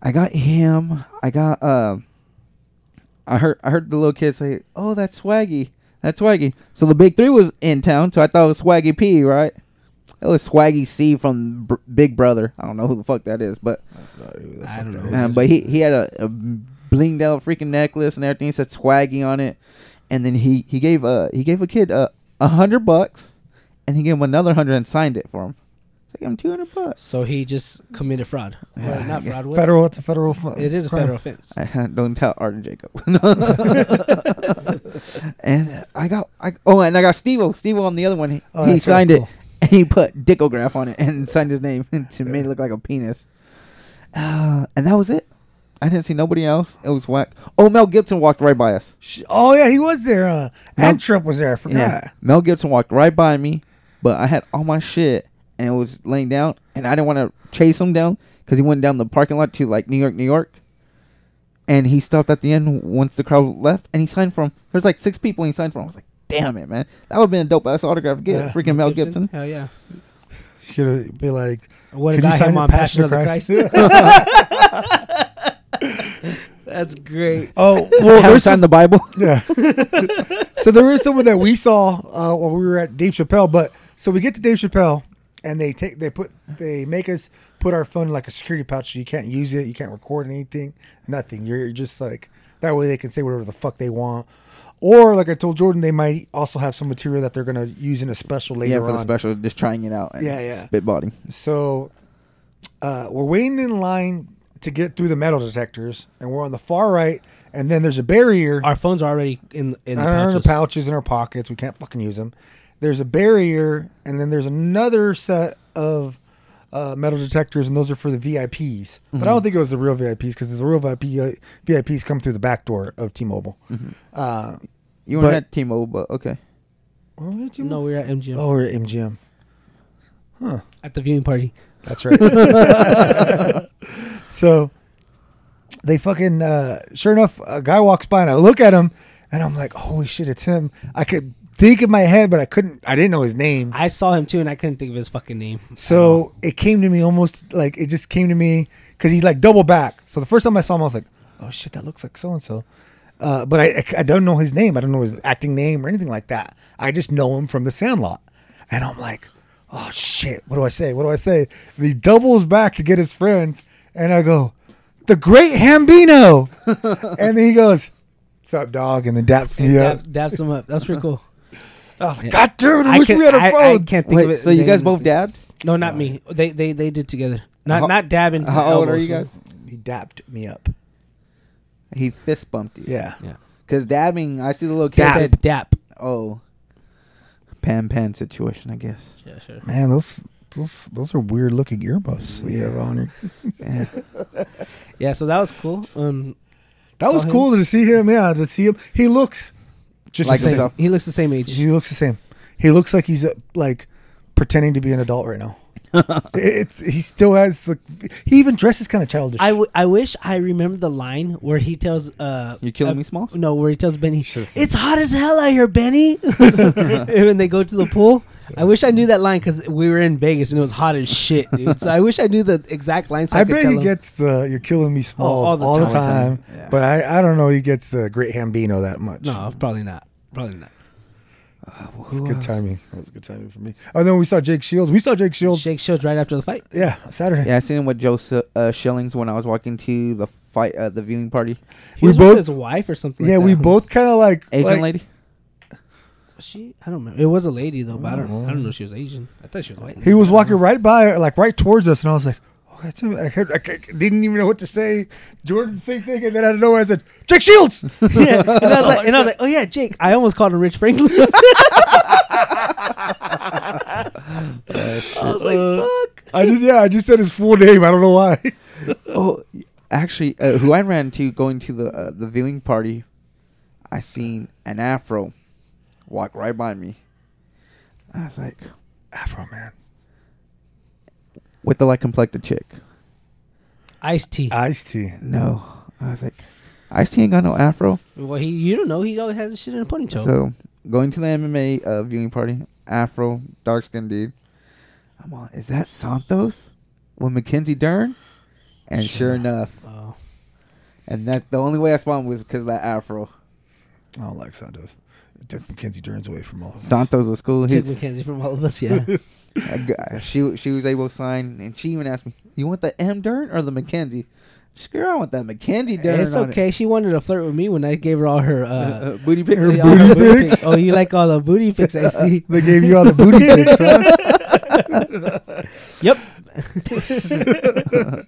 [SPEAKER 2] I got him. I got uh, I heard I heard the little kid say, "Oh, that's Swaggy, that's Swaggy." So the big three was in town, so I thought it was Swaggy P, right? It was Swaggy C from Br- Big Brother. I don't know who the fuck that is, but
[SPEAKER 1] I don't know.
[SPEAKER 2] uh, but he he had a, a blinged out freaking necklace and everything. It said Swaggy on it, and then he he gave a he gave a kid a a hundred bucks, and he gave him another hundred and signed it for him. So I gave him two hundred bucks.
[SPEAKER 1] So he just committed fraud. Well, not fraud. What?
[SPEAKER 3] Federal, it's a federal. fu-
[SPEAKER 1] It is a
[SPEAKER 3] crime.
[SPEAKER 1] federal offense.
[SPEAKER 2] I don't tell Art and Jacob. (laughs)
[SPEAKER 3] (laughs)
[SPEAKER 2] and I got I oh and I got Steve O Steve O on the other one. He,
[SPEAKER 3] Oh,
[SPEAKER 2] he
[SPEAKER 3] that's really
[SPEAKER 2] signed
[SPEAKER 3] cool.
[SPEAKER 2] it and he put Dickograph on it and signed his name (laughs) to make it look like a penis. Uh, and that was it. I didn't see nobody else. It was whack. Oh, Mel Gibson walked right by us.
[SPEAKER 3] Sh- Oh yeah, he was there. Uh,
[SPEAKER 2] Mount-
[SPEAKER 3] and Trump was there. I forgot.
[SPEAKER 2] Mel Gibson walked right by me, but I had all my shit and it was laying down, and I didn't want to chase him down because he went down the parking lot to like New York, New York. And he stopped at the end once the crowd left, and he signed for him. There's like six people, and he signed for him. I was like, "Damn it, man! That would have been a dope ass autograph to get
[SPEAKER 3] Yeah.
[SPEAKER 2] freaking Mel Gibson."
[SPEAKER 1] Hell yeah.
[SPEAKER 3] Should have be like,
[SPEAKER 1] What
[SPEAKER 3] "Could
[SPEAKER 1] got
[SPEAKER 3] sign
[SPEAKER 1] him
[SPEAKER 3] the
[SPEAKER 1] on Passion of the Christ?
[SPEAKER 2] (laughs)
[SPEAKER 1] That's great.
[SPEAKER 3] (laughs) oh
[SPEAKER 2] Well,
[SPEAKER 3] well,
[SPEAKER 2] have him
[SPEAKER 3] there's
[SPEAKER 2] sign
[SPEAKER 3] some,
[SPEAKER 2] the Bible. (laughs)
[SPEAKER 3] yeah. (laughs) so there is someone that we saw uh, while we were at Dave Chappelle. But so we get to Dave Chappelle, and they take they put they make us put our phone in like a security pouch. So you can't use it. You can't record anything. Nothing. You're just like that way they can say whatever the fuck they want. Or like I told Jordan, they might also have some material that they're gonna use in a special later
[SPEAKER 2] yeah, for
[SPEAKER 3] on.
[SPEAKER 2] the special, just trying it out. And
[SPEAKER 3] Yeah, yeah.
[SPEAKER 2] Spitbotting.
[SPEAKER 3] So uh, we're waiting in line to get through the metal detectors, and we're on the far right, and then there's a barrier.
[SPEAKER 1] Our phones are already in in the
[SPEAKER 3] And our
[SPEAKER 1] pouches.
[SPEAKER 3] pouches in our pockets. We can't fucking use them. There's a barrier, and then there's another set of uh, metal detectors, and those are for the VIPs. But
[SPEAKER 1] Mm-hmm.
[SPEAKER 3] I don't think it was the real VIPs because the real VIP, uh, VIPs come through the back door of T-Mobile.
[SPEAKER 1] Mm-hmm.
[SPEAKER 3] Uh,
[SPEAKER 2] You weren't
[SPEAKER 3] But-
[SPEAKER 2] at T-Mobile, but okay.
[SPEAKER 3] where were we at T-Mobile?
[SPEAKER 1] No, we were at MGM
[SPEAKER 3] Oh, we're at MGM. Huh.
[SPEAKER 1] at the viewing party.
[SPEAKER 3] That's right. (laughs) so they fucking uh, sure enough, a guy walks by and I look at him and I'm like, holy shit, it's him. I could think in my head, but I couldn't. I didn't know his name.
[SPEAKER 1] I saw him too, and I couldn't think of his fucking name.
[SPEAKER 3] So it came to me almost like it just came to me because he like double back. So the first time I saw him, I was like, oh shit, that looks like so and so. Uh, but I, I, I don't know his name. I don't know his acting name or anything like that. I just know him from The Sandlot. And I'm like, oh shit, what do I say? What do I say? And he doubles back to get his friends. And I go, the great Hambino. (laughs) and then he goes, what's up, dog? And then daps
[SPEAKER 1] And
[SPEAKER 3] me up.
[SPEAKER 1] dab, dabs him up. That's pretty cool.
[SPEAKER 3] I was like, God (laughs) dude, I,
[SPEAKER 1] I
[SPEAKER 3] wish
[SPEAKER 1] can-
[SPEAKER 3] we had a
[SPEAKER 1] I- I
[SPEAKER 3] phone.
[SPEAKER 1] can't think of
[SPEAKER 2] Wait,
[SPEAKER 1] it.
[SPEAKER 2] so you
[SPEAKER 1] They-
[SPEAKER 2] guys both dabbed?
[SPEAKER 1] No, not me. They they they did together. Not
[SPEAKER 2] How-
[SPEAKER 1] not dabbing.
[SPEAKER 2] How old are you
[SPEAKER 1] elbows.
[SPEAKER 2] guys?
[SPEAKER 3] He dapped me up.
[SPEAKER 2] He fist bumped you.
[SPEAKER 3] Yeah.
[SPEAKER 1] Yeah.
[SPEAKER 2] Because dabbing, I see the little kid
[SPEAKER 1] They
[SPEAKER 3] Dap.
[SPEAKER 2] said
[SPEAKER 1] said dap.
[SPEAKER 2] Oh. Pan pan situation, I (laughs) guess.
[SPEAKER 1] Yeah, sure.
[SPEAKER 3] Man, those those those are weird looking earmuffs you have on you.
[SPEAKER 2] Yeah.
[SPEAKER 1] Yeah, so that was cool. Um,
[SPEAKER 3] That was
[SPEAKER 1] Saw him.
[SPEAKER 3] cool to see him. Yeah, to see him. He looks just
[SPEAKER 2] Like
[SPEAKER 3] the same.
[SPEAKER 2] himself.
[SPEAKER 1] He looks the same age.
[SPEAKER 3] He looks the same. He looks like he's uh, like pretending to be an adult right
[SPEAKER 1] (laughs)
[SPEAKER 3] now. it's he still has the. He even dresses kind of childish.
[SPEAKER 1] I, w- I wish I remember the line where he tells uh
[SPEAKER 2] You killing
[SPEAKER 1] uh,
[SPEAKER 2] me, Smalls?
[SPEAKER 1] No, where he tells Benny,
[SPEAKER 3] Should've said-
[SPEAKER 1] "It's hot as hell out here, Benny." (laughs) when they go to the pool, I wish I knew that line because we were in Vegas and it was hot as shit, dude. so I wish I knew the exact line. So I,
[SPEAKER 3] I
[SPEAKER 1] could
[SPEAKER 3] bet
[SPEAKER 1] tell
[SPEAKER 3] he
[SPEAKER 1] him. Oh,
[SPEAKER 3] gets the "You're killing me" Smalls
[SPEAKER 1] all the
[SPEAKER 3] all the
[SPEAKER 1] time.
[SPEAKER 3] time,
[SPEAKER 1] Yeah.
[SPEAKER 3] but I, I don't know he gets the Great Hambino that much.
[SPEAKER 1] No, probably not. Probably not.
[SPEAKER 3] it's
[SPEAKER 2] uh,
[SPEAKER 3] good timing. That was good timing for me. And then we saw Jake Shields. We saw Jake Shields.
[SPEAKER 1] Jake Shields right after the fight.
[SPEAKER 3] Yeah, Saturday.
[SPEAKER 2] Yeah, I seen him with Joe Si- uh, Shillings when I was walking to the fight, uh, the viewing party.
[SPEAKER 1] He
[SPEAKER 3] We
[SPEAKER 1] was
[SPEAKER 3] both-
[SPEAKER 1] with his wife or something.
[SPEAKER 3] Yeah,
[SPEAKER 1] like
[SPEAKER 3] we
[SPEAKER 1] that.
[SPEAKER 3] both kind of like
[SPEAKER 2] Asian
[SPEAKER 3] like-
[SPEAKER 2] lady.
[SPEAKER 1] She, I don't remember. It was a lady though, but I don't. I don't know. if She was Asian. I thought she was white.
[SPEAKER 3] He was (laughs) walking right by, like right towards us, and I was like, "Oh, that's him." I, heard, I didn't even know what to say. Jordan thing thing, and then out of nowhere, I said, "Jake Shields."
[SPEAKER 1] (laughs) (laughs) yeah, and I was like, and I was like, oh yeah, Jake. I almost called him Rich Franklin. (laughs) I was like, fuck.
[SPEAKER 3] Uh, I just yeah, I just said his full name. I don't know why. (laughs)
[SPEAKER 2] Oh, actually, uh, who I ran to going to the uh, the viewing party, I seen an afro walk right by me. I was like,
[SPEAKER 3] Afro man,
[SPEAKER 2] with the like complected chick.
[SPEAKER 1] Ice tea.
[SPEAKER 3] Ice T.
[SPEAKER 2] No, I was like, I still ain't got no afro.
[SPEAKER 1] Well, he, you don't know. He always has his shit in a ponytail.
[SPEAKER 2] So going to the MMA uh, viewing party, afro, dark skinned dude. I'm on. Is that Santos with Mackenzie Dern? And sure enough,
[SPEAKER 1] oh.
[SPEAKER 2] and that the only way I spawned was because of that afro.
[SPEAKER 3] I don't like Santos. It Took Mackenzie Dern's away from all of us.
[SPEAKER 2] Santos was cool. He,
[SPEAKER 1] Take Mackenzie from all of us. Yeah.
[SPEAKER 2] I g- I- she she was able to sign, and she even asked me, "You want the M Dern or the Mackenzie?" Screw, I want that Mackenzie Dern.
[SPEAKER 1] it's
[SPEAKER 2] on it."
[SPEAKER 1] okay. She wanted to flirt with me when I gave her all her.
[SPEAKER 2] Uh,
[SPEAKER 1] Uh,
[SPEAKER 2] uh, booty pics.
[SPEAKER 1] all
[SPEAKER 3] booty
[SPEAKER 1] her
[SPEAKER 3] pics?
[SPEAKER 2] (laughs)
[SPEAKER 1] Oh, you like all the booty pics? I see.
[SPEAKER 3] They gave you all the booty pics, huh?
[SPEAKER 1] Yep.
[SPEAKER 3] (laughs)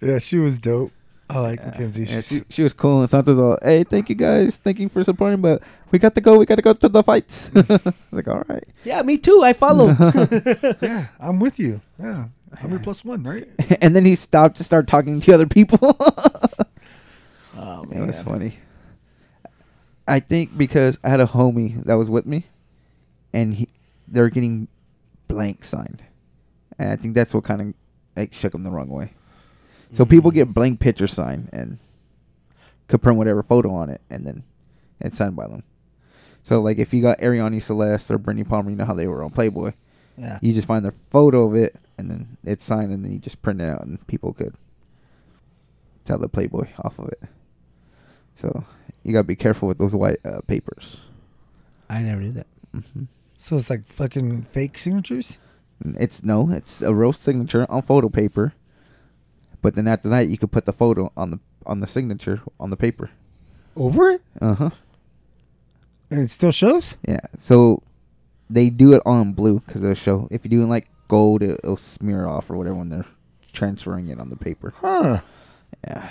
[SPEAKER 3] Yeah, she was dope. I like
[SPEAKER 2] Yeah.
[SPEAKER 3] Mackenzie.
[SPEAKER 2] Yeah,
[SPEAKER 3] She's,
[SPEAKER 2] she, she was cool, and Santos all, "Hey, thank you guys, thank you for supporting, but we got to go, we got to go to the fights." (laughs) I was like, "All right," (laughs)
[SPEAKER 1] Yeah, me too. I follow. (laughs)
[SPEAKER 3] yeah, I'm with you. Yeah, hundred plus one, right?
[SPEAKER 2] and then he stopped to start talking to other people. (laughs)
[SPEAKER 3] Oh
[SPEAKER 2] it was funny. I think because I had a homie that was with me, and he, they're getting blank signed, and I think that's what kind of like shook him the wrong way. (laughs) So
[SPEAKER 1] Mm.
[SPEAKER 2] people get blank picture signed and could print whatever photo on it, and then it's signed by them. So like if you got Ariani Celeste or Brittany Palmer, you know how they were on Playboy.
[SPEAKER 3] Yeah,
[SPEAKER 2] You just find their photo of it, and then it's signed, and then you just print it out, and people could tell the Playboy off of it. So you gotta be careful with those white uh, papers.
[SPEAKER 1] I never knew that.
[SPEAKER 2] hmm
[SPEAKER 3] So it's like fucking fake signatures.
[SPEAKER 2] It's no, it's a real signature on photo paper, but then after that, you could put the photo on the on the signature on the paper.
[SPEAKER 3] Over it,
[SPEAKER 2] Uh huh.
[SPEAKER 3] and it still shows.
[SPEAKER 2] Yeah. So they do it on blue because it'll show. If you do it like gold, it, it'll smear off or whatever when they're transferring it on the paper.
[SPEAKER 3] Huh?
[SPEAKER 2] Yeah.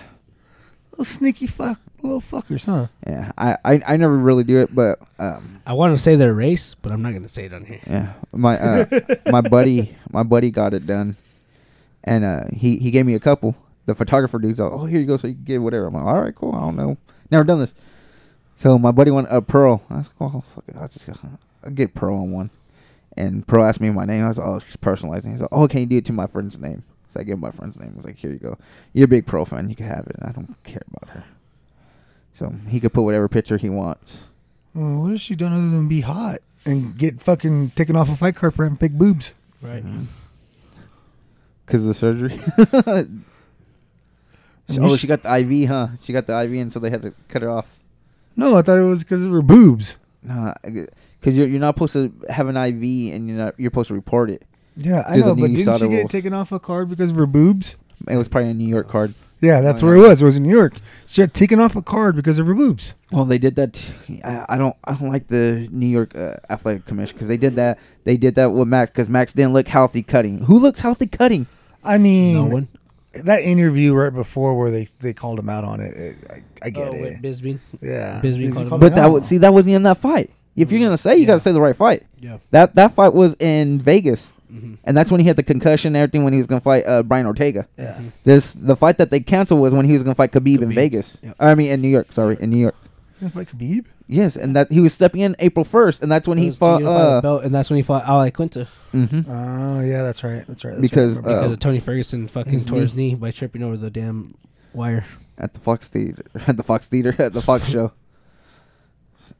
[SPEAKER 3] Little sneaky fuck, little fuckers, huh?
[SPEAKER 2] Yeah. I I, I never really do it, but um.
[SPEAKER 1] I want to say their race, but I'm not gonna say it on here.
[SPEAKER 2] Yeah, my uh, my buddy, my buddy got it done, and uh, he he gave me a couple. The photographer dude's like, "Oh, here you go, so you can get whatever." I'm like, "All right, cool. I don't know, never done this." So my buddy went a pearl. I was like, "Oh, fuck it, I'll just go. I'll get pearl on one." And pearl asked me my name. I was like, "Oh, she's personalizing." He's like, "Oh, can you do it to my friend's name?" So I gave him my friend's name. I was like, "Here you go. You're a big pearl fan. You can have it. I don't care about her." So he could put whatever picture he wants.
[SPEAKER 3] Uh, what has she done other than be hot and get fucking taken off a fight card for having big boobs?
[SPEAKER 1] Right.
[SPEAKER 2] Mm-hmm. Because of the surgery. (laughs)
[SPEAKER 3] And
[SPEAKER 2] oh,
[SPEAKER 3] you
[SPEAKER 2] she got the IV, huh? She got the IV, and so they had to cut it off.
[SPEAKER 3] No, I thought it was because of her boobs.
[SPEAKER 2] No, because you're, you're not supposed to have an IV, and you're not you're supposed to report it.
[SPEAKER 3] Yeah, I
[SPEAKER 2] Do the
[SPEAKER 3] know, but
[SPEAKER 2] new
[SPEAKER 3] didn't she
[SPEAKER 2] Sada
[SPEAKER 3] get
[SPEAKER 2] rules.
[SPEAKER 3] taken off a card because of her boobs?
[SPEAKER 2] It was probably a New York card.
[SPEAKER 3] Yeah, that's
[SPEAKER 2] Oh,
[SPEAKER 3] where
[SPEAKER 2] yeah.
[SPEAKER 3] it was. It was in New York. She got taken off a card because of her boobs.
[SPEAKER 2] Well, they did that. t- I, I don't I don't like the New York uh, athletic commission because they did that they did that with Max because Max didn't look healthy cutting. Who looks healthy cutting?
[SPEAKER 3] I mean,
[SPEAKER 2] Mm.
[SPEAKER 1] No one.
[SPEAKER 3] that interview right before where they, they called him out on it, it I, I get
[SPEAKER 1] Oh,
[SPEAKER 3] it.
[SPEAKER 1] with Bisbee.
[SPEAKER 3] yeah,
[SPEAKER 1] Bisbee
[SPEAKER 3] Is he
[SPEAKER 1] called him
[SPEAKER 3] called
[SPEAKER 2] But
[SPEAKER 3] him
[SPEAKER 2] that
[SPEAKER 3] out?
[SPEAKER 2] would see that wasn't in that fight. If you're gonna say, you
[SPEAKER 1] Yeah.
[SPEAKER 2] gotta say the right fight.
[SPEAKER 1] Yeah.
[SPEAKER 2] That that fight was in Vegas.
[SPEAKER 1] Mhm.
[SPEAKER 2] and that's when he had the concussion and everything when he was gonna fight uh, Brian Ortega.
[SPEAKER 3] Yeah.
[SPEAKER 2] This the fight that they canceled was when he was gonna fight Khabib, in
[SPEAKER 1] Khabib.
[SPEAKER 2] Vegas.
[SPEAKER 1] Yep.
[SPEAKER 2] I mean in New York. Sorry, in New York.
[SPEAKER 3] Yeah, Like Khabib.
[SPEAKER 2] Yes, and that he was stepping in April first, and that's when he
[SPEAKER 1] It was to
[SPEAKER 2] fought.
[SPEAKER 1] unify the
[SPEAKER 2] Uh,
[SPEAKER 1] belt, and that's when he fought Ali Quinta
[SPEAKER 2] mhm.
[SPEAKER 3] Oh yeah, that's right. That's right. that's right.
[SPEAKER 2] Because,
[SPEAKER 3] Remember-
[SPEAKER 1] because
[SPEAKER 2] Oh.
[SPEAKER 1] of Tony Ferguson fucking
[SPEAKER 2] His
[SPEAKER 1] tore his knee by tripping over the damn wire.
[SPEAKER 2] at the Fox Theater, (laughs) at the Fox Theater, at the Fox show.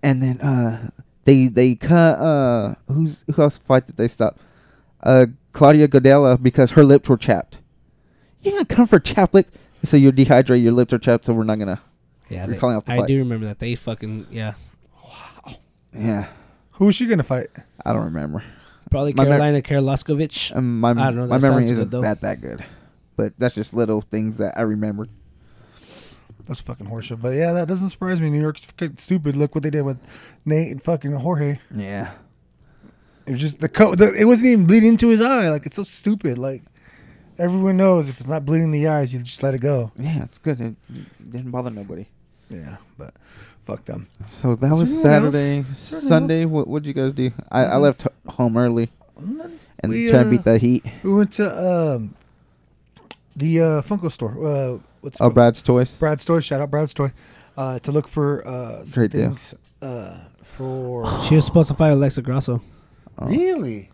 [SPEAKER 2] And then uh, they they cut uh, who's who else fight did they stop? Uh, Claudia Godella because her lips were chapped. You're gonna cut 'em for chapped lips, so you're dehydrated. Your lips are chapped, so we're not gonna.
[SPEAKER 1] Yeah,
[SPEAKER 2] You're
[SPEAKER 1] they-
[SPEAKER 2] calling out the
[SPEAKER 1] I
[SPEAKER 2] fight.
[SPEAKER 1] do remember that they fucking yeah.
[SPEAKER 2] Yeah,
[SPEAKER 3] who is she gonna fight?
[SPEAKER 2] I don't remember.
[SPEAKER 1] Probably
[SPEAKER 2] My mem-
[SPEAKER 1] Carolina Karlaskovich.
[SPEAKER 2] Um, my
[SPEAKER 1] I don't know,
[SPEAKER 2] my
[SPEAKER 1] that
[SPEAKER 2] memory
[SPEAKER 1] sounds
[SPEAKER 2] isn't
[SPEAKER 1] good, though.
[SPEAKER 2] that that good, but that's just little things that I remembered.
[SPEAKER 3] That's fucking horseshit. But yeah, that doesn't surprise me. New York's fucking stupid. Look what they did with Nate and fucking Jorge.
[SPEAKER 2] Yeah,
[SPEAKER 3] It was just the coat. The, it wasn't even bleeding into his eye. Like it's so stupid. Like everyone knows if it's not bleeding in the eyes, you just let it go.
[SPEAKER 2] yeah, it's good. It didn't bother nobody.
[SPEAKER 3] Yeah, but fuck them.
[SPEAKER 2] So that
[SPEAKER 3] Is
[SPEAKER 2] was
[SPEAKER 3] there anyone else?
[SPEAKER 2] Saturday.
[SPEAKER 3] there anyone
[SPEAKER 2] Sunday, what what'd you guys do? I, I
[SPEAKER 3] Mhm.
[SPEAKER 2] left h- home early and
[SPEAKER 3] We,
[SPEAKER 2] tried to
[SPEAKER 3] uh,
[SPEAKER 2] beat the heat.
[SPEAKER 3] We went to um the uh, Funko store. Uh, what's it
[SPEAKER 2] Oh,
[SPEAKER 3] called?
[SPEAKER 2] Brad's Toys.
[SPEAKER 3] Brad's store. Shout out Brad's toy. Uh, to look for uh some
[SPEAKER 2] Great deal.
[SPEAKER 3] things uh for
[SPEAKER 1] She was supposed to fight Alexa Grasso.
[SPEAKER 2] (gasps) Oh.
[SPEAKER 3] really.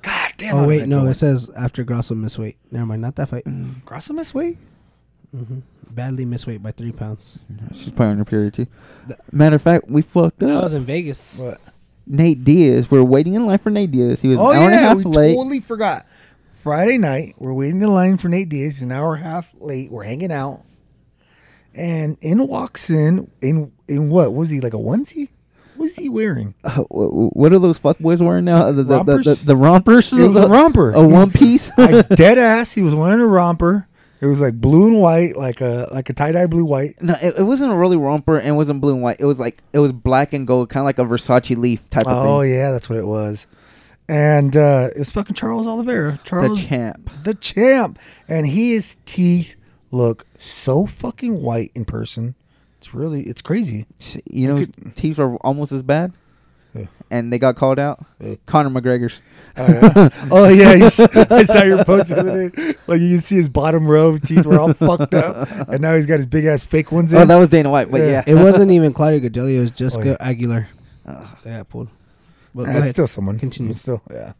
[SPEAKER 3] God damn.
[SPEAKER 1] Oh
[SPEAKER 3] I'm
[SPEAKER 1] wait,
[SPEAKER 3] not
[SPEAKER 1] no,
[SPEAKER 3] going.
[SPEAKER 1] it says after Grasso missed weight. Never mind, not that fight.
[SPEAKER 3] Grasso miss weight.
[SPEAKER 1] hmm Badly missed weight by three pounds.
[SPEAKER 2] She's probably on her period too.
[SPEAKER 1] Th-
[SPEAKER 2] Matter of fact, we fucked
[SPEAKER 1] I
[SPEAKER 2] up.
[SPEAKER 1] was in Vegas.
[SPEAKER 3] What?
[SPEAKER 2] Nate Diaz. We're waiting in line for Nate Diaz. He was
[SPEAKER 3] Oh
[SPEAKER 2] an hour
[SPEAKER 3] yeah,
[SPEAKER 2] and a half
[SPEAKER 3] we
[SPEAKER 2] late.
[SPEAKER 3] totally forgot. Friday night, we're waiting in line for Nate Diaz. He's An hour and a half late. We're hanging out, and in walks in in in what was he like a onesie? What was he wearing?
[SPEAKER 2] Uh, wh- wh- what are those fuckboys wearing now? The, the, the, the,
[SPEAKER 3] Rompers?
[SPEAKER 2] the rompers?
[SPEAKER 3] It was a
[SPEAKER 2] The-
[SPEAKER 3] romper.
[SPEAKER 2] A
[SPEAKER 3] (laughs)
[SPEAKER 2] one piece? (laughs)
[SPEAKER 3] Like dead ass. He was wearing a romper. It was like blue and white, like a like a tie dye blue white.
[SPEAKER 2] No, it, it wasn't a really romper and it wasn't blue and white. It was like, it was black and gold, kind of like a Versace leaf type of
[SPEAKER 3] Oh
[SPEAKER 2] thing.
[SPEAKER 3] yeah, that's what it was. And uh, it was fucking Charles Oliveira.
[SPEAKER 2] The
[SPEAKER 3] Charles
[SPEAKER 2] champ.
[SPEAKER 3] the champ, and his teeth look so fucking white in person. It's really, it's crazy.
[SPEAKER 2] You know, his teeth are almost as bad,
[SPEAKER 3] Yeah.
[SPEAKER 2] and they got called out.
[SPEAKER 3] Yeah.
[SPEAKER 2] Conor McGregor's.
[SPEAKER 3] Oh
[SPEAKER 2] (laughs)
[SPEAKER 3] yeah, oh yeah. You, s- I saw your post the other day. Like you can see his bottom row of teeth were all fucked up, and now he's got his big ass fake ones in.
[SPEAKER 2] Oh, that was Dana White, but yeah,
[SPEAKER 3] Yeah. (laughs)
[SPEAKER 1] It wasn't even Claudia Gadelha. It was
[SPEAKER 3] Oh,
[SPEAKER 1] Jessica
[SPEAKER 3] yeah.
[SPEAKER 1] Aguilar.
[SPEAKER 2] Ugh.
[SPEAKER 1] Yeah, pulled. But
[SPEAKER 3] Nah,
[SPEAKER 1] go
[SPEAKER 3] it's
[SPEAKER 1] ahead.
[SPEAKER 3] still someone.
[SPEAKER 1] Continue.
[SPEAKER 3] It's still yeah.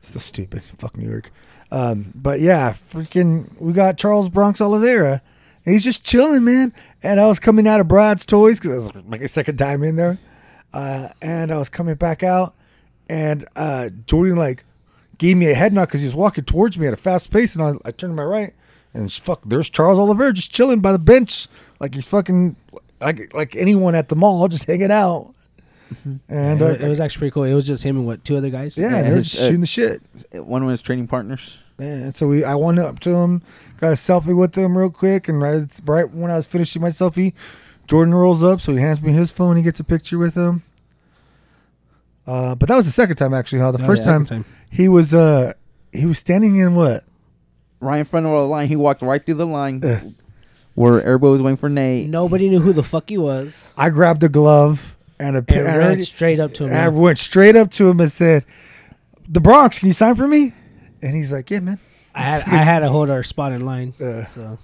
[SPEAKER 3] It's Still stupid. (laughs) Fuck New York. Um, but yeah, freaking, we got Charles Bronx Oliveira. And He's just chilling, man. And I was coming out of Brad's Toys because was like my second time in there. Uh, and I was coming back out, and uh, Jordan like gave me a head knock because he was walking towards me at a fast pace, and I, I turned to my right, and it's, fuck, there's Charles Oliveira just chilling by the bench, like he's fucking like like anyone at the mall, just hanging out. And
[SPEAKER 1] Mm-hmm. it, was,
[SPEAKER 3] uh,
[SPEAKER 1] it was actually pretty cool. It was just him and what two other guys.
[SPEAKER 3] yeah,
[SPEAKER 2] Yeah,
[SPEAKER 3] they're
[SPEAKER 2] his,
[SPEAKER 3] just
[SPEAKER 2] uh,
[SPEAKER 3] shooting the shit.
[SPEAKER 2] one of his training partners.
[SPEAKER 3] And so we, I went up to him, got a selfie with him real quick, and right, right when I was finishing my selfie, Jordan rolls up, so he hands me his phone. He gets a picture with him. Uh, but that was the second time actually. Huh? The
[SPEAKER 1] That was
[SPEAKER 3] first time,
[SPEAKER 1] Oh, second
[SPEAKER 3] he was uh he was standing in what?
[SPEAKER 2] Right in front of the line, he walked right through the line
[SPEAKER 3] Ugh.
[SPEAKER 2] where everybody was waiting for Nate.
[SPEAKER 1] Nobody knew who the fuck he was.
[SPEAKER 3] I grabbed a glove and a pen.
[SPEAKER 1] And ran straight up to him.
[SPEAKER 3] And I went straight up to him and said, "The Bronx, can you sign for me?" And he's like, "Yeah, man."
[SPEAKER 1] I had I had to hold our spot in line.
[SPEAKER 3] Uh,
[SPEAKER 1] So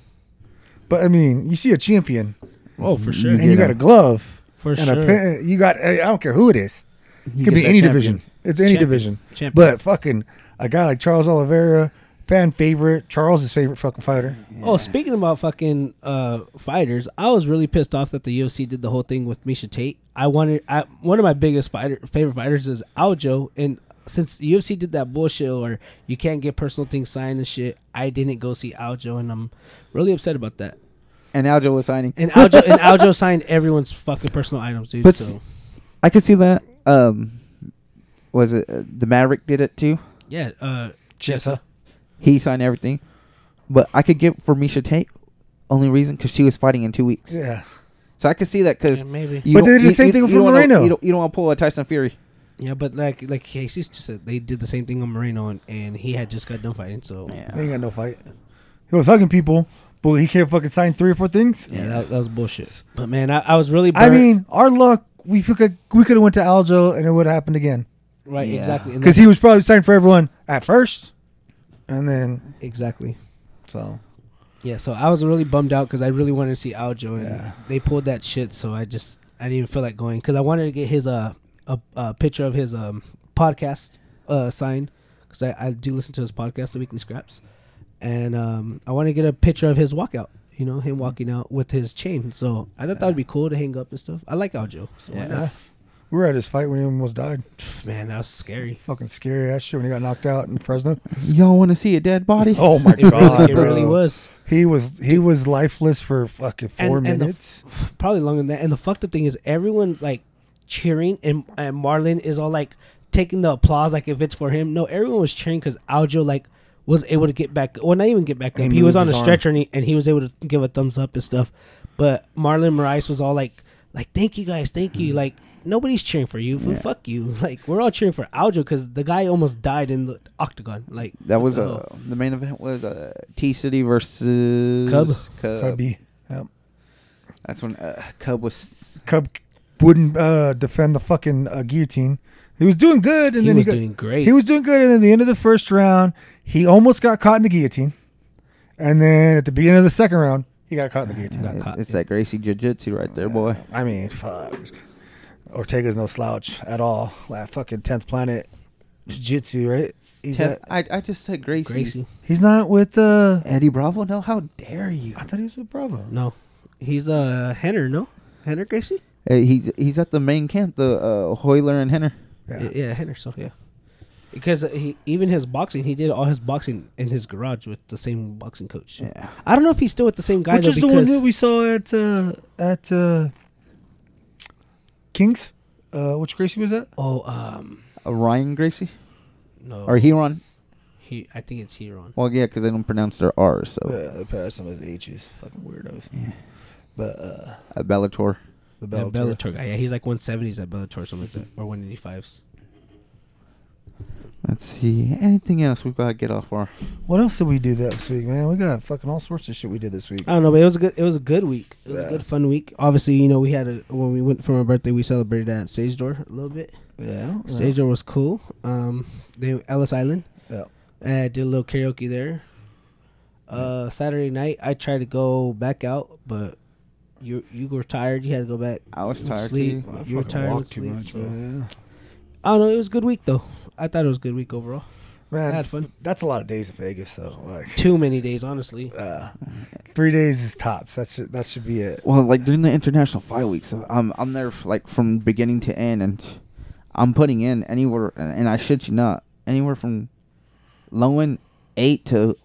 [SPEAKER 3] but I mean, you see a champion,
[SPEAKER 1] oh, for sure,
[SPEAKER 3] and you got a glove
[SPEAKER 1] for
[SPEAKER 3] and
[SPEAKER 1] sure,
[SPEAKER 3] a pen. You got I don't care who it is.
[SPEAKER 2] He
[SPEAKER 3] It could
[SPEAKER 2] gets
[SPEAKER 3] be
[SPEAKER 2] that
[SPEAKER 3] any
[SPEAKER 2] champion.
[SPEAKER 3] division. It's any
[SPEAKER 1] Champion.
[SPEAKER 3] division.
[SPEAKER 1] Champion.
[SPEAKER 3] But fucking a guy like Charles Oliveira, fan favorite, Charles's favorite fucking fighter.
[SPEAKER 1] Oh, speaking about fucking uh, fighters, I was really pissed off that the UFC did the whole thing with Misha Tate. I wanted I, one of my biggest fighter favorite fighters is Aljo, and since the UFC did that bullshit or you can't get personal things signed and shit, I didn't go see Aljo, and I'm really upset about that.
[SPEAKER 2] And Aljo was signing.
[SPEAKER 1] And Aljo and Aljo signed everyone's fucking personal items, dude.
[SPEAKER 2] But
[SPEAKER 1] so
[SPEAKER 2] I could see that. Um, was it uh, the Maverick did it too?
[SPEAKER 1] yeah, uh,
[SPEAKER 3] Jessa.
[SPEAKER 2] He signed everything, but I could get for Misha Tate. Only reason because she was fighting in two weeks,
[SPEAKER 3] Yeah.
[SPEAKER 2] so I could see that because.
[SPEAKER 1] yeah, maybe
[SPEAKER 2] You
[SPEAKER 3] But
[SPEAKER 2] don't-
[SPEAKER 3] they did the
[SPEAKER 2] you-
[SPEAKER 3] same
[SPEAKER 2] you-
[SPEAKER 3] thing
[SPEAKER 2] you
[SPEAKER 3] for
[SPEAKER 2] don't wanna-
[SPEAKER 3] Moreno.
[SPEAKER 2] You don't, you don't want to pull a Tyson Fury.
[SPEAKER 1] yeah, but like like Casey just said, they did the same thing on Moreno, and, and he had just got done fighting, so yeah,
[SPEAKER 3] He ain't got no fight. He was hugging people, but he can't fucking sign three or four things.
[SPEAKER 1] That, that was bullshit. But man, I, I was really
[SPEAKER 3] I
[SPEAKER 1] burnt.
[SPEAKER 3] mean, our luck, we could we could have went to Aljo and it would have happened again.
[SPEAKER 1] Right,
[SPEAKER 2] Yeah.
[SPEAKER 1] exactly. And
[SPEAKER 3] because
[SPEAKER 1] that's-
[SPEAKER 3] he was probably signed for everyone at first, and then
[SPEAKER 1] exactly.
[SPEAKER 3] so
[SPEAKER 1] Yeah, so I was really bummed out because I really wanted to see Aljo, and
[SPEAKER 3] Yeah.
[SPEAKER 1] they pulled that shit. So I just I didn't even feel like going because I wanted to get his uh a, a picture of his um podcast uh sign because I, I do listen to his podcast, The Weekly Scraps, and um I want to get a picture of his walkout. You know,
[SPEAKER 3] Mm-hmm.
[SPEAKER 1] him walking out with his chain. So I thought that would be cool to hang up and stuff. I like Aljo. So why
[SPEAKER 2] Yeah.
[SPEAKER 1] not?
[SPEAKER 3] we were at his fight when he almost died.
[SPEAKER 1] Pff, man, that was scary.
[SPEAKER 3] Fucking scary ass shit when he got knocked out in Fresno.
[SPEAKER 2] Y'all want to see a dead body?
[SPEAKER 3] Oh my
[SPEAKER 1] (laughs) It,
[SPEAKER 3] god,
[SPEAKER 1] really, it
[SPEAKER 3] bro.
[SPEAKER 1] really was.
[SPEAKER 3] He was he was lifeless for fucking four
[SPEAKER 1] And- and the
[SPEAKER 3] minutes.
[SPEAKER 1] probably longer than that. And the fucked up thing is everyone's like cheering, and, and Marlon is all like taking the applause like if it's for him. No, everyone was cheering because Aljo like was able to get back. Well, not even get back
[SPEAKER 3] He
[SPEAKER 1] up. He was
[SPEAKER 3] moved
[SPEAKER 1] on a
[SPEAKER 3] his arm.
[SPEAKER 1] stretcher and he, and he was able to give a thumbs up and stuff. But Marlon Moraes was all like, like thank you guys, thank
[SPEAKER 3] Mm-hmm.
[SPEAKER 1] you. Like nobody's cheering for you. For
[SPEAKER 2] Yeah.
[SPEAKER 1] Fuck you. (laughs) Like we're all cheering for Aljo because the guy almost died in the octagon. Like
[SPEAKER 2] That was
[SPEAKER 1] what the
[SPEAKER 2] uh,
[SPEAKER 1] hell?
[SPEAKER 2] the main event was uh, T City versus
[SPEAKER 1] Cub.
[SPEAKER 2] Cub.
[SPEAKER 3] Cubby
[SPEAKER 2] That's when uh, Cub was.
[SPEAKER 3] Cub wouldn't uh, defend the fucking uh, guillotine. He was doing good, and
[SPEAKER 1] he
[SPEAKER 3] then
[SPEAKER 1] was
[SPEAKER 3] he, got,
[SPEAKER 1] doing great.
[SPEAKER 3] he was doing good. And then the end of the first round, he almost got caught in the guillotine. And then at the beginning of the second round, he got caught in the guillotine.
[SPEAKER 2] (laughs)
[SPEAKER 1] Got caught,
[SPEAKER 2] it's
[SPEAKER 1] yeah.
[SPEAKER 2] that Gracie Jiu Jitsu right there, boy.
[SPEAKER 3] I mean, fuck. Ortega's no slouch at all. Like fucking tenth planet jiu-jitsu, right? He's,
[SPEAKER 2] Ten,
[SPEAKER 3] at-
[SPEAKER 2] I, I just said Gracie.
[SPEAKER 1] Gracie.
[SPEAKER 3] he's not with uh
[SPEAKER 2] Eddie Bravo? No, how dare you?
[SPEAKER 3] I thought he was with Bravo.
[SPEAKER 1] No, he's a uh, Henner. No, Henner Gracie.
[SPEAKER 2] Hey, he's he's at the main camp, the uh, Hoyler and Henner.
[SPEAKER 3] Yeah.
[SPEAKER 1] Yeah, yeah Henderson, yeah. Because he even his boxing, he did all his boxing in his garage with the same boxing coach.
[SPEAKER 2] Yeah.
[SPEAKER 1] I don't know if he's still with the same guy
[SPEAKER 3] Which
[SPEAKER 1] though.
[SPEAKER 3] is the one
[SPEAKER 1] because
[SPEAKER 3] that we saw at uh at uh Kings? Uh which Gracie was that?
[SPEAKER 1] oh um
[SPEAKER 2] Uh, Ryan Gracie?
[SPEAKER 1] no
[SPEAKER 2] Or Heron?
[SPEAKER 1] he I think it's Heron.
[SPEAKER 2] Well, yeah, because they don't pronounce their R's,
[SPEAKER 1] Oh.
[SPEAKER 2] so.
[SPEAKER 3] Yeah, the past time was the H's. Fucking weirdos.
[SPEAKER 2] Yeah.
[SPEAKER 3] But uh
[SPEAKER 2] Uh, Bellator.
[SPEAKER 3] the
[SPEAKER 1] Yeah,
[SPEAKER 3] Bellator.
[SPEAKER 1] Bellator guy. Yeah, he's like one seventies at Bellator, something like that, or one eighty fives.
[SPEAKER 2] Let's see. Anything else we've got to get off our.
[SPEAKER 3] What else did we do this week, man? We got fucking all sorts of shit we did this week.
[SPEAKER 1] I don't know, but it was a good. It was a good week. It was
[SPEAKER 3] Yeah.
[SPEAKER 1] a good fun week. Obviously, you know, we had a when we went for my birthday, we celebrated at Stage Door a little bit.
[SPEAKER 3] yeah. yeah.
[SPEAKER 1] Stage Door was cool. Um, they Ellis Island.
[SPEAKER 3] Yeah.
[SPEAKER 1] Uh, did a little karaoke there. Uh,
[SPEAKER 2] Mm.
[SPEAKER 1] Saturday night I tried to go back out, but you you were tired. You had to go back.
[SPEAKER 2] I was
[SPEAKER 1] With
[SPEAKER 2] tired.
[SPEAKER 1] sleep.
[SPEAKER 2] too.
[SPEAKER 3] I
[SPEAKER 1] You're
[SPEAKER 3] fucking
[SPEAKER 1] tired
[SPEAKER 3] walked
[SPEAKER 1] with
[SPEAKER 3] too
[SPEAKER 1] sleep,
[SPEAKER 3] much,
[SPEAKER 1] so-
[SPEAKER 3] man. Yeah.
[SPEAKER 1] I don't know. It was a good week though. I thought it was a good week overall. I
[SPEAKER 3] Man,
[SPEAKER 1] had fun.
[SPEAKER 3] that's a lot of days in Vegas. So like,
[SPEAKER 1] Too many
[SPEAKER 2] (laughs)
[SPEAKER 1] days, honestly.
[SPEAKER 3] uh, three days is tops. That should that should be it.
[SPEAKER 2] Well, like during the international fight week, so I'm I'm there f- like from beginning to end, and I'm putting in anywhere, and and I shit you not, anywhere from low end eight to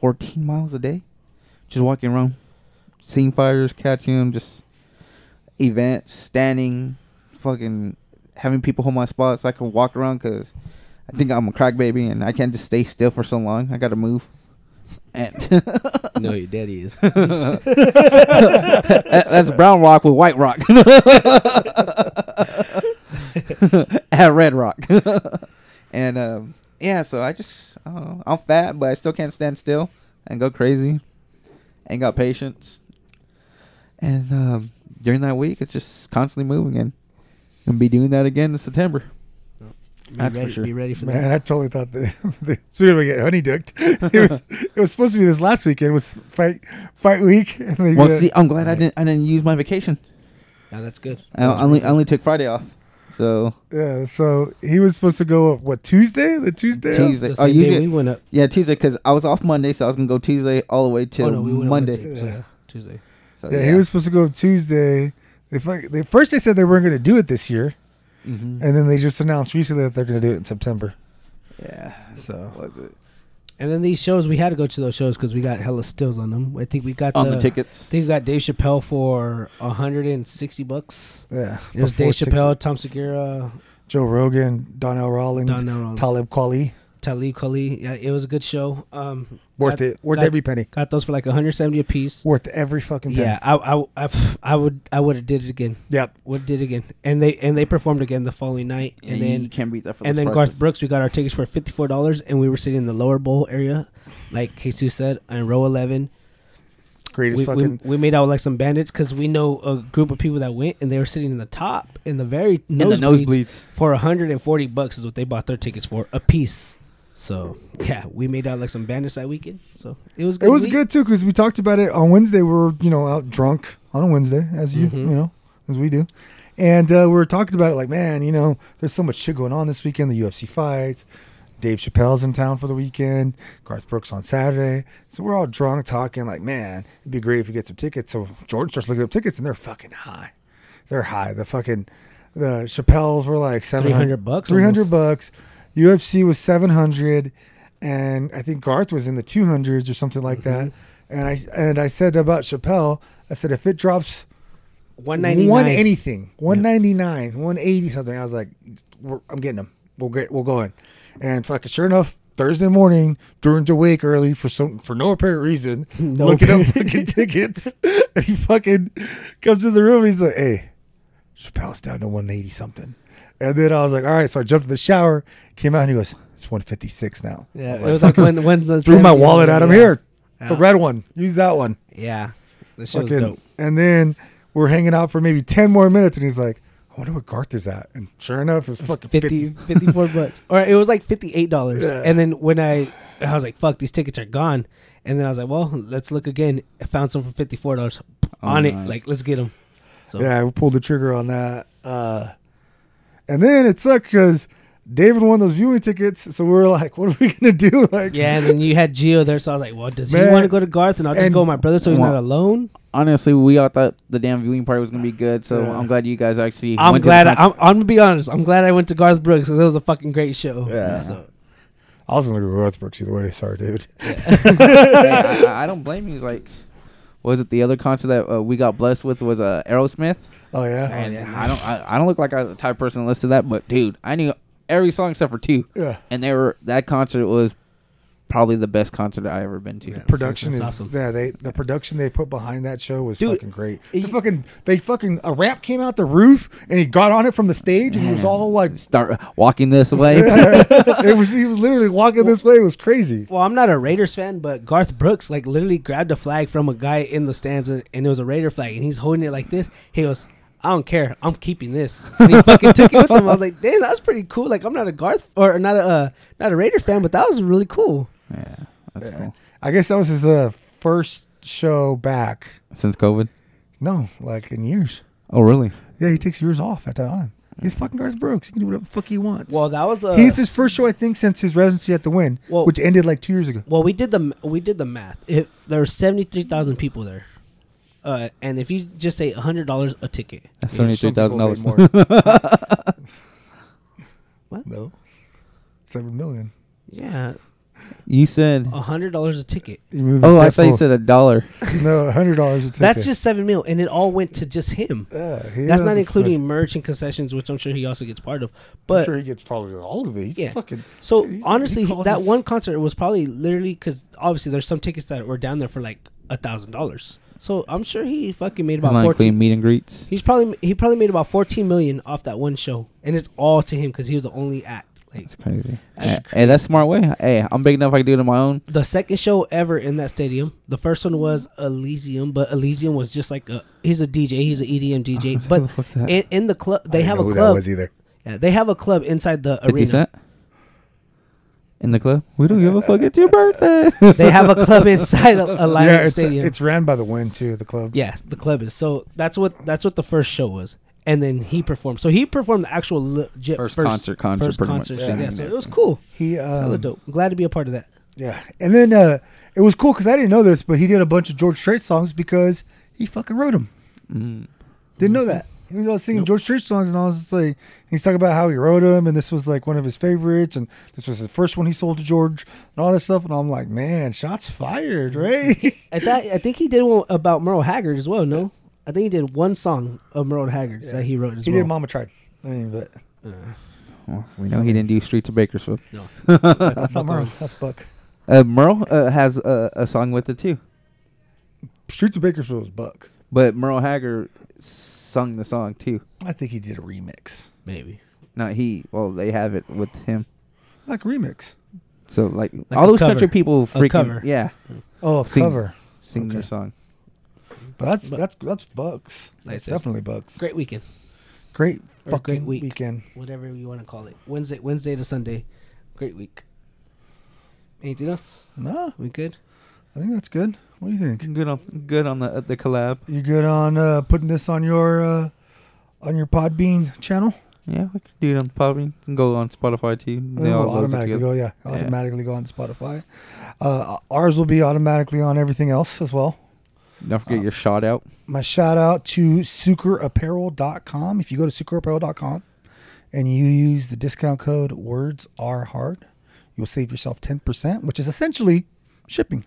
[SPEAKER 2] fourteen miles a day, just walking around, seeing fighters, catching them, just events, standing, fucking having people hold my spot so I can walk around because I think I'm a crack baby and I can't just stay still for so long. I gotta move. And (laughs)
[SPEAKER 1] no, your daddy (laughs) is.
[SPEAKER 2] That- (laughs) that's brown rock with white rock. (laughs) At red rock. (laughs) and um, yeah, so I just I don't know. I'm fat, but I still can't stand still and go crazy. Ain't got patience. And um, during that week, it's just constantly moving and and be doing that again in September.
[SPEAKER 1] Be
[SPEAKER 2] That's for
[SPEAKER 1] ready.
[SPEAKER 2] sure.
[SPEAKER 1] Be ready for
[SPEAKER 3] Man,
[SPEAKER 1] that.
[SPEAKER 3] I totally thought that. (laughs) that- Speaking of get honey dicked, (laughs) it was it was supposed to be this last weekend was fight fight week. (laughs) And they
[SPEAKER 2] Well,
[SPEAKER 3] did-
[SPEAKER 2] see, I'm glad I
[SPEAKER 1] Right.
[SPEAKER 2] didn't I didn't use my vacation.
[SPEAKER 1] Yeah, that's good.
[SPEAKER 2] I
[SPEAKER 1] That's
[SPEAKER 2] only
[SPEAKER 1] really
[SPEAKER 2] I only took Friday off. So
[SPEAKER 3] yeah. So he was supposed to go what Tuesday? The Tuesday.
[SPEAKER 1] good.
[SPEAKER 2] Tuesday.
[SPEAKER 1] The
[SPEAKER 2] Oh,
[SPEAKER 1] same day
[SPEAKER 2] usually-
[SPEAKER 1] we went up.
[SPEAKER 2] yeah, Tuesday because I was off Monday, so I was gonna go Tuesday all the way till
[SPEAKER 1] oh no, we went up
[SPEAKER 2] Monday.
[SPEAKER 1] on
[SPEAKER 3] Yeah.
[SPEAKER 1] Tuesday. Tuesday.
[SPEAKER 2] So,
[SPEAKER 3] yeah, he was supposed to go Tuesday. They, fuck- they first they said they weren't going to do it this year,
[SPEAKER 2] Mhm.
[SPEAKER 1] Mm-hmm.
[SPEAKER 3] and then they just announced recently that they're going to do it in September.
[SPEAKER 2] Yeah.
[SPEAKER 3] So
[SPEAKER 2] Was it
[SPEAKER 1] And then these shows, we had to go to those shows because we got hella stills on them. I think we got
[SPEAKER 2] on the tickets?
[SPEAKER 1] I think we got Dave Chappelle for 160 bucks.
[SPEAKER 3] yeah,
[SPEAKER 1] It was
[SPEAKER 3] before
[SPEAKER 1] Dave
[SPEAKER 3] six-
[SPEAKER 1] Chappelle, Tom Segura,
[SPEAKER 3] Joe Rogan, Donnell Rollins,
[SPEAKER 1] Donnell,
[SPEAKER 3] Talib Kweli.
[SPEAKER 1] Talib Kweli. Yeah, it was a good show. Um,
[SPEAKER 3] Worth
[SPEAKER 1] got,
[SPEAKER 3] it. Worth
[SPEAKER 1] got-
[SPEAKER 3] every penny.
[SPEAKER 1] Got those for like 170 a piece.
[SPEAKER 3] Worth every fucking penny.
[SPEAKER 1] Yeah, I, I, I, I would, I would have did it again.
[SPEAKER 3] Yep.
[SPEAKER 1] Would did it again, and they and they performed again the following night, and
[SPEAKER 2] you
[SPEAKER 1] then
[SPEAKER 2] can't beat that for
[SPEAKER 1] and
[SPEAKER 2] those
[SPEAKER 1] then
[SPEAKER 2] prices.
[SPEAKER 1] Garth Brooks. We got our tickets for fifty four dollars, and we were sitting in the lower bowl area, like Jesus said, in row eleven.
[SPEAKER 3] Greatest
[SPEAKER 1] we, we,
[SPEAKER 3] fucking.
[SPEAKER 1] we made out with like some bandits because we know a group of people that went and they were sitting in the top in the very
[SPEAKER 2] in the
[SPEAKER 1] nosebleeds
[SPEAKER 2] nosebleeds.
[SPEAKER 1] for 140 bucks is what they bought their tickets for a piece. So yeah, we made out like some bandits that weekend. So it was good
[SPEAKER 3] it was
[SPEAKER 1] week.
[SPEAKER 3] good too because we talked about it on Wednesday. We were you know out drunk on a Wednesday as you
[SPEAKER 1] Mhm.
[SPEAKER 3] you know as we do, and uh, we were talking about it like man you know there's so much shit going on this weekend. The UFC fights. Dave Chappelle's in town for the weekend. Garth Brooks on Saturday. So we're all drunk talking like, man, it'd be great if we get some tickets. So Jordan starts looking up tickets and they're fucking high. They're high. The fucking the Chappelle's were like 700
[SPEAKER 1] 300 bucks
[SPEAKER 3] 300
[SPEAKER 1] almost.
[SPEAKER 3] bucks. UFC was 700 and I think Garth was in the 200s or something like
[SPEAKER 1] Mm-hmm.
[SPEAKER 3] that. And I and I said about Chappelle, I said if it drops
[SPEAKER 1] 199.
[SPEAKER 3] one anything, 199, 180 something. I was like, we're, I'm getting them. We'll get, we'll go in. And fucking sure enough, Thursday morning, Jordan's awake early for some for no apparent reason,
[SPEAKER 1] (laughs) No
[SPEAKER 3] looking up
[SPEAKER 1] apparent- (laughs)
[SPEAKER 3] fucking tickets. (laughs) And he fucking comes in the room. And he's like, hey, Chappelle's down to 180 something. And then I was like, all right. So I jumped in the shower, came out, and he goes, it's 156 now. I
[SPEAKER 1] Yeah, it was like when when the
[SPEAKER 3] (laughs) threw my
[SPEAKER 1] 70s
[SPEAKER 3] wallet
[SPEAKER 1] were-
[SPEAKER 3] at him.
[SPEAKER 1] yeah.
[SPEAKER 3] Here, the
[SPEAKER 1] Yeah.
[SPEAKER 3] red one. Use that one.
[SPEAKER 1] Yeah, that shit was
[SPEAKER 3] Fucking-
[SPEAKER 1] dope.
[SPEAKER 3] And then we're hanging out for maybe 10 more minutes, and he's like, I wonder what Garth is at. And sure enough, it was fucking 50.
[SPEAKER 1] 50, 54 bucks. Or it was like $58.
[SPEAKER 3] Yeah.
[SPEAKER 1] And then when I I was like, fuck, these tickets are gone. And then I was like, well, let's look again. I found some for $54 on
[SPEAKER 2] nice.
[SPEAKER 1] it. Like, let's get them. So,
[SPEAKER 3] Yeah, we pulled the trigger on that. Uh, and then it sucked because David won those viewing tickets. So we were like, what are we going to do? (laughs) Like,
[SPEAKER 1] yeah. And then you had Gio there. So I was like, well, does he
[SPEAKER 3] Man.
[SPEAKER 1] want to go to Garth? And I'll just
[SPEAKER 3] And-
[SPEAKER 1] go with my brother so he's
[SPEAKER 2] Well,
[SPEAKER 1] not alone.
[SPEAKER 2] Honestly, we all thought the damn viewing party was gonna be good, so
[SPEAKER 3] Yeah.
[SPEAKER 2] I'm glad you guys actually.
[SPEAKER 1] I'm
[SPEAKER 2] went
[SPEAKER 1] glad.
[SPEAKER 2] To
[SPEAKER 1] I,
[SPEAKER 2] the concert.
[SPEAKER 1] I'm, I'm going to be honest. I'm glad I went to Garth Brooks because it was a fucking great show.
[SPEAKER 3] Yeah.
[SPEAKER 1] So,
[SPEAKER 3] I was going to go to Garth Brooks either way. Sorry, David. (laughs)
[SPEAKER 2] Hey, I, I don't blame you. Like, was it the other concert that uh, we got blessed with was uh, Aerosmith?
[SPEAKER 3] Oh, yeah.
[SPEAKER 2] And
[SPEAKER 1] yeah.
[SPEAKER 2] I don't. I, I don't look like I the type of person to listen to that, but dude, I knew every song except for two,
[SPEAKER 3] Yeah.
[SPEAKER 2] and they were that concert was probably the best concert I ever been to.
[SPEAKER 1] Yeah.
[SPEAKER 3] Production
[SPEAKER 1] That's
[SPEAKER 3] is
[SPEAKER 1] awesome.
[SPEAKER 3] yeah. They the production they put behind that show was
[SPEAKER 1] Dude,
[SPEAKER 3] fucking great. The
[SPEAKER 1] you-
[SPEAKER 3] fucking they fucking a rap came out the roof and he got on it from the stage and he was
[SPEAKER 2] Man.
[SPEAKER 3] all like
[SPEAKER 2] Start walking this
[SPEAKER 3] (laughs)
[SPEAKER 2] way.
[SPEAKER 3] it was he was literally walking this way. It was crazy.
[SPEAKER 1] Well, I'm not a Raiders fan, but Garth Brooks like literally grabbed a flag from a guy in the stands, and, and it was a Raider flag, and he's holding it like this. He goes, "I don't care, I'm keeping this." And he fucking took it with him. I was like, "Damn, that's pretty cool." Like, I'm not a Garth or not a uh, not a Raider fan, but that was really cool.
[SPEAKER 2] yeah, that's cool.
[SPEAKER 3] I guess that was his uh, first show back.
[SPEAKER 2] Since COVID.
[SPEAKER 3] No, like in years.
[SPEAKER 2] Oh really?
[SPEAKER 3] Yeah, he takes years off at that time. He's fucking Garth Brooks. He can do whatever the fuck he wants.
[SPEAKER 1] Well, that was uh, a.
[SPEAKER 3] he's his first show, I think, since his residency at the Win,
[SPEAKER 1] Well-
[SPEAKER 3] which ended like two years ago.
[SPEAKER 1] well, we did the we did the math. If there were seventy three thousand people there, uh, and if you just say hundred dollars a ticket,
[SPEAKER 2] That's seventy three thousand dollars.
[SPEAKER 3] Some people made
[SPEAKER 1] (laughs)
[SPEAKER 3] more.
[SPEAKER 1] What?
[SPEAKER 3] No, seven million.
[SPEAKER 1] yeah,
[SPEAKER 2] You said.
[SPEAKER 1] hundred dollars a ticket.
[SPEAKER 3] You moved
[SPEAKER 2] Oh,
[SPEAKER 3] the
[SPEAKER 2] I thought you
[SPEAKER 3] decimal.
[SPEAKER 2] said a dollar.
[SPEAKER 3] (laughs) no, hundred dollars. It's
[SPEAKER 1] That's
[SPEAKER 3] okay.
[SPEAKER 1] just seven mil, and it all went to just him.
[SPEAKER 3] Yeah, he
[SPEAKER 1] That's
[SPEAKER 3] has
[SPEAKER 1] not
[SPEAKER 3] this
[SPEAKER 1] including
[SPEAKER 3] much-
[SPEAKER 1] merch and concessions, which I'm sure he also gets part of.
[SPEAKER 3] I'm
[SPEAKER 1] But
[SPEAKER 3] sure he gets probably all of it. He's
[SPEAKER 1] Yeah.
[SPEAKER 3] fucking
[SPEAKER 1] so
[SPEAKER 3] dude, he's- he
[SPEAKER 1] honestly,
[SPEAKER 3] calls
[SPEAKER 1] that
[SPEAKER 3] his-
[SPEAKER 1] one concert was probably literally because obviously there's some tickets that were down there for like a thousand dollars. So I'm sure he fucking made about
[SPEAKER 2] Not including
[SPEAKER 1] fourteen.
[SPEAKER 2] meet and greets.
[SPEAKER 1] He's probably he probably made about fourteen million off that one show, and it's all to him because he was the only act. Like
[SPEAKER 2] That's crazy.
[SPEAKER 1] That's
[SPEAKER 2] Hey, Hey, that's a smart way. Hey, I'm big enough. I can do it on my own.
[SPEAKER 1] the second show ever in that stadium. The first one was Elysium, but Elysium was just like a he's a E DJ, he's an
[SPEAKER 3] (laughs)
[SPEAKER 1] EDM DJ,
[SPEAKER 2] Who the
[SPEAKER 1] but
[SPEAKER 2] fuck's that?
[SPEAKER 1] in, in the club they
[SPEAKER 3] I didn't
[SPEAKER 1] have
[SPEAKER 3] know
[SPEAKER 1] a
[SPEAKER 3] who
[SPEAKER 1] club.
[SPEAKER 3] That was either.
[SPEAKER 1] Yeah, they have a club inside the
[SPEAKER 2] 50
[SPEAKER 1] arena.
[SPEAKER 2] Cent? In the club? We don't give a fuck. It's your birthday.
[SPEAKER 1] they have a club inside a, a Lions
[SPEAKER 3] yeah, it's,
[SPEAKER 1] stadium.
[SPEAKER 3] it's ran by the wind too. The club.
[SPEAKER 1] yeah, the club is. So that's what that's what the first show was, and then he performed. So he performed the actual legit
[SPEAKER 2] First concert, concert,
[SPEAKER 1] first
[SPEAKER 2] pretty much.
[SPEAKER 1] concert.
[SPEAKER 3] Yeah.
[SPEAKER 1] Yeah. so it was cool.
[SPEAKER 3] He
[SPEAKER 1] Hella
[SPEAKER 3] um,
[SPEAKER 1] dope. I'm glad to be a part of that.
[SPEAKER 3] yeah, and then uh, it was cool because I didn't know this, but he did a bunch of George Strait songs because he fucking wrote them.
[SPEAKER 2] Mm.
[SPEAKER 3] Didn't
[SPEAKER 1] Mm-hmm.
[SPEAKER 3] know that. He was all singing George Strait songs, and I was just like, he's talking about how he wrote them, and this was like one of his favorites, and this was the first one he sold to George, and all that stuff. And I'm like, man, shots fired, right?
[SPEAKER 1] I thought I think he did one about Merle Haggard as well. No, I think he did one song of Merle Haggard that he wrote (laughs) as
[SPEAKER 3] he
[SPEAKER 1] well. Uh,
[SPEAKER 3] did. Mama tried. I mean, but
[SPEAKER 2] Well, we know he didn't do Streets of Bakersfield.
[SPEAKER 3] (laughs) that's not
[SPEAKER 1] Buck
[SPEAKER 3] Merle.
[SPEAKER 1] Owens.
[SPEAKER 3] That's Buck.
[SPEAKER 2] Uh, Merle uh, has a, a song with it too.
[SPEAKER 3] Streets of Bakersfield was Buck.
[SPEAKER 2] But Merle Haggard sung the song too.
[SPEAKER 3] I think he did a remix,
[SPEAKER 1] Maybe
[SPEAKER 2] Not he. Well, they have it with him.
[SPEAKER 3] like a remix.
[SPEAKER 2] So, like,
[SPEAKER 1] Like
[SPEAKER 2] all
[SPEAKER 1] a
[SPEAKER 2] those country
[SPEAKER 1] cover.
[SPEAKER 2] people freaking.
[SPEAKER 1] cover.
[SPEAKER 2] Yeah.
[SPEAKER 3] Oh, a
[SPEAKER 2] Sing-
[SPEAKER 3] cover.
[SPEAKER 2] Sing their
[SPEAKER 3] Okay.
[SPEAKER 2] song.
[SPEAKER 3] But that's
[SPEAKER 1] But-
[SPEAKER 3] that's that's bucks.
[SPEAKER 1] Like I
[SPEAKER 3] That's
[SPEAKER 1] said,
[SPEAKER 3] definitely bucks. Great,
[SPEAKER 1] Great weekend,
[SPEAKER 3] great
[SPEAKER 1] or
[SPEAKER 3] fucking
[SPEAKER 1] great week.
[SPEAKER 3] weekend.
[SPEAKER 1] whatever you want to call it. Wednesday, Wednesday to Sunday, great week. Anything else?
[SPEAKER 3] No,
[SPEAKER 1] We good?
[SPEAKER 3] I think that's good. What do you think?
[SPEAKER 2] Good on good on the uh, the collab.
[SPEAKER 3] You good on uh, putting this on your uh, on your Podbean channel?
[SPEAKER 2] Yeah, we could do it on Podbean. Can go on Spotify too. They
[SPEAKER 3] It'll
[SPEAKER 2] all go
[SPEAKER 3] automatically
[SPEAKER 2] together.
[SPEAKER 3] go, yeah,
[SPEAKER 2] Yeah.
[SPEAKER 3] automatically go on Spotify. Uh, ours will be automatically on everything else as well.
[SPEAKER 2] Don't
[SPEAKER 3] Uh,
[SPEAKER 2] forget your shot out.
[SPEAKER 3] My shout out to sucreapparel.com. If you go to sucreapparel.com and you use the discount code words are hard, you'll save yourself 10%, which is essentially shipping,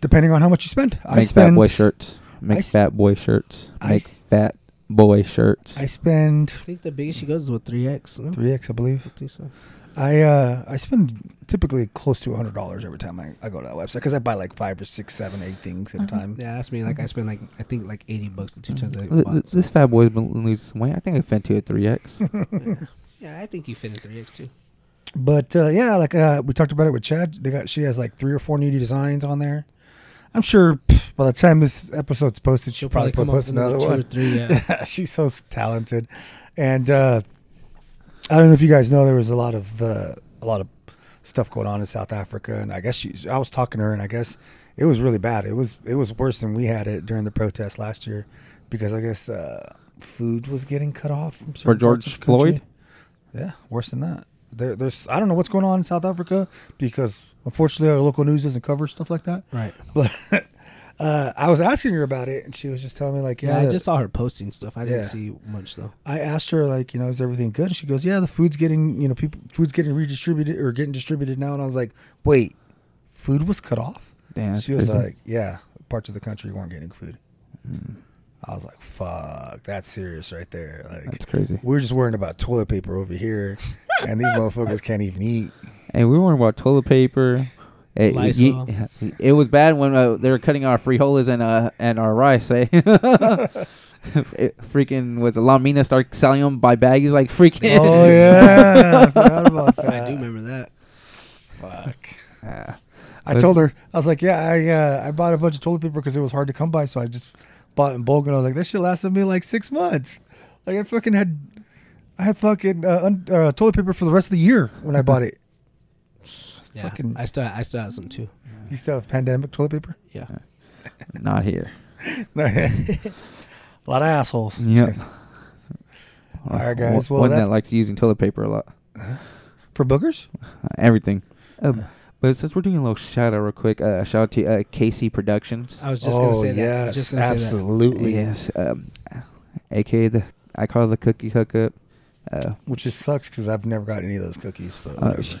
[SPEAKER 3] depending on how much you spend. I
[SPEAKER 2] Make
[SPEAKER 3] spend
[SPEAKER 2] fat boy shirts. Make
[SPEAKER 3] s-
[SPEAKER 2] fat boy shirts.
[SPEAKER 3] I
[SPEAKER 2] Make
[SPEAKER 3] s-
[SPEAKER 2] fat boy shirts.
[SPEAKER 3] I spend
[SPEAKER 1] I think the biggest she goes is with three X. No?
[SPEAKER 3] 3x, I believe.
[SPEAKER 1] I think so.
[SPEAKER 3] I uh, I spend typically close to $100 every time I, I go to that website because I buy like five or six, seven, eight things at a time.
[SPEAKER 1] Yeah, that's me. Like I spend like I think like eighty bucks the two times I
[SPEAKER 2] Th- th-
[SPEAKER 1] bought.
[SPEAKER 2] this fat boy's been losing some weight. I think I fit to a three X.
[SPEAKER 3] (laughs)
[SPEAKER 1] Yeah. (laughs) yeah, I think you fit in three X too.
[SPEAKER 3] But uh, yeah, like uh, we talked about it with Chad. They got she has like three or four new designs on there. I'm sure pff, by the time this episode's posted, she'll, probably, post another
[SPEAKER 1] two or
[SPEAKER 3] one. (laughs)
[SPEAKER 1] three. Yeah,
[SPEAKER 3] She's so s- talented, and uh, I don't know if you guys know there was a lot of uh, a lot of stuff going on in South Africa, and I guess she's. I was talking to her, and I guess it was really bad. It was it was worse than we had it during the protest last year, because I guess uh, food was getting cut off from certain parts
[SPEAKER 2] George
[SPEAKER 3] of the country.
[SPEAKER 2] Floyd?
[SPEAKER 3] Yeah, worse than that. There, there's I don't know what's going on in South Africa because unfortunately our local news doesn't cover stuff like that. (laughs)
[SPEAKER 1] right.
[SPEAKER 3] But uh, I was asking her about it, and she was just telling me like,
[SPEAKER 1] Yeah,
[SPEAKER 3] yeah,
[SPEAKER 1] I just saw her posting stuff. I didn't
[SPEAKER 3] Yeah.
[SPEAKER 1] see much
[SPEAKER 3] (laughs)
[SPEAKER 1] though.
[SPEAKER 3] I asked her like, you know, is everything good? And she goes, yeah, the food's getting, you know, people food's getting redistributed or getting distributed now. And I was like, wait, food was cut off.
[SPEAKER 2] Damn, that's
[SPEAKER 3] she was
[SPEAKER 2] crazy.
[SPEAKER 3] like, yeah, parts of the country weren't getting food.
[SPEAKER 2] Mm.
[SPEAKER 3] I was like, fuck, that's serious right there. Like,
[SPEAKER 2] That's crazy.
[SPEAKER 3] we're just worrying about toilet paper over here, and
[SPEAKER 2] (laughs)
[SPEAKER 3] these motherfuckers can't even eat.
[SPEAKER 2] And we were worrying about toilet paper. It, it-
[SPEAKER 1] Lysol.
[SPEAKER 2] it- it was bad when uh, they were cutting our frijoles and uh, and our rice. Eh? (laughs) it freaking was La Mina start selling them by baggies like freaking. (laughs)
[SPEAKER 3] Oh yeah, I forgot about that.
[SPEAKER 1] I do remember that.
[SPEAKER 3] Fuck.
[SPEAKER 2] Ah.
[SPEAKER 3] I
[SPEAKER 2] But-
[SPEAKER 3] told her I was like, yeah, I uh, I bought a bunch of toilet paper because it was hard to come by, so I just bought in bulk, and I was like, that shit lasted me like six months. Like I fucking had, I had fucking uh, un- uh, toilet paper for the rest of the year when I bought it.
[SPEAKER 1] Yeah,
[SPEAKER 3] Fucking-
[SPEAKER 1] I still I still have some too.
[SPEAKER 3] You still have pandemic toilet paper?
[SPEAKER 1] Yeah,
[SPEAKER 2] not here.
[SPEAKER 3] a lot of assholes.
[SPEAKER 2] Yep.
[SPEAKER 3] All right,
[SPEAKER 2] Uh,
[SPEAKER 3] guys,
[SPEAKER 2] wa-
[SPEAKER 3] well,
[SPEAKER 2] wasn't
[SPEAKER 3] that's-
[SPEAKER 2] that like using toilet paper a lot?
[SPEAKER 3] For boogers?
[SPEAKER 2] Uh, everything. Um, but since we're doing a little shout out real quick, uh, shout out to uh, KC Productions.
[SPEAKER 1] I was just
[SPEAKER 3] Oh,
[SPEAKER 1] gonna say that. I was just gonna say that.
[SPEAKER 3] absolutely.
[SPEAKER 2] yes, um, aka the I call it the cookie hookup. Uh,
[SPEAKER 3] Which just sucks because I've never got any of those cookies. But
[SPEAKER 2] uh,
[SPEAKER 3] whatever.
[SPEAKER 2] sh-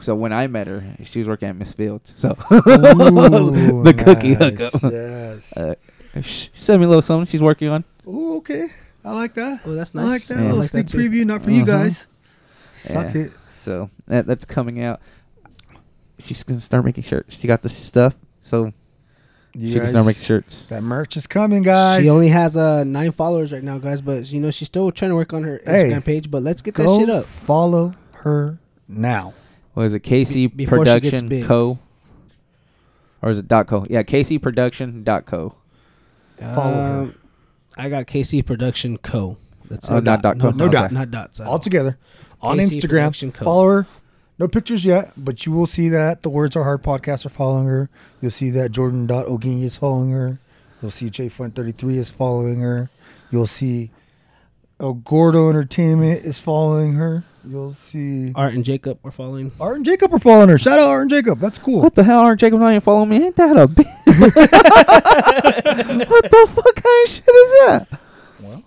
[SPEAKER 2] so when I met her, she was working at Miss Fields. So (laughs)
[SPEAKER 3] Ooh,
[SPEAKER 2] the cookie
[SPEAKER 3] nice.
[SPEAKER 2] hookup.
[SPEAKER 3] Yes.
[SPEAKER 2] Uh, she sent me a little something she's working on.
[SPEAKER 3] Ooh, okay. I like that.
[SPEAKER 1] Oh, that's
[SPEAKER 3] I
[SPEAKER 1] nice.
[SPEAKER 3] like that
[SPEAKER 2] Yeah.
[SPEAKER 3] little
[SPEAKER 1] I like
[SPEAKER 3] sneak
[SPEAKER 1] that too.
[SPEAKER 3] preview, not for you
[SPEAKER 2] Uh-huh.
[SPEAKER 3] guys. Suck
[SPEAKER 2] Yeah.
[SPEAKER 3] it.
[SPEAKER 2] So that, that's coming out. She's gonna start making shirts. She got the stuff, so
[SPEAKER 3] You
[SPEAKER 2] she can
[SPEAKER 3] guys-
[SPEAKER 2] start making shirts.
[SPEAKER 3] That merch is coming, guys.
[SPEAKER 1] She only has uh nine followers right now, guys. But you know she's still trying to work on her
[SPEAKER 3] Hey,
[SPEAKER 1] Instagram page. But let's get
[SPEAKER 3] go
[SPEAKER 1] that shit up.
[SPEAKER 3] follow her now.
[SPEAKER 2] What is it? KC
[SPEAKER 1] Be- before she gets
[SPEAKER 2] Production
[SPEAKER 1] big.
[SPEAKER 2] Co. Or is it dot co? Yeah, KC Production dot co.
[SPEAKER 3] Follow her.
[SPEAKER 1] Um, I got KC Production Co. That's
[SPEAKER 2] Oh,
[SPEAKER 1] it.
[SPEAKER 2] not dot
[SPEAKER 1] no,
[SPEAKER 2] co.
[SPEAKER 1] no
[SPEAKER 2] Okay.
[SPEAKER 1] dot, not dots. at
[SPEAKER 3] All together on
[SPEAKER 1] KC Production
[SPEAKER 3] Instagram.
[SPEAKER 1] Co.
[SPEAKER 3] Follow her. No pictures yet, but you will see that the Words Are Hard podcast are following her. You'll see that Jordan Ogini is following her. You'll see JFront33 is following her. You'll see El Gordo Entertainment is following her. You'll see
[SPEAKER 1] Art and Jacob are following.
[SPEAKER 3] Art and Jacob are following her. Shout out Art and Jacob. That's cool.
[SPEAKER 2] What the hell, aren't Jacob not even following me? Ain't that a (laughs) bitch? what the fuck kind of shit is that?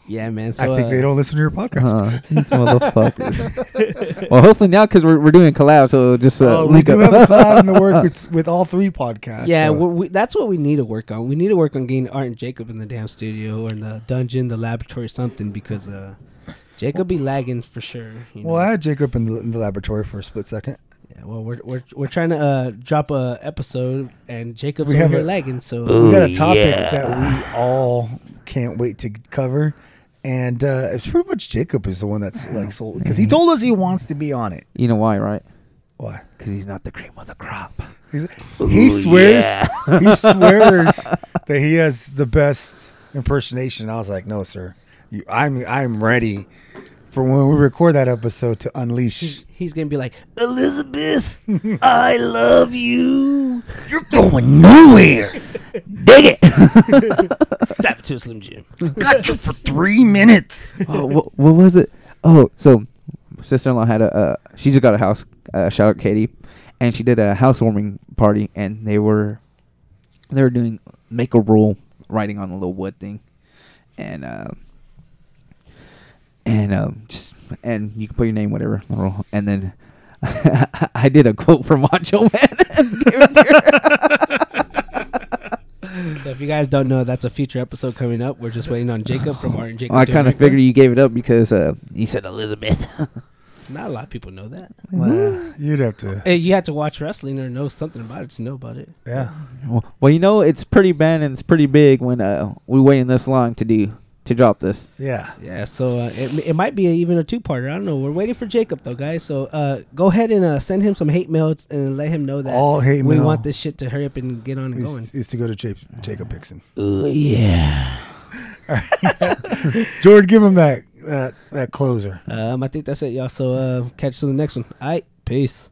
[SPEAKER 1] Yeah, man.
[SPEAKER 3] I
[SPEAKER 1] So,
[SPEAKER 3] think
[SPEAKER 1] uh,
[SPEAKER 3] they don't listen to your podcast.
[SPEAKER 1] (laughs)
[SPEAKER 2] Uh, these motherfuckers. well, hopefully now because we're, we're doing a collab, so it'll just uh,
[SPEAKER 3] Oh, we
[SPEAKER 2] link
[SPEAKER 3] do
[SPEAKER 2] up.
[SPEAKER 3] have a collab in the work with, with all three podcasts.
[SPEAKER 1] Yeah,
[SPEAKER 3] so-
[SPEAKER 1] we we, that's what we need to work on. We need to work on getting Art and Jacob in the damn studio or in the dungeon, the laboratory, something because uh, Jacob be lagging for sure. You know?
[SPEAKER 3] well, I had Jacob in the, in the laboratory for a split second.
[SPEAKER 1] Yeah, well, we're we're we're trying to uh, drop a episode, and Jacob's
[SPEAKER 3] We
[SPEAKER 1] over
[SPEAKER 3] have
[SPEAKER 1] here
[SPEAKER 3] a-
[SPEAKER 1] lagging. So uh,
[SPEAKER 3] we got a topic that we all can't wait to cover, and uh, it's pretty much Jacob is the one that's like sold because he told us he wants to be on it.
[SPEAKER 2] You know why, right?
[SPEAKER 3] Why?
[SPEAKER 2] Because he's not the cream of the crop.
[SPEAKER 3] He's, he swears. he swears that he has the best impersonation. I was like, no, sir. You, I'm I'm ready for when we record that episode to unleash.
[SPEAKER 1] He's gonna be like Elizabeth, I love you.
[SPEAKER 3] You're going nowhere.
[SPEAKER 1] Dig it. Step to a Slim Jim.
[SPEAKER 3] Got you for three minutes.
[SPEAKER 2] oh, what, what was it? Oh, so my sister-in-law had a. Uh, she just got a house. Uh, shout out Katie, and she did a housewarming party, and they were, they were doing make a roll writing on a little wood thing, and uh, and um, just and you can put your name whatever on the roll, and then. (laughs) I did a quote from Macho Man. and gave it to her.
[SPEAKER 1] So if you guys don't know, that's a future episode coming up. We're just waiting on Jacob from Art and Jacob.
[SPEAKER 2] I
[SPEAKER 1] to
[SPEAKER 2] kind of
[SPEAKER 1] record.
[SPEAKER 2] figured you gave it up because uh, you said Elizabeth.
[SPEAKER 1] Not a lot of people know that.
[SPEAKER 3] Well, you'd have to.
[SPEAKER 1] Eh, You had to watch wrestling or know something about it to know about it.
[SPEAKER 3] Yeah.
[SPEAKER 2] Well, well, you know it's pretty bad and it's pretty big when uh, we're waiting this long to do to drop this.
[SPEAKER 3] Yeah.
[SPEAKER 1] Yeah, so uh, it, it might be a, even a two-parter. I don't know. We're waiting for Jacob though, guys. So uh, go ahead and uh, send him some hate mails and let him know that
[SPEAKER 3] All hate
[SPEAKER 1] we
[SPEAKER 3] mail
[SPEAKER 1] want this shit to hurry up and get on and going.
[SPEAKER 3] is, is to go to Jape- Jacob Pixon.
[SPEAKER 1] Oh yeah.
[SPEAKER 3] Jordan, give him that that, that closer.
[SPEAKER 1] Um, I think that's it, y'all. So uh, catch you on the next one. All right, peace.